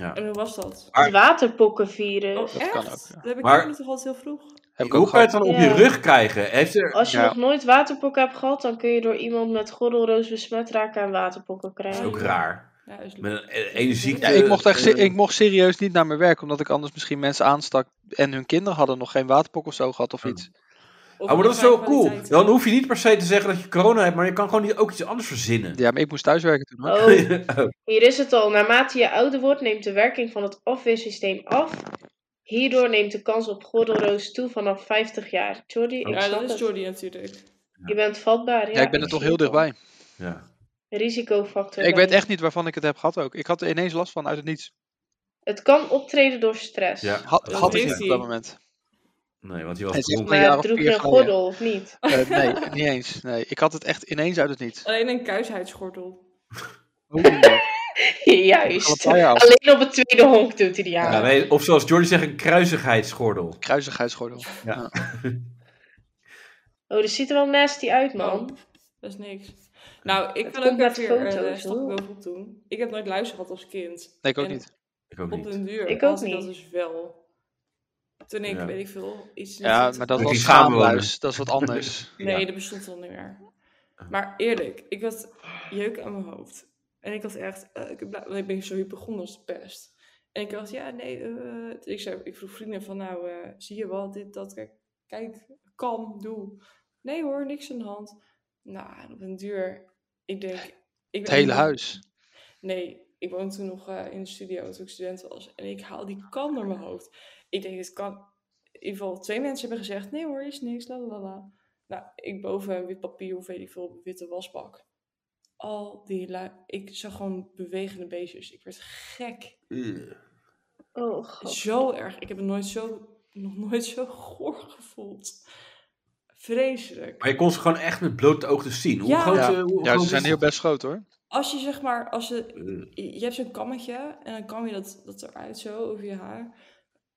[SPEAKER 2] is.
[SPEAKER 3] En hoe was dat?
[SPEAKER 2] Maar-
[SPEAKER 5] Het waterpokkenvirus.
[SPEAKER 3] Ah. Oh, echt?
[SPEAKER 4] kan ook, ja.
[SPEAKER 3] Dat heb ik
[SPEAKER 2] Maar-
[SPEAKER 3] maar... toch altijd heel vroeg.
[SPEAKER 4] heb ik ook
[SPEAKER 2] Hoe kan je
[SPEAKER 4] gehad.
[SPEAKER 2] het dan op
[SPEAKER 5] Ja.
[SPEAKER 2] je rug krijgen? Heeft er...
[SPEAKER 5] Als je
[SPEAKER 4] Ja.
[SPEAKER 5] nog nooit waterpokken hebt gehad, dan kun je door iemand met gordelroos besmet raken en waterpokken
[SPEAKER 2] Dat
[SPEAKER 5] krijgen.
[SPEAKER 2] is ook raar.
[SPEAKER 3] Ja, is
[SPEAKER 2] Met een e- ene ziekte.
[SPEAKER 4] Ja, ik mocht echt se-
[SPEAKER 2] eh,
[SPEAKER 4] ik mocht serieus niet naar mijn werk, omdat ik anders misschien mensen aanstak en hun kinderen hadden nog geen waterpok of zo gehad of
[SPEAKER 2] Oh.
[SPEAKER 4] iets.
[SPEAKER 3] Of
[SPEAKER 2] Oh, maar dat is
[SPEAKER 3] mijn
[SPEAKER 2] zo cool.
[SPEAKER 3] kwaliteit.
[SPEAKER 2] Dan hoef je niet per se te zeggen dat je corona hebt, maar je kan gewoon niet ook iets anders verzinnen.
[SPEAKER 4] Ja, maar ik moest thuiswerken toen. Hoor.
[SPEAKER 5] Oh,
[SPEAKER 2] Oh,
[SPEAKER 5] hier is het al. Naarmate je ouder wordt, neemt de werking van het afweersysteem af. Hierdoor neemt de kans op gordelroos toe vanaf 50 jaar. Jordi, ik
[SPEAKER 3] Ja,
[SPEAKER 5] snap
[SPEAKER 3] dat is
[SPEAKER 5] het.
[SPEAKER 3] Jordi natuurlijk.
[SPEAKER 5] Je bent vatbaar. Ja,
[SPEAKER 4] ja, ik ben er toch
[SPEAKER 5] zie
[SPEAKER 4] heel
[SPEAKER 5] het al.
[SPEAKER 4] dichtbij.
[SPEAKER 2] ja.
[SPEAKER 5] Risicofactor.
[SPEAKER 4] ik
[SPEAKER 5] bij
[SPEAKER 4] weet
[SPEAKER 5] je.
[SPEAKER 4] echt niet waarvan ik het heb gehad ook. Ik had er ineens last van uit het niets.
[SPEAKER 5] Het kan optreden door stress.
[SPEAKER 2] Ja.
[SPEAKER 4] Ha-
[SPEAKER 2] Dat
[SPEAKER 4] had ik
[SPEAKER 3] heeft
[SPEAKER 4] niet
[SPEAKER 3] hij.
[SPEAKER 4] op dat moment.
[SPEAKER 2] Nee, want die
[SPEAKER 4] Hij
[SPEAKER 2] was
[SPEAKER 4] zegt
[SPEAKER 2] dronken.
[SPEAKER 4] een jaar
[SPEAKER 5] Maar
[SPEAKER 4] of
[SPEAKER 5] droeg
[SPEAKER 4] vier
[SPEAKER 5] je een
[SPEAKER 4] geleden.
[SPEAKER 5] gordel of niet?
[SPEAKER 4] Eh, nee, niet eens. Nee, ik had het echt ineens uit het niets.
[SPEAKER 3] Alleen een kuisheidsgordel.
[SPEAKER 4] Alle
[SPEAKER 5] Juist.
[SPEAKER 4] paar jaar af.
[SPEAKER 5] Alleen op het tweede honk doet hij die aan.
[SPEAKER 2] Ja, nee, of zoals Jordi zegt, een kruisigheidsgordel.
[SPEAKER 4] Kruisigheidsgordel.
[SPEAKER 5] Oh, dat ziet er wel nasty uit, man.
[SPEAKER 3] Oh, dat is niks. Nou, ik
[SPEAKER 5] Het
[SPEAKER 3] kan
[SPEAKER 5] komt
[SPEAKER 3] ook
[SPEAKER 5] met
[SPEAKER 3] even weer
[SPEAKER 5] foto's,
[SPEAKER 3] een
[SPEAKER 5] hoor.
[SPEAKER 3] uh, stapje bovenop doen. Ik heb nooit luister gehad als kind.
[SPEAKER 4] Nee, ik ook
[SPEAKER 3] En-
[SPEAKER 4] niet.
[SPEAKER 2] Ik ook
[SPEAKER 3] Op
[SPEAKER 2] niet.
[SPEAKER 3] den duur.
[SPEAKER 5] Ik
[SPEAKER 3] had
[SPEAKER 5] ook
[SPEAKER 3] Dat
[SPEAKER 5] niet.
[SPEAKER 3] dus wel. Toen ik,
[SPEAKER 2] Ja.
[SPEAKER 3] weet ik veel, iets...
[SPEAKER 4] Ja, maar dat
[SPEAKER 2] Met
[SPEAKER 4] was
[SPEAKER 2] die schaamwonen.
[SPEAKER 4] schaamluis. Dat is wat anders.
[SPEAKER 3] Nee,
[SPEAKER 2] Ja.
[SPEAKER 3] dat bestond al niet meer. Maar eerlijk, ik had jeuk aan mijn hoofd. En ik had echt, eh, ik, heb bla- want ik ben zo hypochonders als de pest. En ik dacht, ja, nee, eh, ik, zei, ik vroeg vrienden van, nou, eh, zie je wel, dit, dat, kijk, kijk, kan, doe. Nee hoor, niks aan de hand. Nou, en op een duur, ik denk... Ik
[SPEAKER 4] Het
[SPEAKER 3] ben
[SPEAKER 4] hele
[SPEAKER 3] niet-
[SPEAKER 4] huis.
[SPEAKER 3] Nee, ik woonde toen nog eh, in de studio toen ik student was. En ik haal die kan door mijn hoofd. Ik denk, het kan... In ieder geval twee mensen hebben gezegd, nee hoor, is niks, la la la, la. Nou, ik boven een wit papier, hoe weet ik veel, op een witte wasbak. Al die lui, ik zag gewoon bewegende beestjes. Ik werd gek.
[SPEAKER 5] Oh, god.
[SPEAKER 3] Zo erg. Ik heb het nooit zo, nog nooit zo goor gevoeld. Vreselijk.
[SPEAKER 2] Maar je kon ze gewoon echt met blote ogen zien. Hoe
[SPEAKER 3] Ja.
[SPEAKER 2] groot,
[SPEAKER 4] Ja.
[SPEAKER 2] eh, hoe
[SPEAKER 4] Ja,
[SPEAKER 2] groot
[SPEAKER 4] ze
[SPEAKER 2] is
[SPEAKER 4] zijn
[SPEAKER 2] het?
[SPEAKER 4] heel best groot hoor.
[SPEAKER 3] Als je zeg maar, als je
[SPEAKER 2] Eh,
[SPEAKER 3] je hebt zo'n kammetje en dan kam je dat, dat eruit zo over je haar.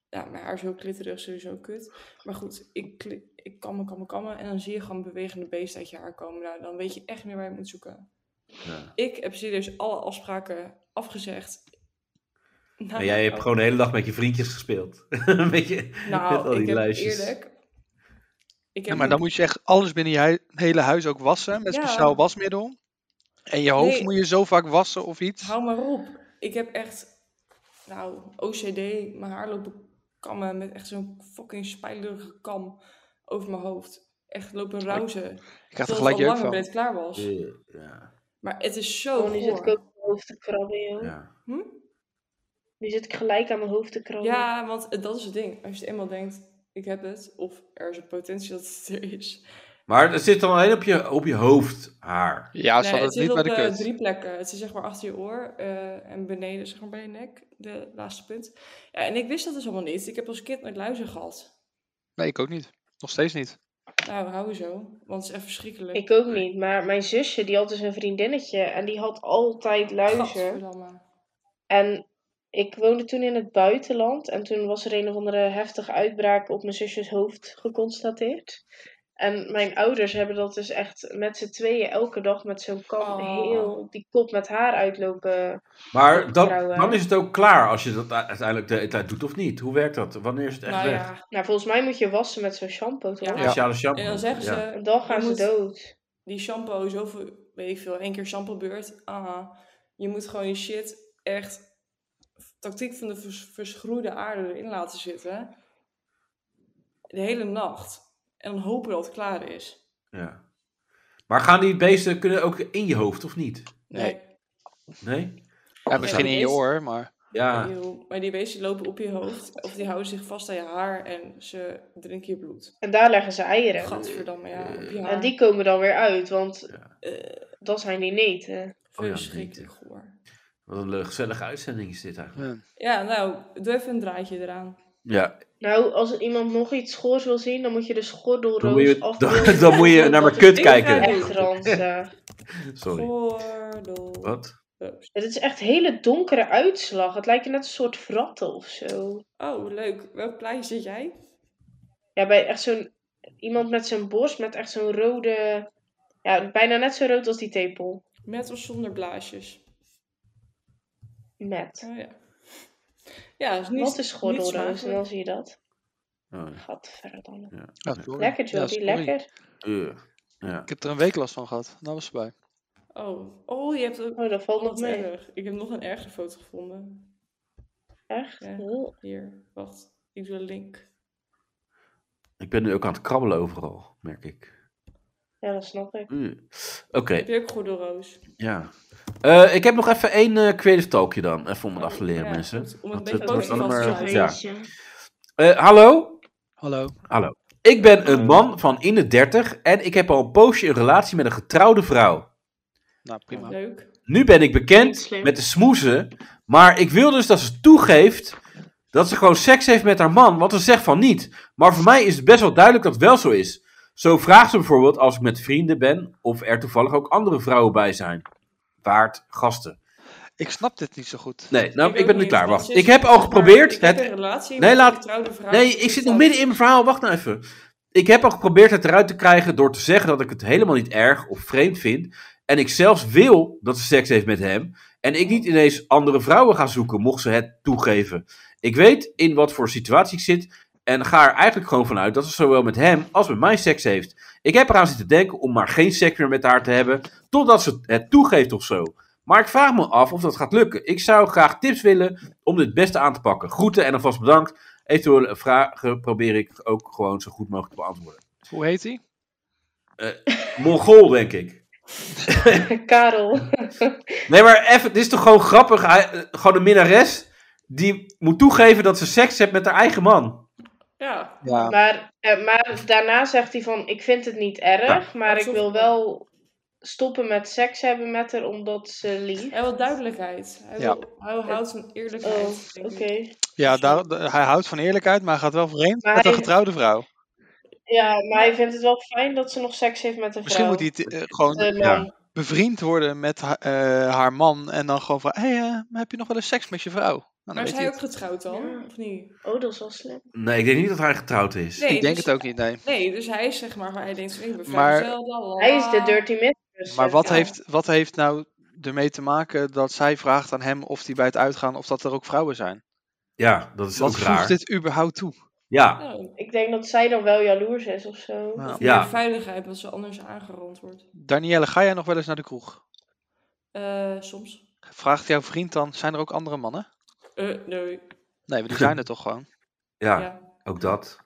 [SPEAKER 3] Ja, mijn haar is heel glitterig, sowieso kut. Maar goed, ik, kli- ik kammen, kammen, kammen. En dan zie je gewoon bewegende beesten uit je haar komen. Nou, dan weet je echt niet meer waar je moet zoeken.
[SPEAKER 2] Ja.
[SPEAKER 3] Ik heb serieus alle afspraken afgezegd. Nou,
[SPEAKER 2] En jij hebt gewoon de hele dag met je vriendjes gespeeld. Een beetje met al
[SPEAKER 3] Nou,
[SPEAKER 2] die
[SPEAKER 3] ik heb
[SPEAKER 2] lijstjes.
[SPEAKER 3] eerlijk... Ik
[SPEAKER 4] Ja,
[SPEAKER 3] heb
[SPEAKER 4] maar dan moet je echt alles binnen je hui- hele huis ook wassen met
[SPEAKER 3] Ja.
[SPEAKER 4] speciaal wasmiddel. En je hoofd
[SPEAKER 3] Nee.
[SPEAKER 4] moet je zo vaak wassen of iets.
[SPEAKER 3] Hou maar op. Ik heb echt, nou, OCD, mijn haar lopen kammen met echt zo'n fucking spijlerige kam over mijn hoofd. Echt lopen rauzen.
[SPEAKER 4] Ik krijg er
[SPEAKER 3] Terwijl
[SPEAKER 4] gelijk
[SPEAKER 3] het al
[SPEAKER 4] jeuk
[SPEAKER 3] lang
[SPEAKER 4] van.
[SPEAKER 3] breed klaar was.
[SPEAKER 2] Eh, Ja,
[SPEAKER 3] Maar het is zo
[SPEAKER 5] Oh, nu zit ik
[SPEAKER 3] goor.
[SPEAKER 5] ook aan mijn hoofd te krabben, joh.
[SPEAKER 2] ja.
[SPEAKER 3] Hm?
[SPEAKER 5] Nu zit ik gelijk aan mijn hoofd te krabben.
[SPEAKER 3] Ja, want het- dat is het ding. Als je het eenmaal denkt, ik heb het, of er is een potentie dat het er is.
[SPEAKER 2] Maar het zit dan alleen op je, op je hoofdhaar.
[SPEAKER 4] Ja, Ah, ze
[SPEAKER 3] Nee, het
[SPEAKER 4] hadden het niet
[SPEAKER 3] zit
[SPEAKER 4] bij
[SPEAKER 3] op
[SPEAKER 4] de
[SPEAKER 3] eh,
[SPEAKER 4] kut.
[SPEAKER 3] drie plekken. Het is zeg maar achter je oor eh, en beneden, zeg maar bij je nek, de laatste punt. Ja, en ik wist dat dus allemaal niet. Ik heb als kind nooit luizen gehad.
[SPEAKER 4] Nee, ik ook niet. Nog steeds niet.
[SPEAKER 3] Nou, hou zo, want het is echt verschrikkelijk.
[SPEAKER 5] Ik ook niet, maar mijn zusje die had dus een vriendinnetje en die had altijd luizen.
[SPEAKER 3] Gadverdamme.
[SPEAKER 5] En ik woonde toen in het buitenland en toen was er een of andere heftige uitbraak op mijn zusjes hoofd geconstateerd. En mijn ouders hebben dat dus echt met z'n tweeën elke dag met zo'n kam
[SPEAKER 3] Oh.
[SPEAKER 5] heel die kop met haar uitlopen.
[SPEAKER 2] Maar dan,
[SPEAKER 5] Vrouwen.
[SPEAKER 2] dan is het ook klaar als je dat u- uiteindelijk de hele tijd doet of niet. Hoe werkt dat? Wanneer is het echt
[SPEAKER 3] Nou
[SPEAKER 2] weg?
[SPEAKER 3] ja.
[SPEAKER 5] Nou, volgens mij moet je wassen met zo'n shampoo toch?
[SPEAKER 3] Ja.
[SPEAKER 2] Speciale shampoo.
[SPEAKER 3] En dan zeggen ze,
[SPEAKER 2] Ja.
[SPEAKER 5] En dan gaan
[SPEAKER 3] Je
[SPEAKER 5] ze
[SPEAKER 3] moet-
[SPEAKER 5] dood.
[SPEAKER 3] die shampoo zoveel, weet ik veel, één keer shampoobeurt. Aha. Je moet gewoon je shit echt tactiek van de vers, verschroeide aarde erin laten zitten. De hele nacht. En dan hopen dat het klaar is.
[SPEAKER 2] Ja. Maar gaan die beesten kunnen ook in je hoofd of niet?
[SPEAKER 4] Nee.
[SPEAKER 2] Nee?
[SPEAKER 4] Ja, misschien in je
[SPEAKER 3] deze-
[SPEAKER 4] oor, maar
[SPEAKER 2] Ja.
[SPEAKER 3] Eeuw. Maar die beesten lopen op je hoofd. Of die houden zich vast aan je haar en ze drinken je bloed.
[SPEAKER 5] En daar leggen ze eieren.
[SPEAKER 3] Gadverdamme, ja. Op je
[SPEAKER 5] En
[SPEAKER 3] haar.
[SPEAKER 5] die komen dan weer uit, want
[SPEAKER 3] Eh,
[SPEAKER 5] dat zijn die neten.
[SPEAKER 2] Oh ja,
[SPEAKER 3] verschrikkelijk hoor.
[SPEAKER 2] Wat een gezellige uitzending is dit eigenlijk.
[SPEAKER 4] ja.
[SPEAKER 3] Ja, nou, doe even een draadje eraan.
[SPEAKER 2] Ja.
[SPEAKER 5] Nou, als iemand nog iets schoors wil zien, dan moet je de
[SPEAKER 2] Dan moet
[SPEAKER 5] schordelroos
[SPEAKER 2] je,
[SPEAKER 5] afbeelden.
[SPEAKER 2] dan, dan moet je naar mijn kut
[SPEAKER 3] Ik
[SPEAKER 2] kijken.
[SPEAKER 3] ga-
[SPEAKER 5] Echt ranzig.
[SPEAKER 2] Sorry.
[SPEAKER 3] Gordel.
[SPEAKER 2] Wat?
[SPEAKER 5] Het is echt hele donkere uitslag. Het lijkt net een soort fratten of zo.
[SPEAKER 3] Oh, leuk. Welk plaatje zit jij?
[SPEAKER 5] Ja, bij echt zo'n... Iemand met zijn borst met echt zo'n rode... Ja, bijna net zo rood als die tepel.
[SPEAKER 3] Met of zonder blaasjes?
[SPEAKER 5] Met.
[SPEAKER 3] Oh ja. Ja, dus is niet,
[SPEAKER 5] Wat is schordelroos? En
[SPEAKER 3] smakelijk.
[SPEAKER 5] dan zie je dat.
[SPEAKER 2] Oh,
[SPEAKER 5] Gadverdamme.
[SPEAKER 4] Ja, sorry.
[SPEAKER 5] Lekker,
[SPEAKER 4] Ja,
[SPEAKER 5] Jody.
[SPEAKER 4] sorry.
[SPEAKER 5] lekker.
[SPEAKER 2] ja. ja.
[SPEAKER 4] Ik heb er een week last van gehad. Dat was erbij.
[SPEAKER 3] Oh. oh, je hebt ook
[SPEAKER 5] Oh, dat valt nog
[SPEAKER 3] wat
[SPEAKER 5] mee.
[SPEAKER 3] erg. Ik heb nog een ergere foto gevonden.
[SPEAKER 5] Echt?
[SPEAKER 3] Ja.
[SPEAKER 5] Heel.
[SPEAKER 3] Hier, wacht. Ik doe een link.
[SPEAKER 2] Ik ben nu ook aan het krabbelen overal, merk ik.
[SPEAKER 5] Ja, dat snap ik.
[SPEAKER 2] Eh. Oké,
[SPEAKER 3] Heb je ook gordelroos?
[SPEAKER 2] ja. Eh, ik heb nog even één eh, creative talkje dan, even om het af te leren,
[SPEAKER 3] Ja,
[SPEAKER 2] mensen.
[SPEAKER 3] goed. Om het een
[SPEAKER 2] Want
[SPEAKER 3] beetje
[SPEAKER 2] het wordt
[SPEAKER 3] positief
[SPEAKER 2] allemaal-
[SPEAKER 3] af te
[SPEAKER 2] goed,
[SPEAKER 3] sluiten.
[SPEAKER 2] ja. Eh, hallo,
[SPEAKER 4] Hallo.
[SPEAKER 2] Hallo. Ik ben een man van in de 30 en ik heb al een poosje een relatie met een getrouwde vrouw.
[SPEAKER 4] Nou, prima.
[SPEAKER 3] Leuk.
[SPEAKER 2] Nu ben ik
[SPEAKER 5] Niet
[SPEAKER 2] bekend
[SPEAKER 5] slim.
[SPEAKER 2] met de smoezen, maar ik wil dus dat ze toegeeft dat ze gewoon seks heeft met haar man, want ze zegt van niet. Maar voor mij is het best wel duidelijk dat het wel zo is. Zo vraagt ze bijvoorbeeld als ik met vrienden ben of er toevallig ook andere vrouwen bij zijn. Waard gasten.
[SPEAKER 4] Ik snap dit niet zo goed.
[SPEAKER 2] Nee, nou, ik,
[SPEAKER 3] ook
[SPEAKER 2] ben nu
[SPEAKER 3] niet.
[SPEAKER 2] klaar.
[SPEAKER 3] Dat
[SPEAKER 2] Wacht.
[SPEAKER 3] is-
[SPEAKER 2] Ik heb al
[SPEAKER 3] maar
[SPEAKER 2] geprobeerd
[SPEAKER 3] ik heb
[SPEAKER 2] het
[SPEAKER 3] een relatie
[SPEAKER 2] Nee,
[SPEAKER 3] met
[SPEAKER 2] laat-
[SPEAKER 3] een getrouwde vrouw.
[SPEAKER 2] Nee, ik zit nog midden in mijn verhaal. Wacht nou even. Ik heb al geprobeerd het eruit te krijgen door te zeggen dat ik het helemaal niet erg of vreemd vind. En ik zelfs wil dat ze seks heeft met hem. En ik niet ineens andere vrouwen ga zoeken, mocht ze het toegeven. Ik weet in wat voor situatie ik zit. En ga er eigenlijk gewoon vanuit dat ze zowel met hem als met mij seks heeft. Ik heb eraan zitten denken om maar geen seks meer met haar te hebben. Totdat ze het toegeeft of zo. Maar ik vraag me af of dat gaat lukken. Ik zou graag tips willen om dit het beste aan te pakken. Groeten en alvast bedankt. Eventuele vragen probeer ik ook gewoon zo goed mogelijk te beantwoorden.
[SPEAKER 4] Hoe heet hij?
[SPEAKER 2] Mongool, denk ik.
[SPEAKER 5] Karel.
[SPEAKER 2] Nee, maar even, dit is toch gewoon grappig. Hij- eh, Gewoon een minnares die moet toegeven dat ze seks heeft met haar eigen man.
[SPEAKER 3] Ja,
[SPEAKER 4] Ja.
[SPEAKER 5] Maar, eh, maar daarna zegt hij van, ik vind het niet erg, maar ik
[SPEAKER 3] alsof-
[SPEAKER 5] wil wel stoppen met seks hebben met haar omdat ze lief.
[SPEAKER 3] hij wil duidelijkheid. Hij,
[SPEAKER 4] Ja.
[SPEAKER 3] wil, hij houdt van
[SPEAKER 5] Oh,
[SPEAKER 3] eerlijkheid. denk
[SPEAKER 5] oké.
[SPEAKER 3] ik.
[SPEAKER 4] Ja, daar, d- hij houdt van eerlijkheid, maar gaat wel vreemd
[SPEAKER 5] Maar
[SPEAKER 4] met een
[SPEAKER 5] hij-
[SPEAKER 4] getrouwde vrouw.
[SPEAKER 5] Ja, maar hij vindt het wel fijn dat ze nog seks heeft met een
[SPEAKER 4] Misschien
[SPEAKER 5] vrouw.
[SPEAKER 4] moet hij t- eh, gewoon
[SPEAKER 5] De man.
[SPEAKER 4] bevriend worden met ha- eh, haar man en dan gewoon van, hé, hey, eh, heb je nog wel eens seks met je vrouw? Nou, dan
[SPEAKER 3] Maar is
[SPEAKER 4] weet
[SPEAKER 3] hij
[SPEAKER 4] hij
[SPEAKER 3] ook
[SPEAKER 4] het.
[SPEAKER 3] getrouwd dan?
[SPEAKER 5] Ja.
[SPEAKER 3] Of niet?
[SPEAKER 5] Oh, dat is wel slim.
[SPEAKER 2] Nee, ik denk niet dat hij getrouwd is.
[SPEAKER 3] Nee,
[SPEAKER 4] Ik denk
[SPEAKER 3] dus,
[SPEAKER 4] het ook niet, nee.
[SPEAKER 3] Nee, dus hij is zeg maar, maar hij denkt, ik ben
[SPEAKER 4] Maar-
[SPEAKER 3] vrijgezel, la, la, la.
[SPEAKER 5] Hij is de dirty mistress.
[SPEAKER 4] Maar
[SPEAKER 5] zeg
[SPEAKER 4] wat
[SPEAKER 5] maar.
[SPEAKER 4] heeft, wat heeft nou ermee te maken dat zij vraagt aan hem of hij bij het uitgaan of dat er ook vrouwen zijn?
[SPEAKER 2] Ja, dat is
[SPEAKER 4] Wat
[SPEAKER 2] ook
[SPEAKER 4] voegt
[SPEAKER 2] raar.
[SPEAKER 4] dit überhaupt toe?
[SPEAKER 2] Ja,
[SPEAKER 3] Nou,
[SPEAKER 5] Ik denk dat zij dan wel jaloers is of zo.
[SPEAKER 4] Ja.
[SPEAKER 3] of
[SPEAKER 2] Ja.
[SPEAKER 3] meer veiligheid, want ze anders aangerand wordt.
[SPEAKER 4] Danielle, ga jij nog wel eens naar de kroeg?
[SPEAKER 3] Eh, soms.
[SPEAKER 4] Vraagt jouw vriend dan, zijn er ook andere mannen?
[SPEAKER 3] Eh, nee.
[SPEAKER 4] Nee, maar die zijn er toch gewoon.
[SPEAKER 2] ja,
[SPEAKER 3] Ja.
[SPEAKER 2] ook dat.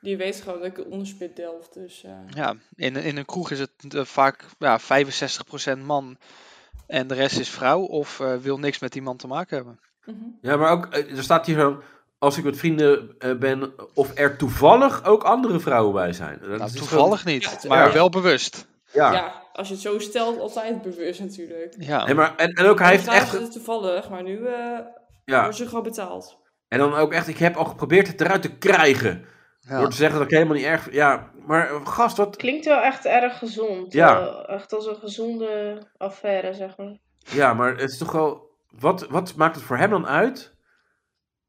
[SPEAKER 3] Die weet gewoon dat ik een onderspit delf, dus... eh,
[SPEAKER 4] Ja, in, in een kroeg is het eh, vaak ja, 65% man en de rest is vrouw of eh, wil niks met die man te maken hebben.
[SPEAKER 3] mhm.
[SPEAKER 2] Ja, maar ook, eh, er staat hier zo, als ik met vrienden eh, ben, of er toevallig ook andere vrouwen bij zijn. Dat
[SPEAKER 4] Nou,
[SPEAKER 2] is
[SPEAKER 4] toevallig
[SPEAKER 3] Ja,
[SPEAKER 4] niet,
[SPEAKER 3] het-
[SPEAKER 4] maar
[SPEAKER 2] ja.
[SPEAKER 4] wel bewust.
[SPEAKER 2] gewoon- ja.
[SPEAKER 3] Ja, als je het zo stelt, altijd bewust natuurlijk.
[SPEAKER 4] Ja,
[SPEAKER 2] Nee, maar, en, en ook, hij heeft echt,
[SPEAKER 3] Het toevallig, maar nu eh
[SPEAKER 2] ja,
[SPEAKER 3] wordt ze gewoon betaald.
[SPEAKER 2] en dan ook echt, ik heb al geprobeerd het eruit te krijgen.
[SPEAKER 4] ja.
[SPEAKER 2] Door te zeggen dat ik helemaal niet erg, ja, maar eh, gast, wat,
[SPEAKER 5] Klinkt wel echt erg gezond.
[SPEAKER 2] Ja.
[SPEAKER 5] Wel echt als een gezonde affaire, zeg maar.
[SPEAKER 2] ja, maar het is toch wel, wat, wat maakt het voor hem dan uit?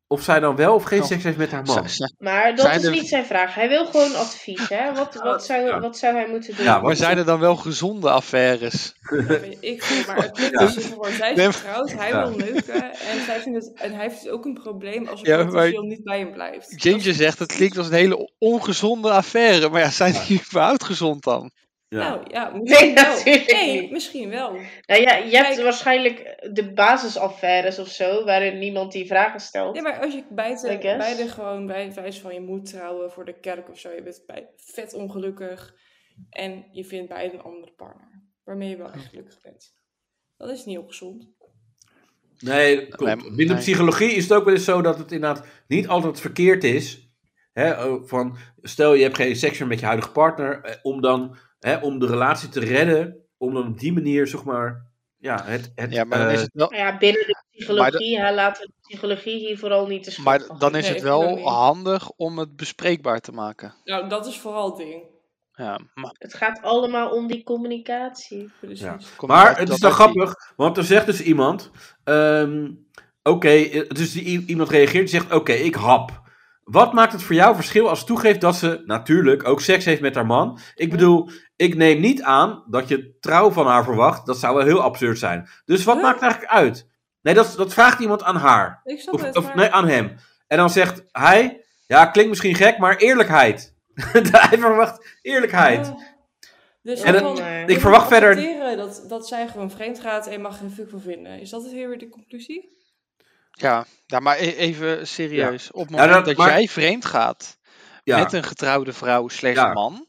[SPEAKER 2] Of zij dan wel of geen
[SPEAKER 4] Oh.
[SPEAKER 2] seks heeft met haar
[SPEAKER 4] Zij-
[SPEAKER 2] man?
[SPEAKER 4] zij-
[SPEAKER 5] Maar dat
[SPEAKER 4] Zijn
[SPEAKER 5] is
[SPEAKER 4] er-
[SPEAKER 5] niet zijn vraag. Hij wil gewoon advies, hè? Wat, wat, zou,
[SPEAKER 2] Ja.
[SPEAKER 5] wat zou hij moeten doen?
[SPEAKER 2] Ja, wat-
[SPEAKER 4] maar zijn er dan wel gezonde affaires?
[SPEAKER 3] Dat weet ik veel, maar het punt
[SPEAKER 2] Ja.
[SPEAKER 3] is gewoon, zij is
[SPEAKER 4] Nee,
[SPEAKER 3] getrouwd, hij
[SPEAKER 2] Ja.
[SPEAKER 3] wil neuken en, zij vindt het, en hij heeft dus ook een probleem als er
[SPEAKER 4] Ja,
[SPEAKER 3] gewoon te
[SPEAKER 4] maar-
[SPEAKER 3] veel niet bij hem blijft.
[SPEAKER 4] Ginger zegt, het klinkt als een hele ongezonde affaire. Maar ja, zijn die überhaupt gezond dan?
[SPEAKER 2] Ja.
[SPEAKER 3] Nou ja,
[SPEAKER 5] Nee,
[SPEAKER 3] misschien wel.
[SPEAKER 5] natuurlijk
[SPEAKER 3] Nee,
[SPEAKER 5] niet.
[SPEAKER 3] misschien wel.
[SPEAKER 5] Nou ja, je hebt
[SPEAKER 3] Kijk.
[SPEAKER 5] waarschijnlijk de basisaffaires of zo, waarin niemand die vragen stelt.
[SPEAKER 3] Nee, maar als je beide,
[SPEAKER 5] I guess.
[SPEAKER 3] beide gewoon bij wijze van je moet trouwen voor de kerk of zo, je bent bij, vet ongelukkig en je vindt beide een andere partner waarmee je wel echt gelukkig bent. Dat is niet ongezond.
[SPEAKER 2] Nee, dat klopt.
[SPEAKER 4] Nee,
[SPEAKER 2] Binnen de
[SPEAKER 4] nee.
[SPEAKER 2] psychologie is het ook wel eens zo dat het inderdaad niet altijd verkeerd is. Hè, eh, van, stel, je hebt geen seks meer met je huidige partner. eh, Om dan hè, om de relatie te redden. Om dan op die manier, zeg maar. Ja, het, het,
[SPEAKER 4] Ja, maar dan is
[SPEAKER 2] eh,
[SPEAKER 4] het wel,
[SPEAKER 5] Maar Nou ja, binnen de
[SPEAKER 4] Maar de-
[SPEAKER 5] psychologie, hè, laten we de psychologie hier vooral niet te schuld
[SPEAKER 4] maar
[SPEAKER 5] van
[SPEAKER 4] dan
[SPEAKER 5] geven.
[SPEAKER 4] is
[SPEAKER 3] Nee,
[SPEAKER 4] het
[SPEAKER 3] ik vind
[SPEAKER 4] wel
[SPEAKER 3] dat niet.
[SPEAKER 4] handig om het bespreekbaar te maken.
[SPEAKER 3] Nou, dat is vooral het ding.
[SPEAKER 4] Ja, maar,
[SPEAKER 5] Het gaat allemaal om die communicatie.
[SPEAKER 3] Precies.
[SPEAKER 2] Ja.
[SPEAKER 4] kom
[SPEAKER 2] maar
[SPEAKER 4] uit
[SPEAKER 2] het
[SPEAKER 4] dat
[SPEAKER 2] is dan
[SPEAKER 4] uit die-
[SPEAKER 2] grappig, want er zegt dus iemand. ehm, oké, eh, dus die, i- iemand reageert die zegt: Oké, ik hap. Wat maakt het voor jou verschil als ze toegeeft dat ze natuurlijk ook seks heeft met haar man? Ik bedoel, ik neem niet aan dat je trouw van haar verwacht. Dat zou wel heel absurd zijn. Dus wat
[SPEAKER 3] Huh?
[SPEAKER 2] maakt het eigenlijk uit? Nee, dat, dat vraagt iemand aan haar.
[SPEAKER 3] Ik snap
[SPEAKER 2] Of,
[SPEAKER 3] het,
[SPEAKER 2] of
[SPEAKER 3] maar...
[SPEAKER 2] nee, aan hem. En dan zegt hij: Ja, klinkt misschien gek, maar eerlijkheid. hij verwacht eerlijkheid.
[SPEAKER 3] Ja. eh, Dus
[SPEAKER 2] En
[SPEAKER 3] dan
[SPEAKER 5] het-
[SPEAKER 3] van,
[SPEAKER 5] ik
[SPEAKER 3] je moet
[SPEAKER 2] verwacht verder-
[SPEAKER 3] accepteren Dat, dat zij gewoon vreemd gaat en je mag er geen fuck van vinden. Is dat het weer de conclusie?
[SPEAKER 4] Ja, ja, maar e- even serieus. Op het
[SPEAKER 2] Ja,
[SPEAKER 4] moment
[SPEAKER 2] dat-
[SPEAKER 4] dat,
[SPEAKER 2] maar-
[SPEAKER 4] jij vreemd gaat
[SPEAKER 2] ja,
[SPEAKER 4] met een getrouwde vrouw slash
[SPEAKER 2] Ja.
[SPEAKER 4] man.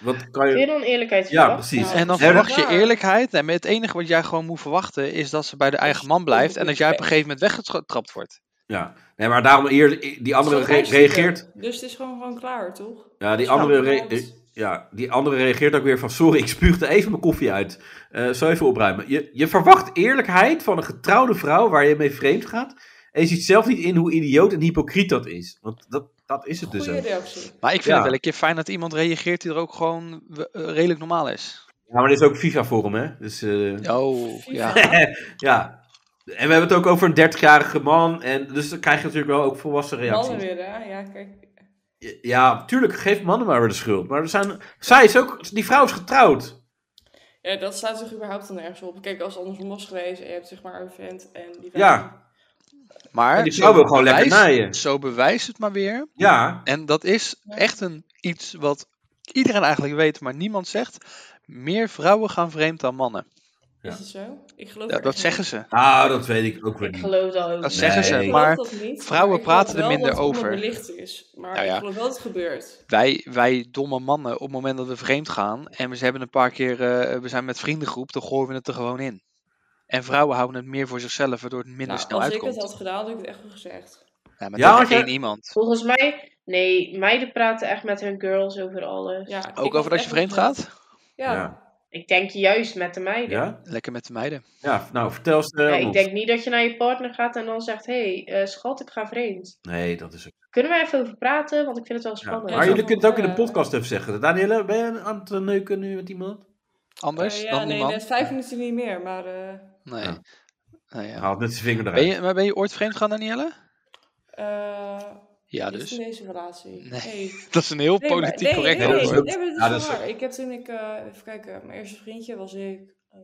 [SPEAKER 2] wat kan
[SPEAKER 5] Kun je
[SPEAKER 2] je.
[SPEAKER 5] dan eerlijkheid
[SPEAKER 2] Ja,
[SPEAKER 5] verwachten?
[SPEAKER 2] precies.
[SPEAKER 4] En dan
[SPEAKER 2] Ja, dat-
[SPEAKER 4] verwacht je eerlijkheid. En het enige wat jij gewoon moet verwachten is dat ze bij de eigen man blijft. En dat jij op een gegeven moment weggetrapt wordt.
[SPEAKER 2] Ja, nee, maar daarom hier, die andere
[SPEAKER 3] Zo'n
[SPEAKER 2] re-
[SPEAKER 3] meisje
[SPEAKER 2] reageert.
[SPEAKER 3] er. Dus het is gewoon, gewoon klaar, toch?
[SPEAKER 2] Ja die,
[SPEAKER 3] Snap
[SPEAKER 2] andere
[SPEAKER 3] ik,
[SPEAKER 2] re-
[SPEAKER 3] want-
[SPEAKER 2] ja, die andere reageert ook weer van: Sorry, ik spuugde even mijn koffie uit. Eh zo even opruimen. Je, je verwacht eerlijkheid van een getrouwde vrouw waar je mee vreemd gaat. En je ziet zelf niet in hoe idioot en hypocriet dat is. Want dat, dat is het dus
[SPEAKER 3] Goeie
[SPEAKER 2] ook.
[SPEAKER 3] reactie.
[SPEAKER 4] Maar ik vind
[SPEAKER 2] Ja.
[SPEAKER 4] het wel een keer fijn dat iemand reageert die er ook gewoon w- eh, redelijk normaal is.
[SPEAKER 2] Ja, maar dit is ook FIFA-forum, hè? Dus, eh, ja.
[SPEAKER 4] Oh, ja.
[SPEAKER 3] FIFA.
[SPEAKER 2] En we hebben het ook over een 30-jarige man. En, dus dan krijg je natuurlijk wel ook volwassen
[SPEAKER 3] Mannen
[SPEAKER 2] reacties.
[SPEAKER 3] weer, hè? Ja, kijk.
[SPEAKER 2] Ja, tuurlijk, geef mannen maar weer de schuld. Maar er zijn, zij is ook, die vrouw is getrouwd.
[SPEAKER 3] Ja, dat staat toch überhaupt dan ergens op. Kijk, als het andersom was geweest en je hebt zeg maar een vent en die
[SPEAKER 2] Ja.
[SPEAKER 4] Maar
[SPEAKER 2] En die vrouw wil gewoon lekker naaien.
[SPEAKER 4] Zo bewijst het maar weer.
[SPEAKER 2] Ja,
[SPEAKER 4] En dat is
[SPEAKER 3] Ja.
[SPEAKER 4] echt een, iets wat iedereen eigenlijk weet, maar niemand zegt. Meer vrouwen gaan vreemd dan mannen.
[SPEAKER 2] Ja.
[SPEAKER 3] Is het zo? Ik geloof
[SPEAKER 4] Ja,
[SPEAKER 3] er
[SPEAKER 4] dat
[SPEAKER 3] echt
[SPEAKER 4] zeggen
[SPEAKER 3] niet.
[SPEAKER 4] ze.
[SPEAKER 2] Ah, dat weet ik ook weer
[SPEAKER 5] Ik
[SPEAKER 2] niet.
[SPEAKER 5] geloof dat ook.
[SPEAKER 4] Dat
[SPEAKER 5] niet.
[SPEAKER 4] zeggen
[SPEAKER 2] Nee.
[SPEAKER 4] ze.
[SPEAKER 3] Ik geloof
[SPEAKER 4] Maar
[SPEAKER 3] dat niet,
[SPEAKER 4] vrouwen
[SPEAKER 3] maar ik geloof
[SPEAKER 4] praten er
[SPEAKER 3] wel
[SPEAKER 4] minder
[SPEAKER 3] dat het
[SPEAKER 4] over.
[SPEAKER 3] onderbelicht is, maar
[SPEAKER 4] Nou ja.
[SPEAKER 3] ik geloof wel dat het gebeurt.
[SPEAKER 4] wij, wij domme mannen, op het moment dat we vreemd gaan en we ze hebben een paar keer, eh, we zijn met vriendengroep, dan gooien we het er gewoon in. En vrouwen houden het meer voor zichzelf, waardoor het minder
[SPEAKER 3] Nou,
[SPEAKER 4] snel
[SPEAKER 3] als ik
[SPEAKER 4] uitkomt.
[SPEAKER 3] het had gedaan, had ik het echt wel gezegd.
[SPEAKER 4] Ja, maar
[SPEAKER 2] Ja,
[SPEAKER 4] tegen
[SPEAKER 2] want je-
[SPEAKER 4] één iemand.
[SPEAKER 5] Volgens mij, nee, meiden praten echt met hun girls over alles.
[SPEAKER 3] Ja, ik
[SPEAKER 4] Ook
[SPEAKER 3] was
[SPEAKER 4] over als
[SPEAKER 3] echt
[SPEAKER 4] je vreemd
[SPEAKER 3] verbaasd.
[SPEAKER 4] gaat?
[SPEAKER 3] Ja. Eh,
[SPEAKER 2] Ja.
[SPEAKER 5] Ik denk juist met de meiden.
[SPEAKER 2] Ja?
[SPEAKER 4] Lekker met de meiden.
[SPEAKER 2] Ja, nou, vertel eens. eh,
[SPEAKER 5] Ja, ik
[SPEAKER 2] Rob.
[SPEAKER 5] denk niet dat je naar je partner gaat en dan zegt: hé, hey, eh, schat, ik ga vreemd.
[SPEAKER 2] Nee, dat is ook.
[SPEAKER 5] Kunnen we even over praten? Want ik vind het wel
[SPEAKER 2] Ja.
[SPEAKER 5] spannend.
[SPEAKER 2] Maar jullie
[SPEAKER 3] dat-
[SPEAKER 2] kunnen het ook in de
[SPEAKER 3] eh,
[SPEAKER 2] podcast even zeggen. Danielle, ben je aan het eh, neuken nu met iemand?
[SPEAKER 4] Anders
[SPEAKER 3] Eh, ja,
[SPEAKER 4] dan
[SPEAKER 3] nee,
[SPEAKER 4] iemand?
[SPEAKER 3] net vijf minuten niet meer, maar eh,
[SPEAKER 4] Nee.
[SPEAKER 2] Ja.
[SPEAKER 4] Nou ja.
[SPEAKER 2] Hij haalt net zijn vinger eruit.
[SPEAKER 4] Ben je, maar ben je ooit vreemd gaan, Danielle?
[SPEAKER 3] eh,
[SPEAKER 4] Ja,
[SPEAKER 3] niet in
[SPEAKER 4] dus.
[SPEAKER 3] deze relatie.
[SPEAKER 4] Nee.
[SPEAKER 3] nee.
[SPEAKER 4] Dat is een heel
[SPEAKER 3] Nee, maar-
[SPEAKER 4] politiek
[SPEAKER 3] nee,
[SPEAKER 4] correct
[SPEAKER 3] nee, nee,
[SPEAKER 2] antwoord.
[SPEAKER 3] nee, nee, maar dat is
[SPEAKER 2] Ja, dus-
[SPEAKER 3] wel
[SPEAKER 2] dat is-
[SPEAKER 3] waar. Ik heb toen ik, eh, even kijken, mijn eerste vriendje was ik eh,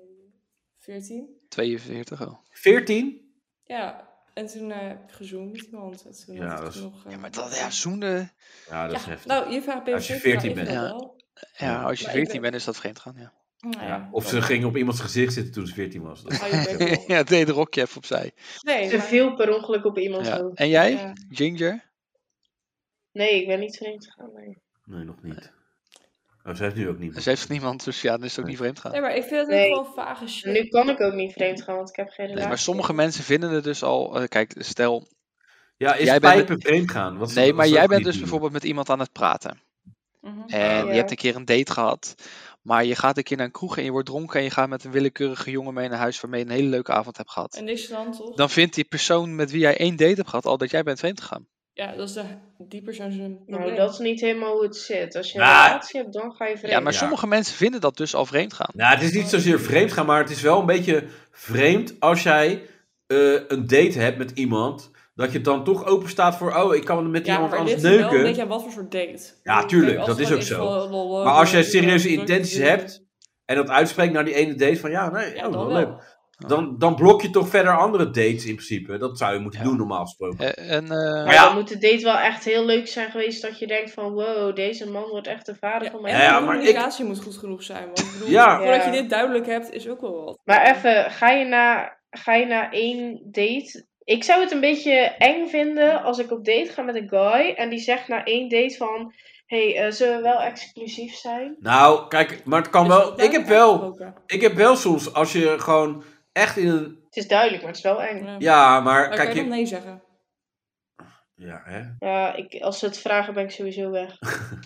[SPEAKER 3] 14.
[SPEAKER 4] 42 al.
[SPEAKER 2] 14?
[SPEAKER 3] Ja, en toen eh, heb ik gezoend met iemand. En toen
[SPEAKER 2] Ja,
[SPEAKER 3] had ik
[SPEAKER 2] dat is-
[SPEAKER 3] nog, eh,
[SPEAKER 4] Ja, maar dat, ja, zoende.
[SPEAKER 2] Ja, dat is
[SPEAKER 3] ja,
[SPEAKER 2] heftig.
[SPEAKER 3] nou, je vraagt ben
[SPEAKER 2] Als je 14
[SPEAKER 3] 14
[SPEAKER 2] bent.
[SPEAKER 4] Ja.
[SPEAKER 3] Wel.
[SPEAKER 4] Ja, als je
[SPEAKER 3] Maar ik
[SPEAKER 4] 14
[SPEAKER 3] ben-
[SPEAKER 4] bent is dat vreemd gaan, ja.
[SPEAKER 3] Nou,
[SPEAKER 2] ja.
[SPEAKER 3] ja.
[SPEAKER 2] Of ze gingen op iemands gezicht zitten toen ze 14 was. Dat-
[SPEAKER 3] Hou je bek op.
[SPEAKER 4] ja, deed een rokje even opzij.
[SPEAKER 3] Nee,
[SPEAKER 5] Te
[SPEAKER 3] maar-
[SPEAKER 5] veel per ongeluk op iemands
[SPEAKER 4] Ja.
[SPEAKER 5] hoofd.
[SPEAKER 4] En jij,
[SPEAKER 3] Ja.
[SPEAKER 4] Ginger?
[SPEAKER 5] Nee, ik ben niet vreemd gegaan. Nee.
[SPEAKER 2] Nee, nog niet. Oh, ze heeft nu ook niet. meer.
[SPEAKER 4] Ze heeft niemand, dus ja, dan is het ook niet vreemd gaan.
[SPEAKER 3] nee, maar ik vind het
[SPEAKER 5] Nee.
[SPEAKER 3] ook gewoon vage
[SPEAKER 5] En
[SPEAKER 3] shit.
[SPEAKER 5] nu kan ik ook niet vreemd gaan, want ik heb geen relatie.
[SPEAKER 4] Nee, maar sommige mensen vinden het dus al... eh, kijk, stel...
[SPEAKER 2] Ja, is
[SPEAKER 4] Jij bent-
[SPEAKER 2] pijpen vreemd gaan? Wat is-
[SPEAKER 4] Nee,
[SPEAKER 2] wat
[SPEAKER 4] maar
[SPEAKER 2] is
[SPEAKER 4] jij
[SPEAKER 2] dat
[SPEAKER 4] bent
[SPEAKER 2] niet
[SPEAKER 4] dus
[SPEAKER 2] doen?
[SPEAKER 4] bijvoorbeeld met iemand aan het praten.
[SPEAKER 3] Mhm.
[SPEAKER 4] En
[SPEAKER 5] Ja.
[SPEAKER 4] je hebt een keer een date gehad. Maar je gaat een keer naar een kroeg en je wordt dronken en je gaat met een willekeurige jongen mee naar huis waarmee je een hele leuke avond hebt gehad.
[SPEAKER 3] En niks dan toch?
[SPEAKER 4] Dan vindt die persoon met wie jij één date hebt gehad al dat jij bent vreemd gegaan.
[SPEAKER 3] Ja, dat is de, die persoon zijn
[SPEAKER 5] Nou,
[SPEAKER 3] probleem.
[SPEAKER 5] dat is niet helemaal hoe het zit. Als je een
[SPEAKER 2] Nou,
[SPEAKER 5] relatie hebt, dan ga je vreemd.
[SPEAKER 4] Ja, maar
[SPEAKER 2] Ja.
[SPEAKER 4] sommige mensen vinden dat dus al vreemd gaan.
[SPEAKER 2] Nou, het is niet zozeer vreemd gaan, maar het is wel een beetje vreemd als jij eh, een date hebt met iemand. Dat je dan toch open staat voor, oh, ik kan met
[SPEAKER 3] ja,
[SPEAKER 2] iemand
[SPEAKER 3] maar dit
[SPEAKER 2] anders
[SPEAKER 3] is wel een
[SPEAKER 2] neuken.
[SPEAKER 3] beetje aan wat voor soort date.
[SPEAKER 2] Ja,
[SPEAKER 3] Ik
[SPEAKER 2] tuurlijk,
[SPEAKER 3] denk,
[SPEAKER 2] dat
[SPEAKER 3] als het
[SPEAKER 2] is
[SPEAKER 3] gewoon
[SPEAKER 2] ook
[SPEAKER 3] echt
[SPEAKER 2] zo.
[SPEAKER 3] van, lol, lol,
[SPEAKER 2] Maar als jij
[SPEAKER 3] lol, lol,
[SPEAKER 2] serieuze
[SPEAKER 3] lol, lol,
[SPEAKER 2] intenties
[SPEAKER 3] lol,
[SPEAKER 2] hebt, En dat uitspreekt naar die ene date van, ja, nee,
[SPEAKER 3] ja,
[SPEAKER 2] oh, wel
[SPEAKER 3] dan wel.
[SPEAKER 2] leuk. Dan, dan blok je toch verder andere dates in principe. Dat zou je moeten
[SPEAKER 4] Ja.
[SPEAKER 2] doen normaal gesproken.
[SPEAKER 4] Eh, En, eh,
[SPEAKER 2] Maar
[SPEAKER 5] Maar
[SPEAKER 2] ja.
[SPEAKER 5] dan moet de date wel echt heel leuk zijn geweest dat je denkt van wow, deze man wordt echt de vader
[SPEAKER 3] Ja,
[SPEAKER 5] van
[SPEAKER 3] en
[SPEAKER 5] mijn
[SPEAKER 2] Ja, ja,
[SPEAKER 3] de
[SPEAKER 5] leven.
[SPEAKER 2] maar ik-
[SPEAKER 3] communicatie moet goed genoeg zijn. Want ik bedoel,
[SPEAKER 2] Ja.
[SPEAKER 3] voordat
[SPEAKER 5] Ja.
[SPEAKER 3] je dit duidelijk hebt, is ook wel wat.
[SPEAKER 5] Maar even, ga je, na, ga je na één date... Ik zou het een beetje eng vinden als ik op date ga met een guy en die zegt na één date van... Hé, hey, eh, zullen we wel exclusief zijn?
[SPEAKER 2] Nou, kijk, maar het kan
[SPEAKER 3] Is dat
[SPEAKER 2] wel. Ik heb wel,
[SPEAKER 3] uitgesproken?
[SPEAKER 2] ik heb wel soms, als je gewoon echt in een.
[SPEAKER 5] Het is duidelijk, maar het is wel eng.
[SPEAKER 3] Ja.
[SPEAKER 2] Ja, maar
[SPEAKER 3] Maar
[SPEAKER 2] kijk
[SPEAKER 3] kan je dan
[SPEAKER 2] je.
[SPEAKER 3] nee zeggen?
[SPEAKER 2] Ja, hè?
[SPEAKER 5] Ja, ik, als ze het vragen ben ik sowieso weg.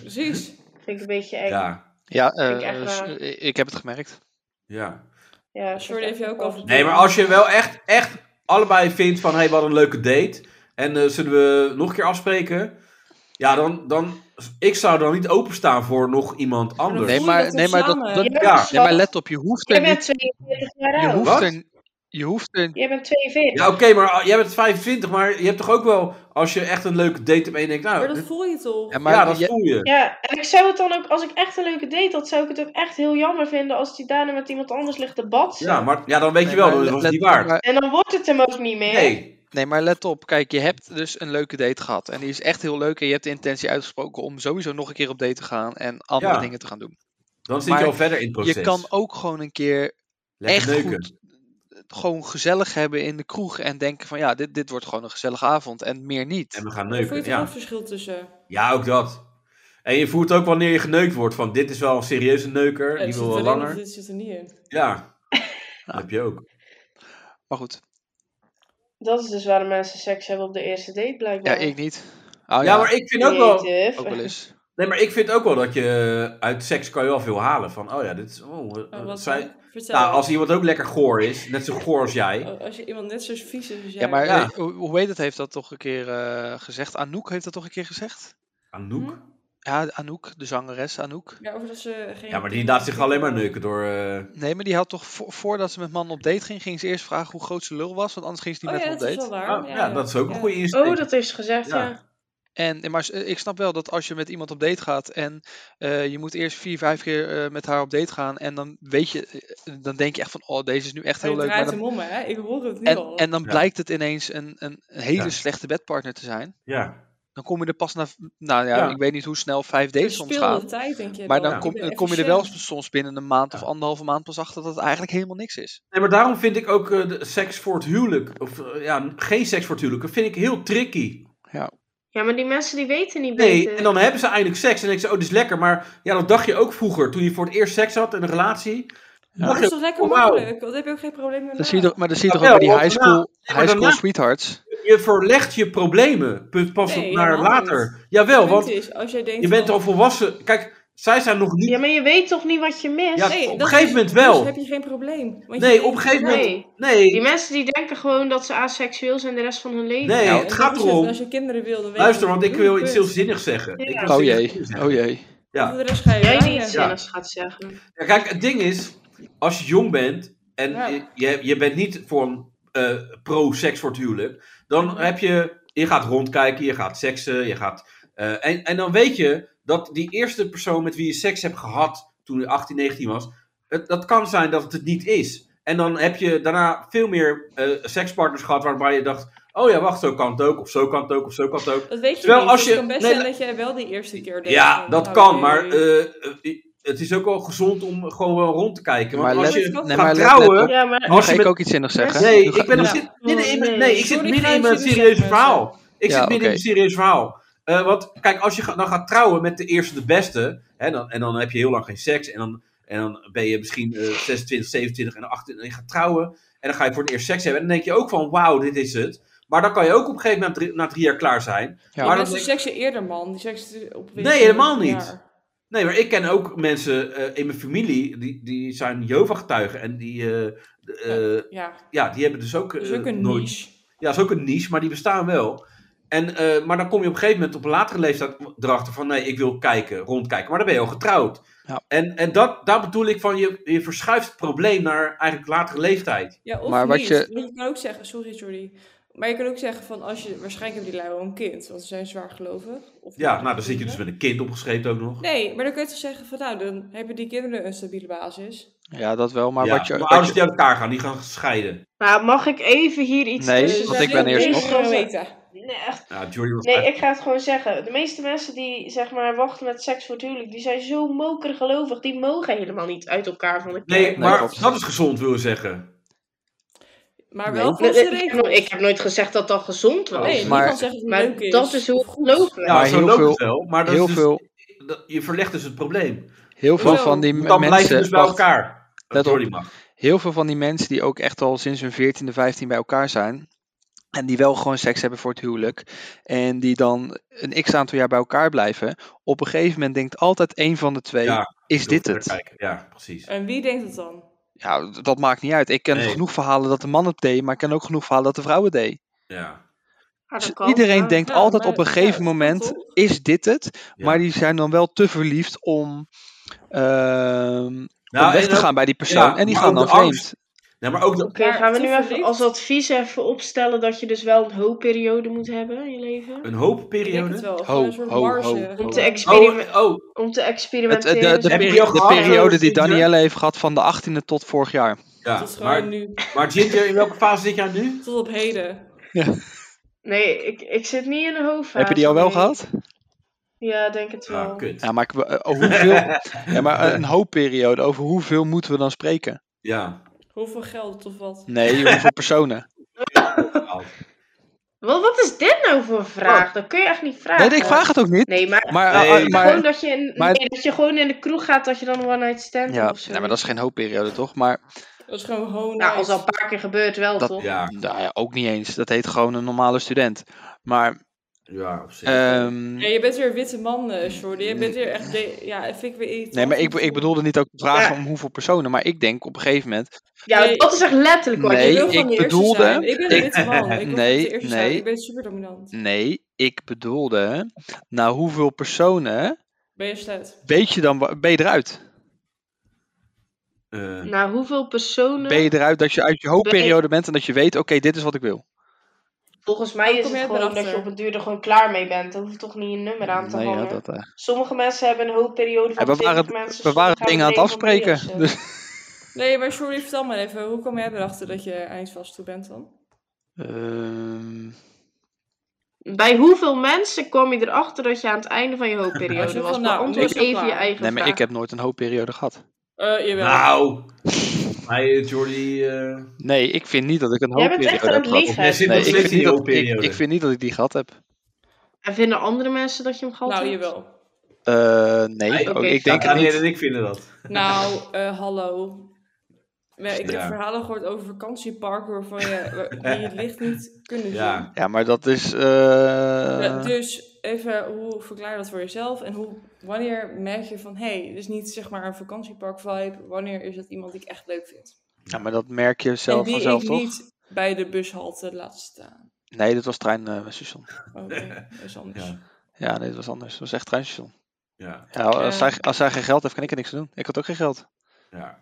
[SPEAKER 3] Precies.
[SPEAKER 5] Vind ik een beetje eng. Ja,
[SPEAKER 2] Ja,
[SPEAKER 4] ja,
[SPEAKER 5] vind ik
[SPEAKER 4] eh,
[SPEAKER 5] echt
[SPEAKER 4] s-
[SPEAKER 5] raar.
[SPEAKER 4] eh, ik heb het gemerkt.
[SPEAKER 2] ja.
[SPEAKER 5] ja
[SPEAKER 3] Shorty heeft je ook al
[SPEAKER 5] verteld.
[SPEAKER 2] Nee, maar als je wel echt, echt allebei vindt van, hé, hey, wat een leuke date. En eh, zullen we nog een keer afspreken? Ja, dan, dan. Ik zou dan niet openstaan voor nog iemand anders.
[SPEAKER 4] Nee,
[SPEAKER 3] voel je
[SPEAKER 4] maar-
[SPEAKER 3] dat
[SPEAKER 4] nee,
[SPEAKER 3] ook
[SPEAKER 4] maar dat-
[SPEAKER 3] samen.
[SPEAKER 4] dat-
[SPEAKER 5] Jij
[SPEAKER 2] Ja.
[SPEAKER 5] bent,
[SPEAKER 4] Nee, maar let op, je hoeft
[SPEAKER 5] jij
[SPEAKER 4] er
[SPEAKER 5] bent
[SPEAKER 4] niet...
[SPEAKER 5] 42 jaar
[SPEAKER 4] Je
[SPEAKER 5] oud.
[SPEAKER 4] hoeft
[SPEAKER 2] Wat?
[SPEAKER 4] er, je hoeft er
[SPEAKER 5] Jij bent 42.
[SPEAKER 2] Ja, oké, maar ah, jij bent 25, maar je hebt toch ook wel, als je echt een leuke date hebt en je denkt, nou,
[SPEAKER 3] Maar dat
[SPEAKER 2] dit-
[SPEAKER 3] voel je toch?
[SPEAKER 4] Ja, maar
[SPEAKER 2] ja, dat
[SPEAKER 4] je-
[SPEAKER 2] voel je.
[SPEAKER 5] Ja, en ik zou het dan ook, als ik echt een leuke date had, zou ik het ook echt heel jammer vinden als die daarna met iemand anders ligt te batsen.
[SPEAKER 2] Ja, maar ja, dan weet je
[SPEAKER 4] Nee,
[SPEAKER 2] wel,
[SPEAKER 4] maar
[SPEAKER 2] dat
[SPEAKER 4] let-
[SPEAKER 2] was
[SPEAKER 4] let-
[SPEAKER 2] niet waard.
[SPEAKER 4] maar-
[SPEAKER 5] En dan wordt het hem ook niet meer.
[SPEAKER 2] Nee,
[SPEAKER 4] Nee, maar let op. Kijk, je hebt dus een leuke date gehad. En die is echt heel leuk. En je hebt de intentie uitgesproken om sowieso nog een keer op date te gaan. En andere
[SPEAKER 2] Ja.
[SPEAKER 4] dingen te gaan doen.
[SPEAKER 2] dan zit je
[SPEAKER 4] Maar
[SPEAKER 2] al verder in het proces.
[SPEAKER 4] Je kan ook gewoon een keer
[SPEAKER 2] Lekker
[SPEAKER 4] echt
[SPEAKER 2] neuken.
[SPEAKER 4] goed het gewoon gezellig hebben in de kroeg en denken van ja, dit, dit wordt gewoon een gezellige avond en meer niet.
[SPEAKER 2] En we gaan
[SPEAKER 3] Daar voel je
[SPEAKER 2] neuken,
[SPEAKER 3] toch ook
[SPEAKER 2] ja.
[SPEAKER 3] verschil tussen.
[SPEAKER 2] Ja, ook dat. En je voelt ook wanneer je geneukt wordt, van dit is wel een serieuze neuker,
[SPEAKER 3] Ja,
[SPEAKER 2] die
[SPEAKER 3] dit
[SPEAKER 2] wil
[SPEAKER 3] zit
[SPEAKER 2] wel
[SPEAKER 3] erin of
[SPEAKER 2] langer.
[SPEAKER 3] Dit zit er niet in.
[SPEAKER 2] Ja, dat heb je ook.
[SPEAKER 4] Maar goed,
[SPEAKER 5] Dat is dus waarom mensen seks hebben op de eerste date,
[SPEAKER 4] ja,
[SPEAKER 5] blijkbaar.
[SPEAKER 4] ik niet. Oh, ja,
[SPEAKER 2] Ja, maar ik vind ook wel,
[SPEAKER 5] Creative.
[SPEAKER 4] ook wel eens.
[SPEAKER 2] nee, maar ik vind ook wel dat je uit seks kan je wel veel halen. Van, oh ja, dit is, oh, eh,
[SPEAKER 3] Maar wat
[SPEAKER 2] zij,
[SPEAKER 3] dan? Vertel.
[SPEAKER 2] nou, als iemand ook lekker goor is, net zo goor als jij.
[SPEAKER 3] Oh, Als je iemand net zo vies is als jij.
[SPEAKER 4] Ja, maar
[SPEAKER 2] Ja.
[SPEAKER 4] eh, hoe- hoe heet het heeft dat toch een keer eh, gezegd? Anouk heeft dat toch een keer gezegd?
[SPEAKER 2] Anouk?
[SPEAKER 3] Hm?
[SPEAKER 4] Ja, Anouk, de zangeres Anouk.
[SPEAKER 3] Ja, over dat ze geen...
[SPEAKER 2] Ja, maar die laat zich alleen maar neuken door. eh,
[SPEAKER 4] Nee, maar die had toch vo- voordat ze met mannen op date ging, ging ze eerst vragen hoe groot ze lul was, want anders ging ze niet
[SPEAKER 3] Oh
[SPEAKER 4] met
[SPEAKER 3] ja,
[SPEAKER 4] hem op
[SPEAKER 3] dat is
[SPEAKER 4] date.
[SPEAKER 3] wel
[SPEAKER 2] ah,
[SPEAKER 3] waar.
[SPEAKER 2] ja, dat is ook een
[SPEAKER 3] ja.
[SPEAKER 2] goede insteek.
[SPEAKER 5] Oh, dat heeft ze gezegd, ja.
[SPEAKER 2] Ja.
[SPEAKER 4] En, en maar s- eh, ik snap wel dat als je met iemand op date gaat en eh, je moet eerst vier, vijf keer eh, met haar op date gaan en dan weet je, eh, dan denk je echt van, oh, deze is nu echt
[SPEAKER 3] Hij
[SPEAKER 4] heel leuk. Maar
[SPEAKER 3] draait
[SPEAKER 4] dan,
[SPEAKER 3] hem om, hè? Ik hoor het nu
[SPEAKER 4] en,
[SPEAKER 3] al.
[SPEAKER 4] en dan
[SPEAKER 2] Ja.
[SPEAKER 4] blijkt het ineens een, een hele
[SPEAKER 2] Ja.
[SPEAKER 4] slechte bedpartner te zijn.
[SPEAKER 2] Ja.
[SPEAKER 4] Dan kom je er pas na, nou ja,
[SPEAKER 2] Ja.
[SPEAKER 4] ik weet niet hoe snel vijf
[SPEAKER 3] Ze
[SPEAKER 4] dates soms
[SPEAKER 3] speelden
[SPEAKER 4] gaan.
[SPEAKER 3] de tijd, denk je.
[SPEAKER 4] Maar dan
[SPEAKER 2] Ja.
[SPEAKER 4] kom,
[SPEAKER 3] Ik ben
[SPEAKER 4] eh, kom je er wel
[SPEAKER 3] efficiënt.
[SPEAKER 4] soms binnen een maand of
[SPEAKER 2] Ja.
[SPEAKER 4] anderhalve maand pas achter dat het eigenlijk helemaal niks is.
[SPEAKER 2] Nee, maar daarom vind ik ook eh, de seks voor het huwelijk, of eh, ja, geen seks voor het huwelijk, dat vind ik heel tricky.
[SPEAKER 5] Ja, maar die mensen die weten niet
[SPEAKER 2] Nee,
[SPEAKER 5] beter.
[SPEAKER 2] en dan hebben ze eindelijk seks en denk ze, oh, dit is lekker. Maar ja, dat dacht je ook vroeger, toen je voor het eerst seks had in een relatie.
[SPEAKER 4] Ja.
[SPEAKER 2] Dacht
[SPEAKER 3] Dat
[SPEAKER 2] je,
[SPEAKER 3] is toch lekker
[SPEAKER 2] oh, wauw.
[SPEAKER 3] makkelijk? Want daar heb je ook geen probleem mee.
[SPEAKER 4] Dat zie je toch, maar dat zie je
[SPEAKER 2] Ja,
[SPEAKER 4] toch ook bij die
[SPEAKER 2] wel,
[SPEAKER 4] high
[SPEAKER 2] want daarna-
[SPEAKER 4] school,
[SPEAKER 2] maar
[SPEAKER 4] high school
[SPEAKER 2] daarna-
[SPEAKER 4] sweethearts.
[SPEAKER 2] je verlegt je problemen pu- pas
[SPEAKER 3] Nee,
[SPEAKER 2] naar
[SPEAKER 3] helemaal
[SPEAKER 2] later.
[SPEAKER 3] niet.
[SPEAKER 2] Jawel,
[SPEAKER 3] Het punt
[SPEAKER 2] want
[SPEAKER 3] is, als jij denkt
[SPEAKER 2] je bent
[SPEAKER 3] van-
[SPEAKER 2] al volwassen. Kijk, zij zijn nog niet.
[SPEAKER 5] Ja, maar je weet toch niet wat je mist?
[SPEAKER 2] Ja,
[SPEAKER 3] Nee,
[SPEAKER 2] op een
[SPEAKER 3] dat
[SPEAKER 2] gegeven
[SPEAKER 3] is-
[SPEAKER 2] moment wel.
[SPEAKER 3] Dus heb je geen probleem. Want je
[SPEAKER 2] Nee,
[SPEAKER 3] weet-
[SPEAKER 2] op een gegeven moment.
[SPEAKER 5] nee. Die
[SPEAKER 2] Nee,
[SPEAKER 5] mensen die denken gewoon dat ze aseksueel zijn de rest van hun leven.
[SPEAKER 2] Nee.
[SPEAKER 3] Ja,
[SPEAKER 2] het
[SPEAKER 3] en
[SPEAKER 2] gaat
[SPEAKER 3] dat is het.
[SPEAKER 2] erom-
[SPEAKER 3] Als je kinderen wil, dan weet
[SPEAKER 2] luister,
[SPEAKER 3] je
[SPEAKER 2] want
[SPEAKER 3] wat je
[SPEAKER 2] ik
[SPEAKER 3] moet
[SPEAKER 2] wil
[SPEAKER 3] doen,
[SPEAKER 2] iets
[SPEAKER 3] punt.
[SPEAKER 2] heel zinnigs zeggen. Ik
[SPEAKER 5] Ja.
[SPEAKER 2] wil
[SPEAKER 4] Oh
[SPEAKER 2] zinnigs
[SPEAKER 4] jee,
[SPEAKER 2] zeggen.
[SPEAKER 4] oh jee.
[SPEAKER 2] Ja.
[SPEAKER 3] Voor de rest ga je
[SPEAKER 5] Jij
[SPEAKER 3] waaien.
[SPEAKER 5] niet
[SPEAKER 2] Ja.
[SPEAKER 5] zinnigs gaat zeggen.
[SPEAKER 2] Ja, kijk, het ding is, als je jong bent en
[SPEAKER 3] Ja.
[SPEAKER 2] je- je, je bent niet voor een eh, pro-seks voor het huwelijk, dan heb je, je gaat rondkijken, je gaat seksen, je gaat, eh, en, en dan weet je dat die eerste persoon met wie je seks hebt gehad toen je 18, 19 was, het, dat kan zijn dat het het niet is. En dan heb je daarna veel meer eh, sekspartners gehad waarbij je dacht, oh ja, wacht, zo kan het ook, of zo kan het ook, of zo kan het ook.
[SPEAKER 3] Dat weet je
[SPEAKER 2] Terwijl
[SPEAKER 3] niet.
[SPEAKER 2] als
[SPEAKER 3] het
[SPEAKER 2] je-
[SPEAKER 3] kan best
[SPEAKER 2] nee,
[SPEAKER 3] zijn
[SPEAKER 2] la-
[SPEAKER 3] dat jij wel die eerste keer denkt.
[SPEAKER 2] Ja,
[SPEAKER 3] van,
[SPEAKER 2] dat
[SPEAKER 3] nou,
[SPEAKER 2] kan,
[SPEAKER 3] nee.
[SPEAKER 2] maar eh, eh, het is ook wel gezond om gewoon wel rond te kijken. Want
[SPEAKER 4] Maar
[SPEAKER 2] als
[SPEAKER 4] let-
[SPEAKER 2] je
[SPEAKER 4] nee,
[SPEAKER 2] gaat
[SPEAKER 4] maar let- let op.
[SPEAKER 2] trouwen...
[SPEAKER 5] Ja, maar
[SPEAKER 4] Nu
[SPEAKER 2] Als je
[SPEAKER 4] ga ik
[SPEAKER 2] met-
[SPEAKER 4] ook iets zinnigs zeggen.
[SPEAKER 2] Nee,
[SPEAKER 4] Nu ga-
[SPEAKER 2] ik ben nog
[SPEAKER 3] Ja.
[SPEAKER 2] zit midden in, mijn-
[SPEAKER 5] Nee.
[SPEAKER 2] nee, ik zit
[SPEAKER 3] Sorry,
[SPEAKER 2] midden in
[SPEAKER 3] geen
[SPEAKER 2] mijn
[SPEAKER 3] zinnig
[SPEAKER 2] serieus
[SPEAKER 3] zeggen,
[SPEAKER 2] verhaal. Ik
[SPEAKER 4] Ja,
[SPEAKER 2] zit midden in
[SPEAKER 4] oké.
[SPEAKER 2] een serieus verhaal. Eh, want kijk, als je ga- dan gaat trouwen met de eerste de beste, hè, dan, en dan heb je heel lang geen seks, en dan, en dan ben je misschien eh, 26, 27 en 18, en je gaat trouwen, en dan ga je voor het eerst seks hebben, en dan denk je ook van, wauw, dit is het. Maar dan kan je ook op een gegeven moment drie- na drie jaar klaar zijn.
[SPEAKER 4] Ja.
[SPEAKER 2] Maar
[SPEAKER 3] Maar
[SPEAKER 2] dan
[SPEAKER 3] dat is seks eerder, man. Die seks is op
[SPEAKER 2] Nee, helemaal niet. Nee, maar ik ken ook mensen eh, in mijn familie, die, die zijn Jehovah-getuigen. En die, eh, de, eh,
[SPEAKER 3] Ja,
[SPEAKER 2] ja, die hebben dus ook,
[SPEAKER 3] dat is
[SPEAKER 2] eh,
[SPEAKER 3] ook een
[SPEAKER 2] nooit-
[SPEAKER 3] niche.
[SPEAKER 2] Ja, dat is ook een niche, maar die bestaan wel. En, eh, maar dan kom je op een gegeven moment op een latere leeftijd erachter van... nee, ik wil kijken, rondkijken. Maar dan ben je al getrouwd.
[SPEAKER 4] Ja.
[SPEAKER 2] En, en dat, daar bedoel ik van, je, je verschuift het probleem naar eigenlijk latere leeftijd.
[SPEAKER 3] Ja, of
[SPEAKER 4] Maar
[SPEAKER 3] maar
[SPEAKER 4] wat
[SPEAKER 3] niet.
[SPEAKER 4] je-
[SPEAKER 3] Want je kan ook zeggen, sorry, sorry. Maar je kan ook zeggen van, als je, waarschijnlijk hebben die lui wel een kind, want ze zijn zwaar gelovig. Of
[SPEAKER 2] Ja, nou, dan zit je dus met een kind opgeschreven ook nog.
[SPEAKER 3] Nee, maar dan kun je toch zeggen van, nou, dan hebben die kinderen een stabiele basis.
[SPEAKER 4] Ja, dat wel, maar
[SPEAKER 2] Ja,
[SPEAKER 4] wat je...
[SPEAKER 2] mijn
[SPEAKER 4] wat
[SPEAKER 2] ouders
[SPEAKER 4] je-
[SPEAKER 2] die uit elkaar gaan, die gaan scheiden.
[SPEAKER 5] Nou, mag ik even hier iets
[SPEAKER 4] Nee,
[SPEAKER 3] Dus
[SPEAKER 5] tussen
[SPEAKER 4] want ik
[SPEAKER 5] zeggen?
[SPEAKER 4] ben eerst
[SPEAKER 5] Nee,
[SPEAKER 4] nog.
[SPEAKER 5] gewoon-
[SPEAKER 3] weten.
[SPEAKER 5] Nee, echt.
[SPEAKER 2] Ja, Jordi was
[SPEAKER 5] Nee, ik ga het gewoon zeggen. De meeste mensen die zeg maar wachten met seks voor het huwelijk, die zijn zo mokerig gelovig. Die mogen helemaal niet uit elkaar van de
[SPEAKER 2] Nee,
[SPEAKER 5] kerk.
[SPEAKER 2] maar
[SPEAKER 4] klopt.
[SPEAKER 2] dat is gezond, wil je zeggen.
[SPEAKER 3] Maar
[SPEAKER 4] Nee.
[SPEAKER 3] wel
[SPEAKER 5] Nee,
[SPEAKER 3] volgens de
[SPEAKER 5] ik, heb,
[SPEAKER 3] regels.
[SPEAKER 5] nog- ik heb nooit gezegd dat dat gezond was.
[SPEAKER 3] Nee,
[SPEAKER 4] Maar-
[SPEAKER 3] maar, kan zeggen dat het
[SPEAKER 5] maar
[SPEAKER 3] leuk is.
[SPEAKER 5] dat is hoe
[SPEAKER 3] of
[SPEAKER 5] we
[SPEAKER 3] goed.
[SPEAKER 5] geloven.
[SPEAKER 2] Ja,
[SPEAKER 4] Maar
[SPEAKER 2] zo
[SPEAKER 4] heel
[SPEAKER 2] loopt
[SPEAKER 4] veel-
[SPEAKER 2] het wel. Maar dat
[SPEAKER 4] Heel
[SPEAKER 2] is dus-
[SPEAKER 4] veel,
[SPEAKER 2] dat- je verlegt dus het probleem.
[SPEAKER 4] heel veel
[SPEAKER 3] Hoezo?
[SPEAKER 4] van die
[SPEAKER 2] Dan blijf je
[SPEAKER 4] mensen...
[SPEAKER 2] dus bij
[SPEAKER 4] wacht.
[SPEAKER 2] elkaar.
[SPEAKER 4] Let op.
[SPEAKER 2] Jordi mag.
[SPEAKER 4] heel veel van die mensen die ook echt al sinds hun 14e, 15 bij elkaar zijn. En die wel gewoon seks hebben voor het huwelijk. En die dan een x aantal jaar bij elkaar blijven. Op een gegeven moment denkt altijd één van de twee:
[SPEAKER 2] Ja,
[SPEAKER 4] is dit
[SPEAKER 2] Wil
[SPEAKER 4] het?
[SPEAKER 2] verder kijken. Ja, precies.
[SPEAKER 3] En wie denkt het dan?
[SPEAKER 4] Ja, d- dat maakt niet uit. Ik ken
[SPEAKER 2] Nee.
[SPEAKER 4] genoeg verhalen dat de man het deed, maar ik ken ook genoeg verhalen dat de vrouw het deed.
[SPEAKER 2] Ja.
[SPEAKER 5] Maar dat
[SPEAKER 4] Dus
[SPEAKER 5] kan,
[SPEAKER 4] iedereen
[SPEAKER 5] ja.
[SPEAKER 4] denkt
[SPEAKER 3] Ja,
[SPEAKER 4] altijd
[SPEAKER 3] maar-
[SPEAKER 4] op een
[SPEAKER 3] ja,
[SPEAKER 4] gegeven
[SPEAKER 3] dat kan
[SPEAKER 4] moment:
[SPEAKER 3] toch?
[SPEAKER 4] is dit het?
[SPEAKER 2] Ja.
[SPEAKER 4] Maar die zijn dan wel te verliefd om, ehm, om
[SPEAKER 2] Nou,
[SPEAKER 4] weg
[SPEAKER 2] en
[SPEAKER 4] te
[SPEAKER 2] ook-
[SPEAKER 4] gaan bij die persoon.
[SPEAKER 2] ja,
[SPEAKER 4] en die
[SPEAKER 2] maar
[SPEAKER 4] gaan
[SPEAKER 2] ook
[SPEAKER 4] dan
[SPEAKER 2] de angst.
[SPEAKER 4] vreemd.
[SPEAKER 2] Nee, maar ook de,
[SPEAKER 5] Oké,
[SPEAKER 3] Maar
[SPEAKER 5] gaan we
[SPEAKER 3] te
[SPEAKER 5] nu even
[SPEAKER 3] verliefd?
[SPEAKER 5] als advies even opstellen dat je dus wel een hoopperiode moet hebben in je leven?
[SPEAKER 4] Eh,
[SPEAKER 2] een hoop
[SPEAKER 3] Ik denk het
[SPEAKER 2] periode.
[SPEAKER 3] wel.
[SPEAKER 4] Ho,
[SPEAKER 3] Gewoon een soort
[SPEAKER 4] ho,
[SPEAKER 3] marge.
[SPEAKER 4] ho,
[SPEAKER 3] Gewoon-
[SPEAKER 5] Om te,
[SPEAKER 2] Oh,
[SPEAKER 5] experiment-
[SPEAKER 2] oh,
[SPEAKER 5] om te
[SPEAKER 4] Het, eh,
[SPEAKER 5] experimenteren.
[SPEAKER 4] de, de,
[SPEAKER 2] Heb
[SPEAKER 5] zeg
[SPEAKER 2] je
[SPEAKER 4] peri-
[SPEAKER 2] die al
[SPEAKER 4] de
[SPEAKER 2] gehad,
[SPEAKER 4] periode die
[SPEAKER 2] Ginger?
[SPEAKER 4] Danielle heeft gehad van de 18e tot vorig jaar.
[SPEAKER 2] ja.
[SPEAKER 3] Dat is gewoon
[SPEAKER 2] maar,
[SPEAKER 3] nu
[SPEAKER 2] maar Ginger, in welke fase zit jij nu?
[SPEAKER 3] tot op heden.
[SPEAKER 5] Nee, ik, ik zit niet in de hoofdfase.
[SPEAKER 4] Heb je die al wel
[SPEAKER 5] nee.
[SPEAKER 4] gehad?
[SPEAKER 5] Ja, denk het wel.
[SPEAKER 2] Ah, kut.
[SPEAKER 4] Ja, maar, ik, we- eh, over hoeveel, ja, maar eh, een hoopperiode. Over hoeveel moeten we dan spreken?
[SPEAKER 2] Ja.
[SPEAKER 3] Hoeveel geld of wat?
[SPEAKER 4] Nee, hoeveel personen?
[SPEAKER 5] Wat, wat is dit nou voor een vraag? Dat kun je echt niet vragen.
[SPEAKER 4] Oh. Nee, ik vraag het ook niet.
[SPEAKER 5] Nee, maar,
[SPEAKER 4] Maar, eh,
[SPEAKER 2] Nee.
[SPEAKER 4] eh,
[SPEAKER 5] gewoon
[SPEAKER 4] maar,
[SPEAKER 5] dat je, in,
[SPEAKER 4] maar-
[SPEAKER 5] nee, dat je gewoon in de kroeg gaat dat je dan een one-night stand hebt
[SPEAKER 4] ja,
[SPEAKER 5] of zo.
[SPEAKER 4] nee, maar dat is geen hoopperiode, toch? Maar
[SPEAKER 3] Dat is gewoon hoon.
[SPEAKER 5] Nou, als dat een paar keer gebeurt wel,
[SPEAKER 4] Dat-
[SPEAKER 5] toch?
[SPEAKER 2] Ja,
[SPEAKER 4] nou ja, ook niet eens. Dat heet gewoon een normale student. Maar,
[SPEAKER 2] ja, op zich.
[SPEAKER 4] ehm,
[SPEAKER 3] Ja, je bent weer een witte man, eh Jordi. Je bent weer echt... de- Ja, vind ik weer iets.
[SPEAKER 4] nee, maar ik, ik bedoelde niet ook vragen
[SPEAKER 5] Ja.
[SPEAKER 4] om hoeveel personen. Maar ik denk op een gegeven moment...
[SPEAKER 5] Ja,
[SPEAKER 3] Nee.
[SPEAKER 5] dat is echt letterlijk wat
[SPEAKER 4] Nee,
[SPEAKER 5] je
[SPEAKER 3] wil
[SPEAKER 5] wil.
[SPEAKER 4] ik
[SPEAKER 3] gewoon de eerste
[SPEAKER 4] bedoelde-
[SPEAKER 3] zijn. Ik ben een
[SPEAKER 4] ik-
[SPEAKER 3] witte man. Ik wil
[SPEAKER 4] Nee,
[SPEAKER 3] nee, de eerste zijn.
[SPEAKER 4] nee.
[SPEAKER 3] Ik ben super dominant.
[SPEAKER 4] Nee, ik bedoelde... Nou, hoeveel personen
[SPEAKER 3] Ben je slet?
[SPEAKER 4] weet je dan... wa- Ben je eruit?
[SPEAKER 2] eh,
[SPEAKER 5] Nou, hoeveel personen...
[SPEAKER 4] ben je eruit dat je uit je hoopperiode bent en dat je weet, oké, dit is wat ik wil.
[SPEAKER 5] Volgens
[SPEAKER 3] Hoe
[SPEAKER 5] mij is
[SPEAKER 3] kom
[SPEAKER 5] het
[SPEAKER 3] jij
[SPEAKER 5] gewoon dat je
[SPEAKER 3] erachter?
[SPEAKER 5] op het duur er gewoon klaar mee bent. Daar hoeft toch niet een nummer aan te
[SPEAKER 4] Nee, ja,
[SPEAKER 5] hangen.
[SPEAKER 4] dat, eh.
[SPEAKER 5] Sommige mensen hebben een hoofdperiode
[SPEAKER 4] Ja,
[SPEAKER 5] van
[SPEAKER 4] we
[SPEAKER 5] 20
[SPEAKER 4] waren,
[SPEAKER 5] mensen.
[SPEAKER 4] we
[SPEAKER 5] sommige
[SPEAKER 4] waren
[SPEAKER 5] hebben
[SPEAKER 4] dingen aan het
[SPEAKER 5] een van drie of
[SPEAKER 4] afspreken.
[SPEAKER 5] zo.
[SPEAKER 4] Dus,
[SPEAKER 3] Nee, maar Jordi, vertel maar even. Hoe kom jij erachter dat je eindvast toe bent dan?
[SPEAKER 4] Ehm,
[SPEAKER 5] Bij hoeveel mensen kwam je erachter dat je aan het einde van je
[SPEAKER 3] Als
[SPEAKER 5] hoofdperiode
[SPEAKER 3] je
[SPEAKER 5] was?
[SPEAKER 3] van, nou,
[SPEAKER 5] Beantwoord
[SPEAKER 3] ik-
[SPEAKER 5] even je
[SPEAKER 3] klaar.
[SPEAKER 5] eigen
[SPEAKER 4] nee, maar
[SPEAKER 5] vraag.
[SPEAKER 4] ik heb nooit een hoopperiode gehad.
[SPEAKER 3] Eh jawel.
[SPEAKER 2] nou. Mij, Jordi. eh
[SPEAKER 4] Nee, ik vind niet dat ik een
[SPEAKER 5] Jij bent echt
[SPEAKER 4] hoopperiode heb
[SPEAKER 5] aan het
[SPEAKER 4] gehad.
[SPEAKER 5] liegen.
[SPEAKER 2] jij zit
[SPEAKER 4] Nee,
[SPEAKER 2] nog
[SPEAKER 4] ik vind,
[SPEAKER 2] steeds in
[SPEAKER 4] niet
[SPEAKER 2] je
[SPEAKER 4] dat, ik,
[SPEAKER 2] hoopperiode.
[SPEAKER 4] ik vind niet dat ik die gehad heb.
[SPEAKER 5] En vinden andere mensen dat je hem gehad
[SPEAKER 3] Nou,
[SPEAKER 5] hebt?
[SPEAKER 3] jawel.
[SPEAKER 4] Eh, nee,
[SPEAKER 2] Nee,
[SPEAKER 4] ook-
[SPEAKER 5] oké.
[SPEAKER 4] ik
[SPEAKER 2] Ja,
[SPEAKER 4] denk het
[SPEAKER 2] Daniel en
[SPEAKER 4] niet.
[SPEAKER 2] ik vinden dat.
[SPEAKER 3] Nou, eh, hallo. Maar ik heb
[SPEAKER 2] Ja.
[SPEAKER 3] verhalen gehoord over vakantieparken waarvan je, die het licht niet kunnen zien.
[SPEAKER 2] Ja.
[SPEAKER 4] Ja, maar dat is. eh,
[SPEAKER 3] Ja, dus even, hoe verklaar je dat voor jezelf? En hoe, wanneer merk je van, hé, hey, dit is niet zeg maar een vakantiepark vibe. Wanneer is dat iemand die ik echt leuk vind?
[SPEAKER 4] ja, maar dat merk je zelf
[SPEAKER 3] en die
[SPEAKER 4] vanzelf
[SPEAKER 3] ik
[SPEAKER 4] toch?
[SPEAKER 3] niet bij de bushalte laat staan.
[SPEAKER 4] Nee, dit was trein, eh Susan.
[SPEAKER 3] Oké, dat is anders.
[SPEAKER 2] Ja.
[SPEAKER 4] Ja, nee, dit was anders. Dat was echt treinstation.
[SPEAKER 2] Ja.
[SPEAKER 4] Ja, als,
[SPEAKER 3] Ja.
[SPEAKER 4] hij, als hij geen geld heeft, kan ik er niks aan doen. Ik had ook geen geld.
[SPEAKER 2] ja.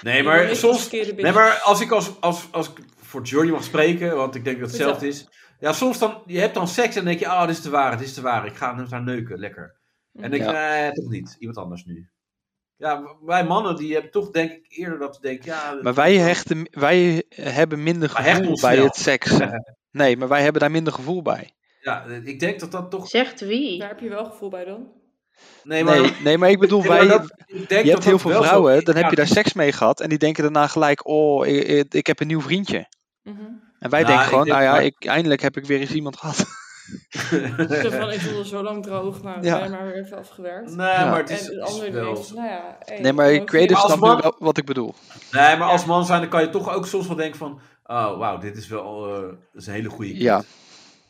[SPEAKER 2] Nee, maar soms... Nee, maar als ik als, als, als ik voor Jordi mag spreken, want ik denk dat het hetzelfde is. Ja, soms dan... Je hebt dan seks en dan denk je, ah, dit is de ware, dit is de ware. Ik ga met haar neuken, lekker. En dan denk je, nee, toch niet. Iemand anders nu. Ja, wij mannen, die hebben toch denk ik eerder dat ze denken, ja...
[SPEAKER 4] Maar wij, hechten, wij hebben minder
[SPEAKER 2] Maar hecht
[SPEAKER 4] gevoel
[SPEAKER 2] ons
[SPEAKER 4] bij
[SPEAKER 2] snel.
[SPEAKER 4] het seks. Nee, maar wij hebben daar minder gevoel bij.
[SPEAKER 2] Ja, ik denk dat dat toch...
[SPEAKER 5] Zegt wie?
[SPEAKER 3] Daar heb je wel gevoel bij dan?
[SPEAKER 2] Nee, maar...
[SPEAKER 4] Nee, nee maar ik bedoel,
[SPEAKER 2] Nee, maar
[SPEAKER 4] wij,
[SPEAKER 2] dat- ik denk
[SPEAKER 4] je
[SPEAKER 2] dat
[SPEAKER 4] hebt heel
[SPEAKER 2] dat
[SPEAKER 4] veel
[SPEAKER 2] wel zo
[SPEAKER 4] vrouwen,
[SPEAKER 2] is.
[SPEAKER 4] dan heb
[SPEAKER 2] Ja,
[SPEAKER 4] je daar seks mee gehad. En die denken daarna gelijk, oh, ik, ik- ik heb een nieuw vriendje.
[SPEAKER 3] Mhm.
[SPEAKER 4] En wij
[SPEAKER 2] Nou,
[SPEAKER 4] denken
[SPEAKER 2] ik
[SPEAKER 4] gewoon,
[SPEAKER 2] denk
[SPEAKER 4] nou ja,
[SPEAKER 2] dat-
[SPEAKER 4] ik, eindelijk heb ik weer eens iemand gehad.
[SPEAKER 3] Zo van, ik voelde zo lang droog, nou,
[SPEAKER 4] Ja.
[SPEAKER 3] ja. maar weer even afgewerkt.
[SPEAKER 2] Nee, maar het is,
[SPEAKER 3] en de
[SPEAKER 2] het is
[SPEAKER 3] andere
[SPEAKER 2] wel
[SPEAKER 3] denkt,
[SPEAKER 2] zo.
[SPEAKER 3] nou ja... hey,
[SPEAKER 4] Nee, maar
[SPEAKER 3] gewoon
[SPEAKER 4] creative
[SPEAKER 2] Als
[SPEAKER 4] snapt nu
[SPEAKER 2] man-
[SPEAKER 4] wel wat ik bedoel.
[SPEAKER 2] Nee, maar als man zijn, dan kan je toch ook soms wel denken van... Oh, wauw, dit is wel eh, dat is een hele goede kut.
[SPEAKER 4] Ja,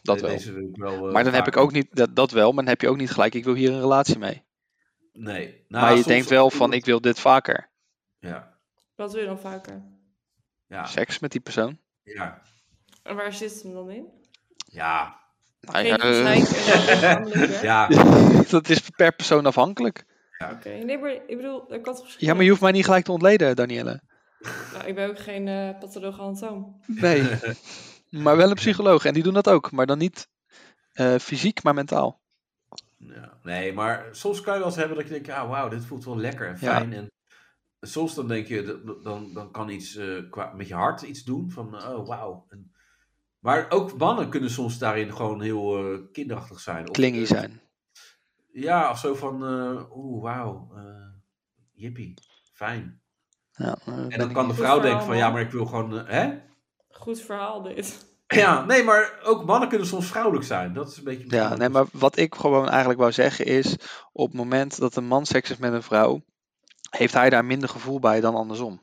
[SPEAKER 4] dat
[SPEAKER 2] De-
[SPEAKER 4] wel.
[SPEAKER 2] Deze wil ik wel eh,
[SPEAKER 4] Maar dan heb ik
[SPEAKER 2] vaker.
[SPEAKER 4] ook niet, dat, dat wel, maar dan heb je ook niet gelijk, ik wil hier een relatie mee.
[SPEAKER 2] Nee. Nou,
[SPEAKER 4] maar je
[SPEAKER 2] soms-
[SPEAKER 4] denkt wel van, ik wil dit vaker.
[SPEAKER 2] Ja,
[SPEAKER 3] Wat wil je dan vaker?
[SPEAKER 2] ja,
[SPEAKER 4] Seks met die persoon.
[SPEAKER 2] ja.
[SPEAKER 3] En waar zit het hem dan in?
[SPEAKER 2] ja.
[SPEAKER 4] Nou ja,
[SPEAKER 3] Geen gelijk en eh, lichamelijk werk?
[SPEAKER 2] ja.
[SPEAKER 4] dat is per persoon afhankelijk.
[SPEAKER 3] Oké, nee, maar ik bedoel, dat kan toch
[SPEAKER 4] Ja, maar je hoeft mij niet gelijk te ontleden, Danielle.
[SPEAKER 3] Nou, ik ben ook geen eh patholoog anatoom.
[SPEAKER 4] Nee. maar wel een psycholoog. En die doen dat ook. Maar dan niet eh, fysiek, maar mentaal.
[SPEAKER 2] Ja. Nee, maar soms kan je wel eens hebben dat je denkt... Ja, wauw, dit voelt wel lekker en
[SPEAKER 4] Ja.
[SPEAKER 2] fijn. En soms dan denk je... dat- Dan, dan kan iets eh, qua, met je hart iets doen. Van, oh, wauw. En- Maar ook mannen kunnen soms daarin gewoon heel eh, kinderachtig zijn. Of,
[SPEAKER 4] Klingy
[SPEAKER 2] eh,
[SPEAKER 4] zijn.
[SPEAKER 2] Ja, of zo van, eh oeh, wauw, eh, jippie, fijn.
[SPEAKER 4] Ja, eh,
[SPEAKER 2] En
[SPEAKER 4] ben
[SPEAKER 2] dan
[SPEAKER 4] ik
[SPEAKER 2] kan de
[SPEAKER 4] niet.
[SPEAKER 2] vrouw
[SPEAKER 3] Goed
[SPEAKER 2] denken van,
[SPEAKER 3] verhaal,
[SPEAKER 2] ja,
[SPEAKER 3] man.
[SPEAKER 2] maar ik wil gewoon, eh, hè?
[SPEAKER 3] Goed verhaal dit.
[SPEAKER 2] Ja, nee, maar ook mannen kunnen soms vrouwelijk zijn. Dat is een beetje...
[SPEAKER 4] Ja, nee, maar wat ik gewoon eigenlijk wou zeggen is... op het moment dat een man seks heeft met een vrouw... heeft hij daar minder gevoel bij dan andersom.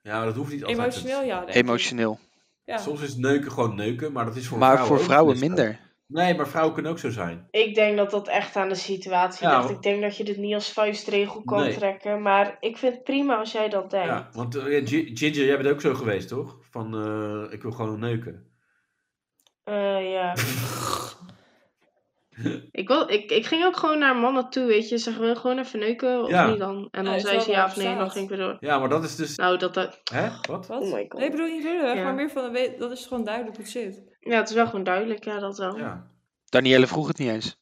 [SPEAKER 2] Ja, maar dat hoeft niet altijd.
[SPEAKER 3] Emotioneel, ja. denk ik.
[SPEAKER 4] Emotioneel.
[SPEAKER 3] Ja.
[SPEAKER 2] Soms is neuken gewoon neuken, maar dat is voor
[SPEAKER 4] maar
[SPEAKER 2] vrouwen
[SPEAKER 4] voor
[SPEAKER 2] ook
[SPEAKER 4] vrouwen
[SPEAKER 2] best wel.
[SPEAKER 4] minder.
[SPEAKER 2] Nee, maar vrouwen kunnen ook zo zijn.
[SPEAKER 5] Ik denk dat dat echt aan de situatie
[SPEAKER 2] Ja,
[SPEAKER 5] ligt.
[SPEAKER 2] want-
[SPEAKER 5] Ik denk dat je dit niet als vuistregel kan
[SPEAKER 2] Nee.
[SPEAKER 5] trekken. Maar ik vind het prima als jij dat denkt.
[SPEAKER 2] Ja, want eh, Gi- Ginger, jij bent ook zo geweest, toch? Van, eh, ik wil gewoon neuken.
[SPEAKER 5] Eh, ja. ik, wil, ik, ik ging ook gewoon naar mannen toe, weet je. Ze wil gewoon even neuken of
[SPEAKER 2] Ja.
[SPEAKER 5] niet dan. En
[SPEAKER 3] Nee,
[SPEAKER 5] dan zei
[SPEAKER 3] terwijl
[SPEAKER 5] ze ja
[SPEAKER 3] daar
[SPEAKER 5] of nee en dan
[SPEAKER 3] staat.
[SPEAKER 5] ging ik weer door.
[SPEAKER 2] Ja, maar dat is dus...
[SPEAKER 5] Nou, dat, dat,
[SPEAKER 2] Hè? Wat?
[SPEAKER 3] Wat?
[SPEAKER 5] Oh my god.
[SPEAKER 3] Nee, ik bedoel niet lullig,
[SPEAKER 5] Ja.
[SPEAKER 3] maar meer van, weet- dat is gewoon duidelijk hoe het zit.
[SPEAKER 5] ja, het is wel gewoon duidelijk, ja, dat wel.
[SPEAKER 2] Ja.
[SPEAKER 4] Danielle vroeg het niet eens.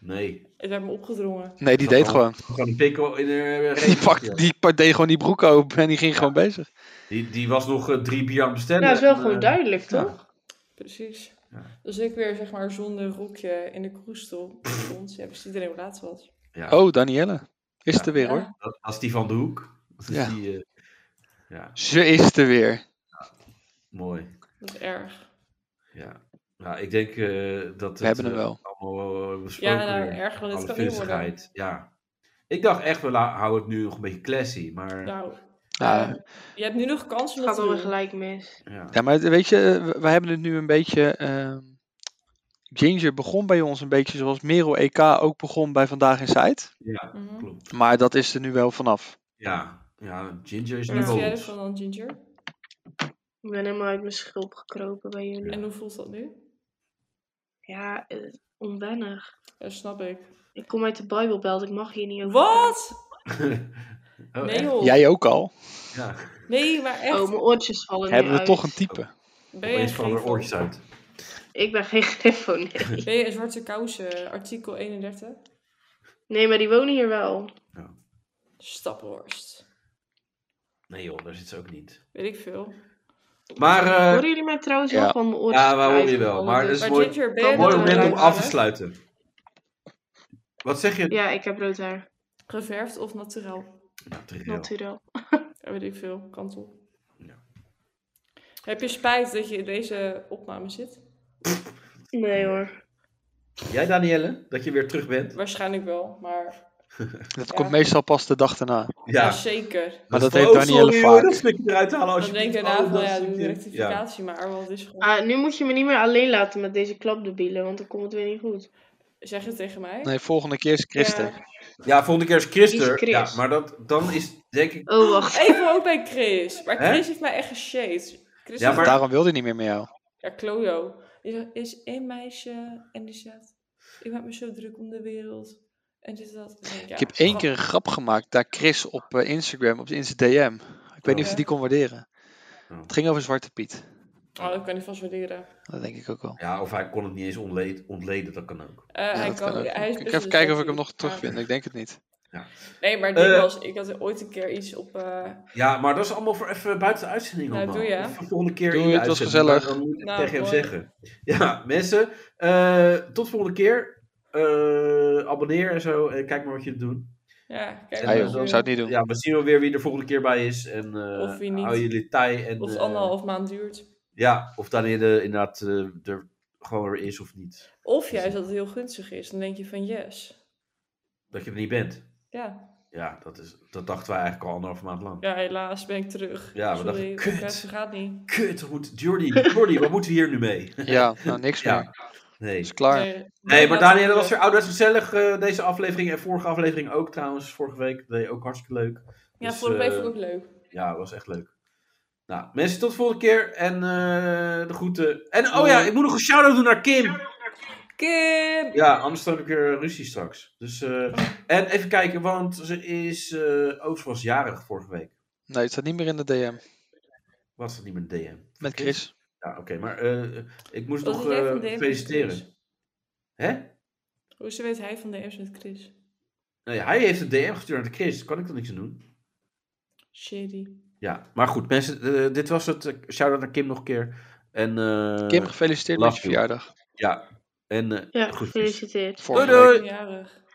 [SPEAKER 2] Nee.
[SPEAKER 3] Het werd me opgedrongen.
[SPEAKER 4] Nee, die
[SPEAKER 2] Dat
[SPEAKER 4] deed
[SPEAKER 2] kan.
[SPEAKER 4] gewoon.
[SPEAKER 2] Gewoon een pikkel in eh, een
[SPEAKER 4] Die, pakte, die pa- deed gewoon die broek open en die ging gewoon bezig.
[SPEAKER 2] Die, die was nog eh, drie bier aan het
[SPEAKER 5] Nou,
[SPEAKER 2] bestellen.
[SPEAKER 5] het is wel
[SPEAKER 2] En,
[SPEAKER 5] gewoon
[SPEAKER 2] eh,
[SPEAKER 5] duidelijk,
[SPEAKER 2] ja.
[SPEAKER 5] toch?
[SPEAKER 3] Precies.
[SPEAKER 2] Ja.
[SPEAKER 3] Dus ik weer, zeg maar, zonder rokje in de kroestel stond. Ja, precies iedereen laatst was.
[SPEAKER 2] Ja.
[SPEAKER 4] Oh, Danielle. Is
[SPEAKER 2] Ja.
[SPEAKER 4] er weer
[SPEAKER 3] Ja.
[SPEAKER 4] hoor.
[SPEAKER 2] Dat was die van de hoek. Dus
[SPEAKER 4] Ja.
[SPEAKER 2] die, eh, ja,
[SPEAKER 4] Ze is er weer.
[SPEAKER 2] mooi.
[SPEAKER 3] Dat is erg.
[SPEAKER 2] Ja. Nou, ik denk eh, dat
[SPEAKER 4] We hebben hem
[SPEAKER 2] eh,
[SPEAKER 4] wel.
[SPEAKER 2] allemaal eh,
[SPEAKER 3] Ja,
[SPEAKER 2] besproken
[SPEAKER 3] nou,
[SPEAKER 2] weer.
[SPEAKER 3] erg, want dit
[SPEAKER 2] Alle
[SPEAKER 3] kan niet worden.
[SPEAKER 2] viezigheid. Ja. Ik dacht echt, we la- houden het nu nog een beetje classy. Maar ja.
[SPEAKER 3] Nou,
[SPEAKER 4] Ja.
[SPEAKER 3] eh, je hebt nu nog kans om
[SPEAKER 5] Het
[SPEAKER 3] dat
[SPEAKER 5] gaat
[SPEAKER 3] te
[SPEAKER 5] alweer
[SPEAKER 3] doen.
[SPEAKER 5] gelijk mis.
[SPEAKER 4] Ja, maar het- weet je, eh, we- we hebben het nu een beetje. ehm, Ginger begon bij ons een beetje zoals Merel EK ook begon bij Vandaag in Sight.
[SPEAKER 2] Ja,
[SPEAKER 3] Mhm.
[SPEAKER 2] klopt.
[SPEAKER 4] Maar dat is er nu wel vanaf.
[SPEAKER 2] Ja. ja, Ginger is nu
[SPEAKER 3] Wat vind jij
[SPEAKER 2] wel...
[SPEAKER 3] ervan dan, Ginger?
[SPEAKER 5] Ik ben helemaal uit mijn schulp gekropen bij jullie.
[SPEAKER 3] En hoe voelt dat nu?
[SPEAKER 5] Ja, eh, onwennig.
[SPEAKER 3] Ja, snap ik.
[SPEAKER 5] Ik kom uit de Bijbelbelt, ik mag hier niet over.
[SPEAKER 3] Wat?
[SPEAKER 2] Oh,
[SPEAKER 3] Nee,
[SPEAKER 2] echt?
[SPEAKER 3] joh.
[SPEAKER 4] Jij ook al.
[SPEAKER 2] Ja,
[SPEAKER 3] Nee, maar echt.
[SPEAKER 5] Oh, mijn oortjes vallen
[SPEAKER 4] hebben we
[SPEAKER 5] nu
[SPEAKER 4] toch
[SPEAKER 5] uit.
[SPEAKER 4] een type?
[SPEAKER 3] ben je
[SPEAKER 2] opeens vallen er
[SPEAKER 3] geen
[SPEAKER 2] oortjes uit.
[SPEAKER 5] Ik ben geen griffo, nee.
[SPEAKER 3] Ben je een zwarte kousen, artikel 31?
[SPEAKER 5] Nee, maar die wonen hier wel.
[SPEAKER 3] Staphorst.
[SPEAKER 2] Nee joh, daar zit ze ook niet.
[SPEAKER 3] Weet ik veel.
[SPEAKER 2] Maar eh,
[SPEAKER 5] Horen jullie mij trouwens
[SPEAKER 4] ja.
[SPEAKER 5] wel van mijn oortjes?
[SPEAKER 2] ja, we horen je wel.
[SPEAKER 5] uitgevallen,
[SPEAKER 2] Maar
[SPEAKER 5] dus-
[SPEAKER 2] dat is
[SPEAKER 3] Maar
[SPEAKER 2] mooi,
[SPEAKER 3] Ginger, ben
[SPEAKER 5] kan
[SPEAKER 3] je
[SPEAKER 5] mooi
[SPEAKER 2] mooi
[SPEAKER 5] dat
[SPEAKER 2] moment om
[SPEAKER 5] eruit
[SPEAKER 2] af
[SPEAKER 3] eh,
[SPEAKER 2] te
[SPEAKER 5] halen.
[SPEAKER 2] sluiten. Wat zeg je?
[SPEAKER 5] Ja, ik heb rood haar.
[SPEAKER 3] Geverfd of naturel?
[SPEAKER 2] Ja, triviaal.
[SPEAKER 5] Natuurlijk.
[SPEAKER 3] Ja, weet ik veel. Kant op.
[SPEAKER 2] Ja.
[SPEAKER 3] Heb je spijt dat je in deze opname zit?
[SPEAKER 5] Nee hoor.
[SPEAKER 2] Jij Danielle, dat je weer terug bent?
[SPEAKER 3] Waarschijnlijk wel, maar
[SPEAKER 4] Dat
[SPEAKER 3] Ja.
[SPEAKER 4] komt meestal pas de dag daarna.
[SPEAKER 3] Ja,
[SPEAKER 6] Ja.
[SPEAKER 3] zeker.
[SPEAKER 4] Maar dat
[SPEAKER 6] van,
[SPEAKER 4] heeft
[SPEAKER 6] oh,
[SPEAKER 4] Danielle
[SPEAKER 6] sorry, hoor,
[SPEAKER 4] vaak.
[SPEAKER 6] dat stukje eruit halen als
[SPEAKER 3] Dan
[SPEAKER 6] je
[SPEAKER 3] denk ik daarna van, ja, doe de
[SPEAKER 6] ja.
[SPEAKER 3] rectificatie maar, want het is gewoon...
[SPEAKER 5] Ah, nu moet je me niet meer alleen laten met deze klapdebielen, want dan komt het weer niet goed.
[SPEAKER 3] Zeg het tegen mij.
[SPEAKER 4] Nee, volgende keer is Christen.
[SPEAKER 5] Ja.
[SPEAKER 2] Ja, volgende keer is
[SPEAKER 5] Die
[SPEAKER 2] Christer.
[SPEAKER 5] is Chris.
[SPEAKER 2] Ja, maar dat, dan is denk ik...
[SPEAKER 5] Oh, wacht.
[SPEAKER 3] Even ook bij Chris. Maar
[SPEAKER 2] Hè?
[SPEAKER 3] Chris heeft mij echt geshaped. Chris
[SPEAKER 2] Ja,
[SPEAKER 3] ja,
[SPEAKER 2] maar-
[SPEAKER 4] Daarom wilde hij niet meer met jou.
[SPEAKER 3] Ja, Clojo. Die zegt, Er is één meisje en die zegt... Ik maak me zo druk om de wereld. En dit en dat. Dan denk ik, ja,
[SPEAKER 4] Ik heb één
[SPEAKER 3] gewoon-
[SPEAKER 4] keer een grap gemaakt daar Chris op eh, Instagram, op zijn Insta DM. Ik weet niet of
[SPEAKER 3] Ja.
[SPEAKER 4] je die kon waarderen.
[SPEAKER 2] Oh.
[SPEAKER 4] Het ging over Zwarte Piet.
[SPEAKER 3] Oh, dat kan hij vast wel leren.
[SPEAKER 4] Dat denk ik ook wel.
[SPEAKER 2] Ja, of hij kon het niet eens ontleden, ontleden dat kan ook.
[SPEAKER 3] Eh,
[SPEAKER 4] Ja,
[SPEAKER 3] hij
[SPEAKER 4] dat
[SPEAKER 3] kan,
[SPEAKER 4] kan ook.
[SPEAKER 3] hij is
[SPEAKER 4] ik
[SPEAKER 3] best
[SPEAKER 4] ga even
[SPEAKER 3] wel
[SPEAKER 4] kijken of
[SPEAKER 3] een
[SPEAKER 4] ik hem nog
[SPEAKER 3] sexy-
[SPEAKER 4] terugvind. Ik denk het niet.
[SPEAKER 3] Ah, Nee, maar het ding
[SPEAKER 2] Eh.
[SPEAKER 3] was, ik had ooit een keer iets op... eh,
[SPEAKER 2] Ja, maar dat is allemaal voor even buiten de uitzending
[SPEAKER 3] Nou,
[SPEAKER 2] allemaal.
[SPEAKER 3] doe je.
[SPEAKER 2] Of de volgende keer
[SPEAKER 4] Doe
[SPEAKER 2] in de
[SPEAKER 4] je, het was
[SPEAKER 2] uitzending, maar
[SPEAKER 4] gezellig.
[SPEAKER 2] Dan moet ik het
[SPEAKER 3] Nou,
[SPEAKER 2] tegen hem
[SPEAKER 3] mooi.
[SPEAKER 2] zeggen. Ja, mensen, eh, tot volgende keer. Eh, abonneer en zo. en kijk maar wat je doet.
[SPEAKER 3] ja, kijk.
[SPEAKER 2] Ja,
[SPEAKER 4] Ja,
[SPEAKER 3] of
[SPEAKER 4] joh,
[SPEAKER 2] dat
[SPEAKER 3] we-
[SPEAKER 4] zou het niet doen.
[SPEAKER 2] Ja, we zien wel weer wie er volgende keer bij is. En eh,
[SPEAKER 3] Of wie niet.
[SPEAKER 2] hou jullie taai. En,
[SPEAKER 3] Of het
[SPEAKER 2] eh,
[SPEAKER 3] anderhalf maand duurt.
[SPEAKER 2] ja, of Daniel eh, inderdaad eh, er gewoon weer is of niet.
[SPEAKER 3] Of juist dat het heel gunstig is. Dan denk je van yes.
[SPEAKER 2] Dat je er niet bent.
[SPEAKER 3] Ja,
[SPEAKER 2] Ja, dat, is, dat dachten wij eigenlijk al anderhalf maand lang.
[SPEAKER 3] ja helaas ben ik terug.
[SPEAKER 2] Ja, we dachten,
[SPEAKER 3] Sorry,
[SPEAKER 2] kut.
[SPEAKER 3] podcast gaat niet.
[SPEAKER 2] Kut, wat moet Jordi, Jordi, wat moeten we hier nu mee?
[SPEAKER 4] Ja, nou niks
[SPEAKER 2] Ja.
[SPEAKER 4] meer.
[SPEAKER 2] Nee.
[SPEAKER 4] Is klaar.
[SPEAKER 2] Nee, maar Daniel, dat
[SPEAKER 3] dat
[SPEAKER 2] was weer ouderwets gezellig eh, deze aflevering. En vorige aflevering ook trouwens. Vorige week deed je ook hartstikke leuk.
[SPEAKER 3] Ja,
[SPEAKER 2] Dus,
[SPEAKER 3] vorige week
[SPEAKER 2] eh,
[SPEAKER 3] vond ik het leuk.
[SPEAKER 2] Ja, was echt leuk. Nou, mensen, tot de volgende keer. En eh, de groeten. En oh ja, ik moet nog een shout-out doen naar Kim.
[SPEAKER 3] Kim!
[SPEAKER 2] Ja, anders heb ik weer ruzie straks. Dus, eh, en even kijken, want ze is... eh Oost was jarig vorige week.
[SPEAKER 4] Nee, het staat niet meer in de DM.
[SPEAKER 2] Was dat niet mijn DM?
[SPEAKER 4] Met Chris.
[SPEAKER 2] Ja, oké. maar eh, ik moest
[SPEAKER 3] Wat
[SPEAKER 2] nog
[SPEAKER 3] is jij van
[SPEAKER 2] eh,
[SPEAKER 3] DM's met
[SPEAKER 2] feliciteren.
[SPEAKER 3] Chris?
[SPEAKER 2] Hè?
[SPEAKER 3] Hoe ze weet hij van DM's met Chris?
[SPEAKER 2] Nee, hij heeft een DM gestuurd naar Chris. Kan ik er niks aan doen?
[SPEAKER 3] Shady.
[SPEAKER 2] Ja, maar goed, mensen, eh, dit was het. Shout-out naar Kim nog een keer. En, eh,
[SPEAKER 4] Kim, gefeliciteerd
[SPEAKER 2] love
[SPEAKER 4] met je
[SPEAKER 2] you.
[SPEAKER 4] verjaardag.
[SPEAKER 2] En eh,
[SPEAKER 5] Ja,
[SPEAKER 2] goed.
[SPEAKER 5] gefeliciteerd.
[SPEAKER 4] Vorige
[SPEAKER 2] Doei, doei.
[SPEAKER 4] week.
[SPEAKER 3] Jarig.